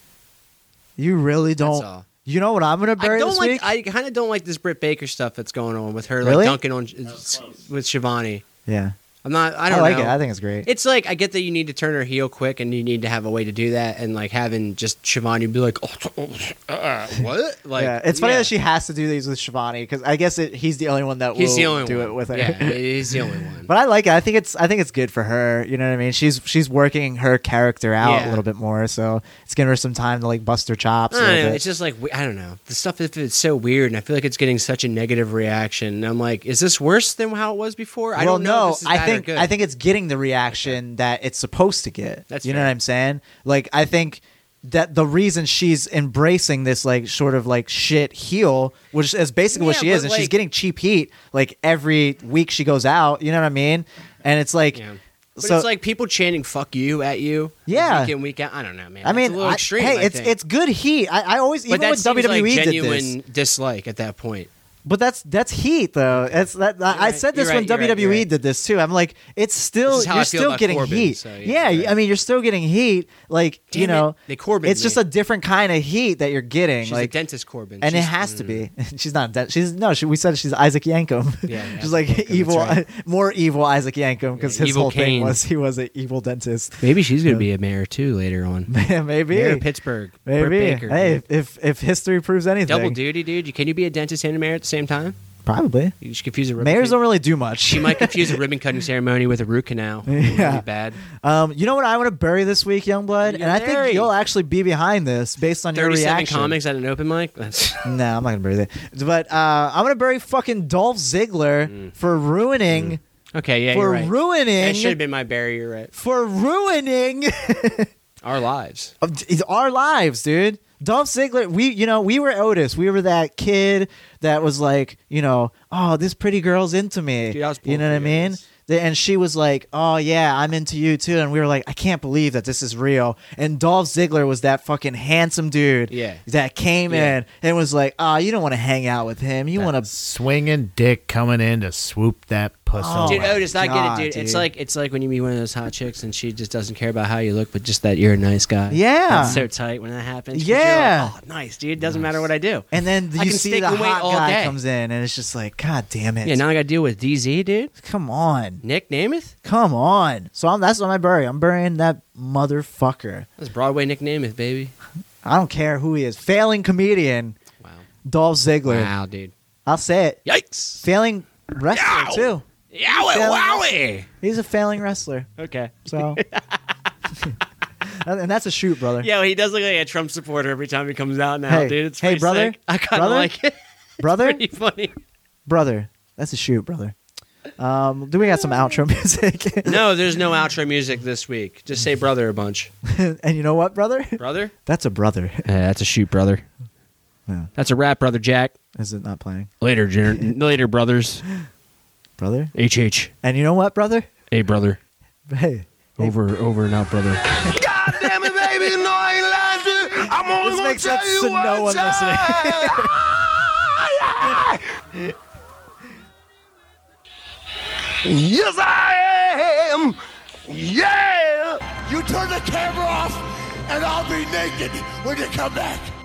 [SPEAKER 1] You really
[SPEAKER 2] That's
[SPEAKER 1] don't.
[SPEAKER 2] all.
[SPEAKER 1] You know what I'm gonna bury
[SPEAKER 2] I don't
[SPEAKER 1] this
[SPEAKER 2] like.
[SPEAKER 1] week?
[SPEAKER 2] I kind of don't like this Britt Baker stuff that's going on with her, like
[SPEAKER 1] Really?
[SPEAKER 2] dunking on with Shivani.
[SPEAKER 1] yeah,
[SPEAKER 2] I'm not. I don't
[SPEAKER 1] like
[SPEAKER 2] know.
[SPEAKER 1] it. I think it's great.
[SPEAKER 2] It's like I get that you need to turn her heel quick, and you need to have a way to do that, and like having just Shivani be like, oh, uh,
[SPEAKER 1] [laughs]
[SPEAKER 2] what? Like,
[SPEAKER 1] yeah, it's funny
[SPEAKER 2] yeah.
[SPEAKER 1] that she has to do these with Shivani because I guess it, he's the only one that
[SPEAKER 2] He's
[SPEAKER 1] will
[SPEAKER 2] the only
[SPEAKER 1] do
[SPEAKER 2] one.
[SPEAKER 1] it with her.
[SPEAKER 2] Yeah, he's the only one.
[SPEAKER 1] [laughs] But I like it. I think it's I think it's good for her. You know what I mean? She's she's working her character out a
[SPEAKER 2] Yeah.
[SPEAKER 1] little bit more, so it's giving her some time to like bust her chops. a
[SPEAKER 2] I
[SPEAKER 1] little
[SPEAKER 2] don't know.
[SPEAKER 1] bit.
[SPEAKER 2] It's just like we- I don't know. The stuff if it's so weird, and I feel like it's getting such a negative reaction. And I'm like, is this worse than how it was before? I
[SPEAKER 1] well,
[SPEAKER 2] don't know.
[SPEAKER 1] no,
[SPEAKER 2] if this is
[SPEAKER 1] I
[SPEAKER 2] bad or
[SPEAKER 1] think
[SPEAKER 2] good.
[SPEAKER 1] I think it's getting the reaction that it's supposed to get.
[SPEAKER 2] That's
[SPEAKER 1] you know
[SPEAKER 2] fair.
[SPEAKER 1] what I'm saying? Like I think that the reason she's embracing this like sort of like shit heel, which is basically what
[SPEAKER 2] Yeah,
[SPEAKER 1] she is,
[SPEAKER 2] but,
[SPEAKER 1] and she's
[SPEAKER 2] like-
[SPEAKER 1] getting cheap heat like every week she goes out. You know what I mean? And it's like,
[SPEAKER 2] But
[SPEAKER 1] so
[SPEAKER 2] it's like people chanting "fuck you" at you.
[SPEAKER 1] Yeah.
[SPEAKER 2] week in week out. I don't know, man.
[SPEAKER 1] I
[SPEAKER 2] It's
[SPEAKER 1] mean,
[SPEAKER 2] a little
[SPEAKER 1] I-
[SPEAKER 2] extreme.
[SPEAKER 1] hey,
[SPEAKER 2] I
[SPEAKER 1] it's
[SPEAKER 2] think.
[SPEAKER 1] it's good heat. I, I always
[SPEAKER 2] but
[SPEAKER 1] even
[SPEAKER 2] that
[SPEAKER 1] when
[SPEAKER 2] seems
[SPEAKER 1] WWE
[SPEAKER 2] like
[SPEAKER 1] E did this,
[SPEAKER 2] genuine dislike at that point.
[SPEAKER 1] But that's that's heat though. That's that. I I
[SPEAKER 2] right,
[SPEAKER 1] said this
[SPEAKER 2] you're
[SPEAKER 1] when
[SPEAKER 2] right, you're right,
[SPEAKER 1] WWE
[SPEAKER 2] you're right.
[SPEAKER 1] did this too. I'm like, it's still
[SPEAKER 2] This is how
[SPEAKER 1] you're
[SPEAKER 2] I feel
[SPEAKER 1] still
[SPEAKER 2] about
[SPEAKER 1] getting
[SPEAKER 2] Corbin,
[SPEAKER 1] heat.
[SPEAKER 2] so,
[SPEAKER 1] yeah,
[SPEAKER 2] yeah, you're
[SPEAKER 1] I mean, you're still getting heat. Like you
[SPEAKER 2] Damn it,
[SPEAKER 1] know,
[SPEAKER 2] they Corbin'd
[SPEAKER 1] It's just
[SPEAKER 2] me.
[SPEAKER 1] a different kind of heat that you're getting.
[SPEAKER 2] She's
[SPEAKER 1] like
[SPEAKER 2] a dentist, Corbin,
[SPEAKER 1] and it
[SPEAKER 2] She's- mm.
[SPEAKER 1] has to be. [laughs] she's not. Dent- she's no. She, we said she's Isaac Yankum.
[SPEAKER 2] Yeah, yeah,
[SPEAKER 1] [laughs] she's like evil, [laughs] more evil Isaac Yankum because his
[SPEAKER 2] evil
[SPEAKER 1] whole thing
[SPEAKER 2] Kane.
[SPEAKER 1] was he was an evil dentist. [laughs]
[SPEAKER 2] Maybe she's gonna be a mayor too later on.
[SPEAKER 1] Yeah, maybe
[SPEAKER 2] Mayor of Pittsburgh. Burt
[SPEAKER 1] Maybe.
[SPEAKER 2] Baker,
[SPEAKER 1] hey,
[SPEAKER 2] dude.
[SPEAKER 1] if, if if history proves anything,
[SPEAKER 2] double duty, dude. Can you be a dentist and a mayor at the same time?
[SPEAKER 1] probably.
[SPEAKER 2] You just confuse a ribbon
[SPEAKER 1] Mayors
[SPEAKER 2] cut-
[SPEAKER 1] don't really do much.
[SPEAKER 2] She might confuse a ribbon cutting ceremony with a
[SPEAKER 1] [laughs]
[SPEAKER 2] root canal.
[SPEAKER 1] Yeah.
[SPEAKER 2] Really bad.
[SPEAKER 1] [laughs] Um, you know what I want to bury this week, Youngblood, and I
[SPEAKER 2] bury.
[SPEAKER 1] think you'll actually be behind this based on your
[SPEAKER 2] Thirty-seven
[SPEAKER 1] reaction.
[SPEAKER 2] comics at an open mic. That's [laughs]
[SPEAKER 1] No, I'm not gonna bury that. But uh, I'm gonna bury fucking Dolph Ziggler for ruining,
[SPEAKER 2] okay. Mm. Yeah,
[SPEAKER 1] for
[SPEAKER 2] you're right.
[SPEAKER 1] ruining,
[SPEAKER 2] That should have been my barrier. You're Right,
[SPEAKER 1] for ruining [laughs]
[SPEAKER 2] our lives.
[SPEAKER 1] our lives, dude. Dolph Ziggler, we you know we were Otis, we were that kid that was like, you know, oh this pretty girl's into me,
[SPEAKER 2] Dude, I was
[SPEAKER 1] you know what I
[SPEAKER 2] born for
[SPEAKER 1] mean?
[SPEAKER 2] this.
[SPEAKER 1] The- And she was like, oh yeah, I'm into you too, and we were like, I can't believe that this is real. And Dolph Ziggler was that fucking handsome dude,
[SPEAKER 2] Yeah.
[SPEAKER 1] that came
[SPEAKER 2] Yeah.
[SPEAKER 1] in and was like, oh you don't want to hang out with him, you want to.
[SPEAKER 3] Swinging dick coming in to swoop that pussy.
[SPEAKER 2] dude,
[SPEAKER 1] my
[SPEAKER 2] Otis, I
[SPEAKER 1] God,
[SPEAKER 2] get it, dude. It's
[SPEAKER 1] dude.
[SPEAKER 2] like it's like when you meet one of those hot chicks and she just doesn't care about how you look, but just that you're a nice guy.
[SPEAKER 1] Yeah.
[SPEAKER 2] that's so tight when that happens. 'cause you're like,
[SPEAKER 1] Yeah.
[SPEAKER 2] oh, nice, dude. Doesn't matter what I do.
[SPEAKER 1] And then
[SPEAKER 2] I
[SPEAKER 1] you
[SPEAKER 2] can
[SPEAKER 1] see
[SPEAKER 2] stick
[SPEAKER 1] the
[SPEAKER 2] and wait
[SPEAKER 1] hot
[SPEAKER 2] all
[SPEAKER 1] guy
[SPEAKER 2] day.
[SPEAKER 1] comes in, and it's just like, god damn it,
[SPEAKER 2] Yeah, now I got to deal with DZ, dude.
[SPEAKER 1] come on.
[SPEAKER 2] Nick Namath.
[SPEAKER 1] Come on. So I'm, that's what I bury. I'm burying that motherfucker.
[SPEAKER 2] That's Broadway Nick Namath, baby.
[SPEAKER 1] I don't care who he is. Failing comedian,
[SPEAKER 2] Wow.
[SPEAKER 1] Dolph Ziggler.
[SPEAKER 2] Wow, dude.
[SPEAKER 1] I'll say it.
[SPEAKER 2] Yikes.
[SPEAKER 1] Failing wrestler,
[SPEAKER 2] Yow.
[SPEAKER 1] too.
[SPEAKER 2] Yowie,
[SPEAKER 1] Failing-
[SPEAKER 2] wowie.
[SPEAKER 1] He's a failing wrestler.
[SPEAKER 2] Okay.
[SPEAKER 8] [laughs]
[SPEAKER 1] So. and that's a shoot, brother.
[SPEAKER 2] Yeah, well, he does look like a Trump supporter every time he comes out now,
[SPEAKER 1] Hey.
[SPEAKER 2] dude. It's
[SPEAKER 1] Hey,
[SPEAKER 2] pretty
[SPEAKER 1] brother?
[SPEAKER 2] sick. I kind of
[SPEAKER 1] Brother?
[SPEAKER 2] like it. [laughs]
[SPEAKER 1] brother?
[SPEAKER 2] pretty funny.
[SPEAKER 1] Brother. That's a shoot, brother. Um, do we got
[SPEAKER 8] [laughs]
[SPEAKER 1] some outro music? [laughs]
[SPEAKER 2] No, there's no outro music this week. Just say brother a bunch.
[SPEAKER 1] and you know what, brother?
[SPEAKER 2] Brother?
[SPEAKER 1] That's a brother. [laughs]
[SPEAKER 2] that's a shoot, brother.
[SPEAKER 1] Yeah.
[SPEAKER 2] That's a rap, brother Jack.
[SPEAKER 1] Is it not playing?
[SPEAKER 2] Later, gener- later, brothers.
[SPEAKER 1] Brother?
[SPEAKER 2] HH.
[SPEAKER 1] And you know what, brother?
[SPEAKER 2] Hey, brother.
[SPEAKER 1] Hey.
[SPEAKER 2] Over, over and out,
[SPEAKER 8] [laughs]
[SPEAKER 2] brother.
[SPEAKER 8] God damn it, baby, no, I ain't lying to you. I'm only
[SPEAKER 1] This
[SPEAKER 8] gonna
[SPEAKER 1] makes
[SPEAKER 8] tell
[SPEAKER 1] sense
[SPEAKER 8] you
[SPEAKER 1] to
[SPEAKER 8] one
[SPEAKER 1] no one
[SPEAKER 8] time.
[SPEAKER 1] listening.
[SPEAKER 8] yes, I am. Yeah. You turn the camera off, and I'll be naked when you come back.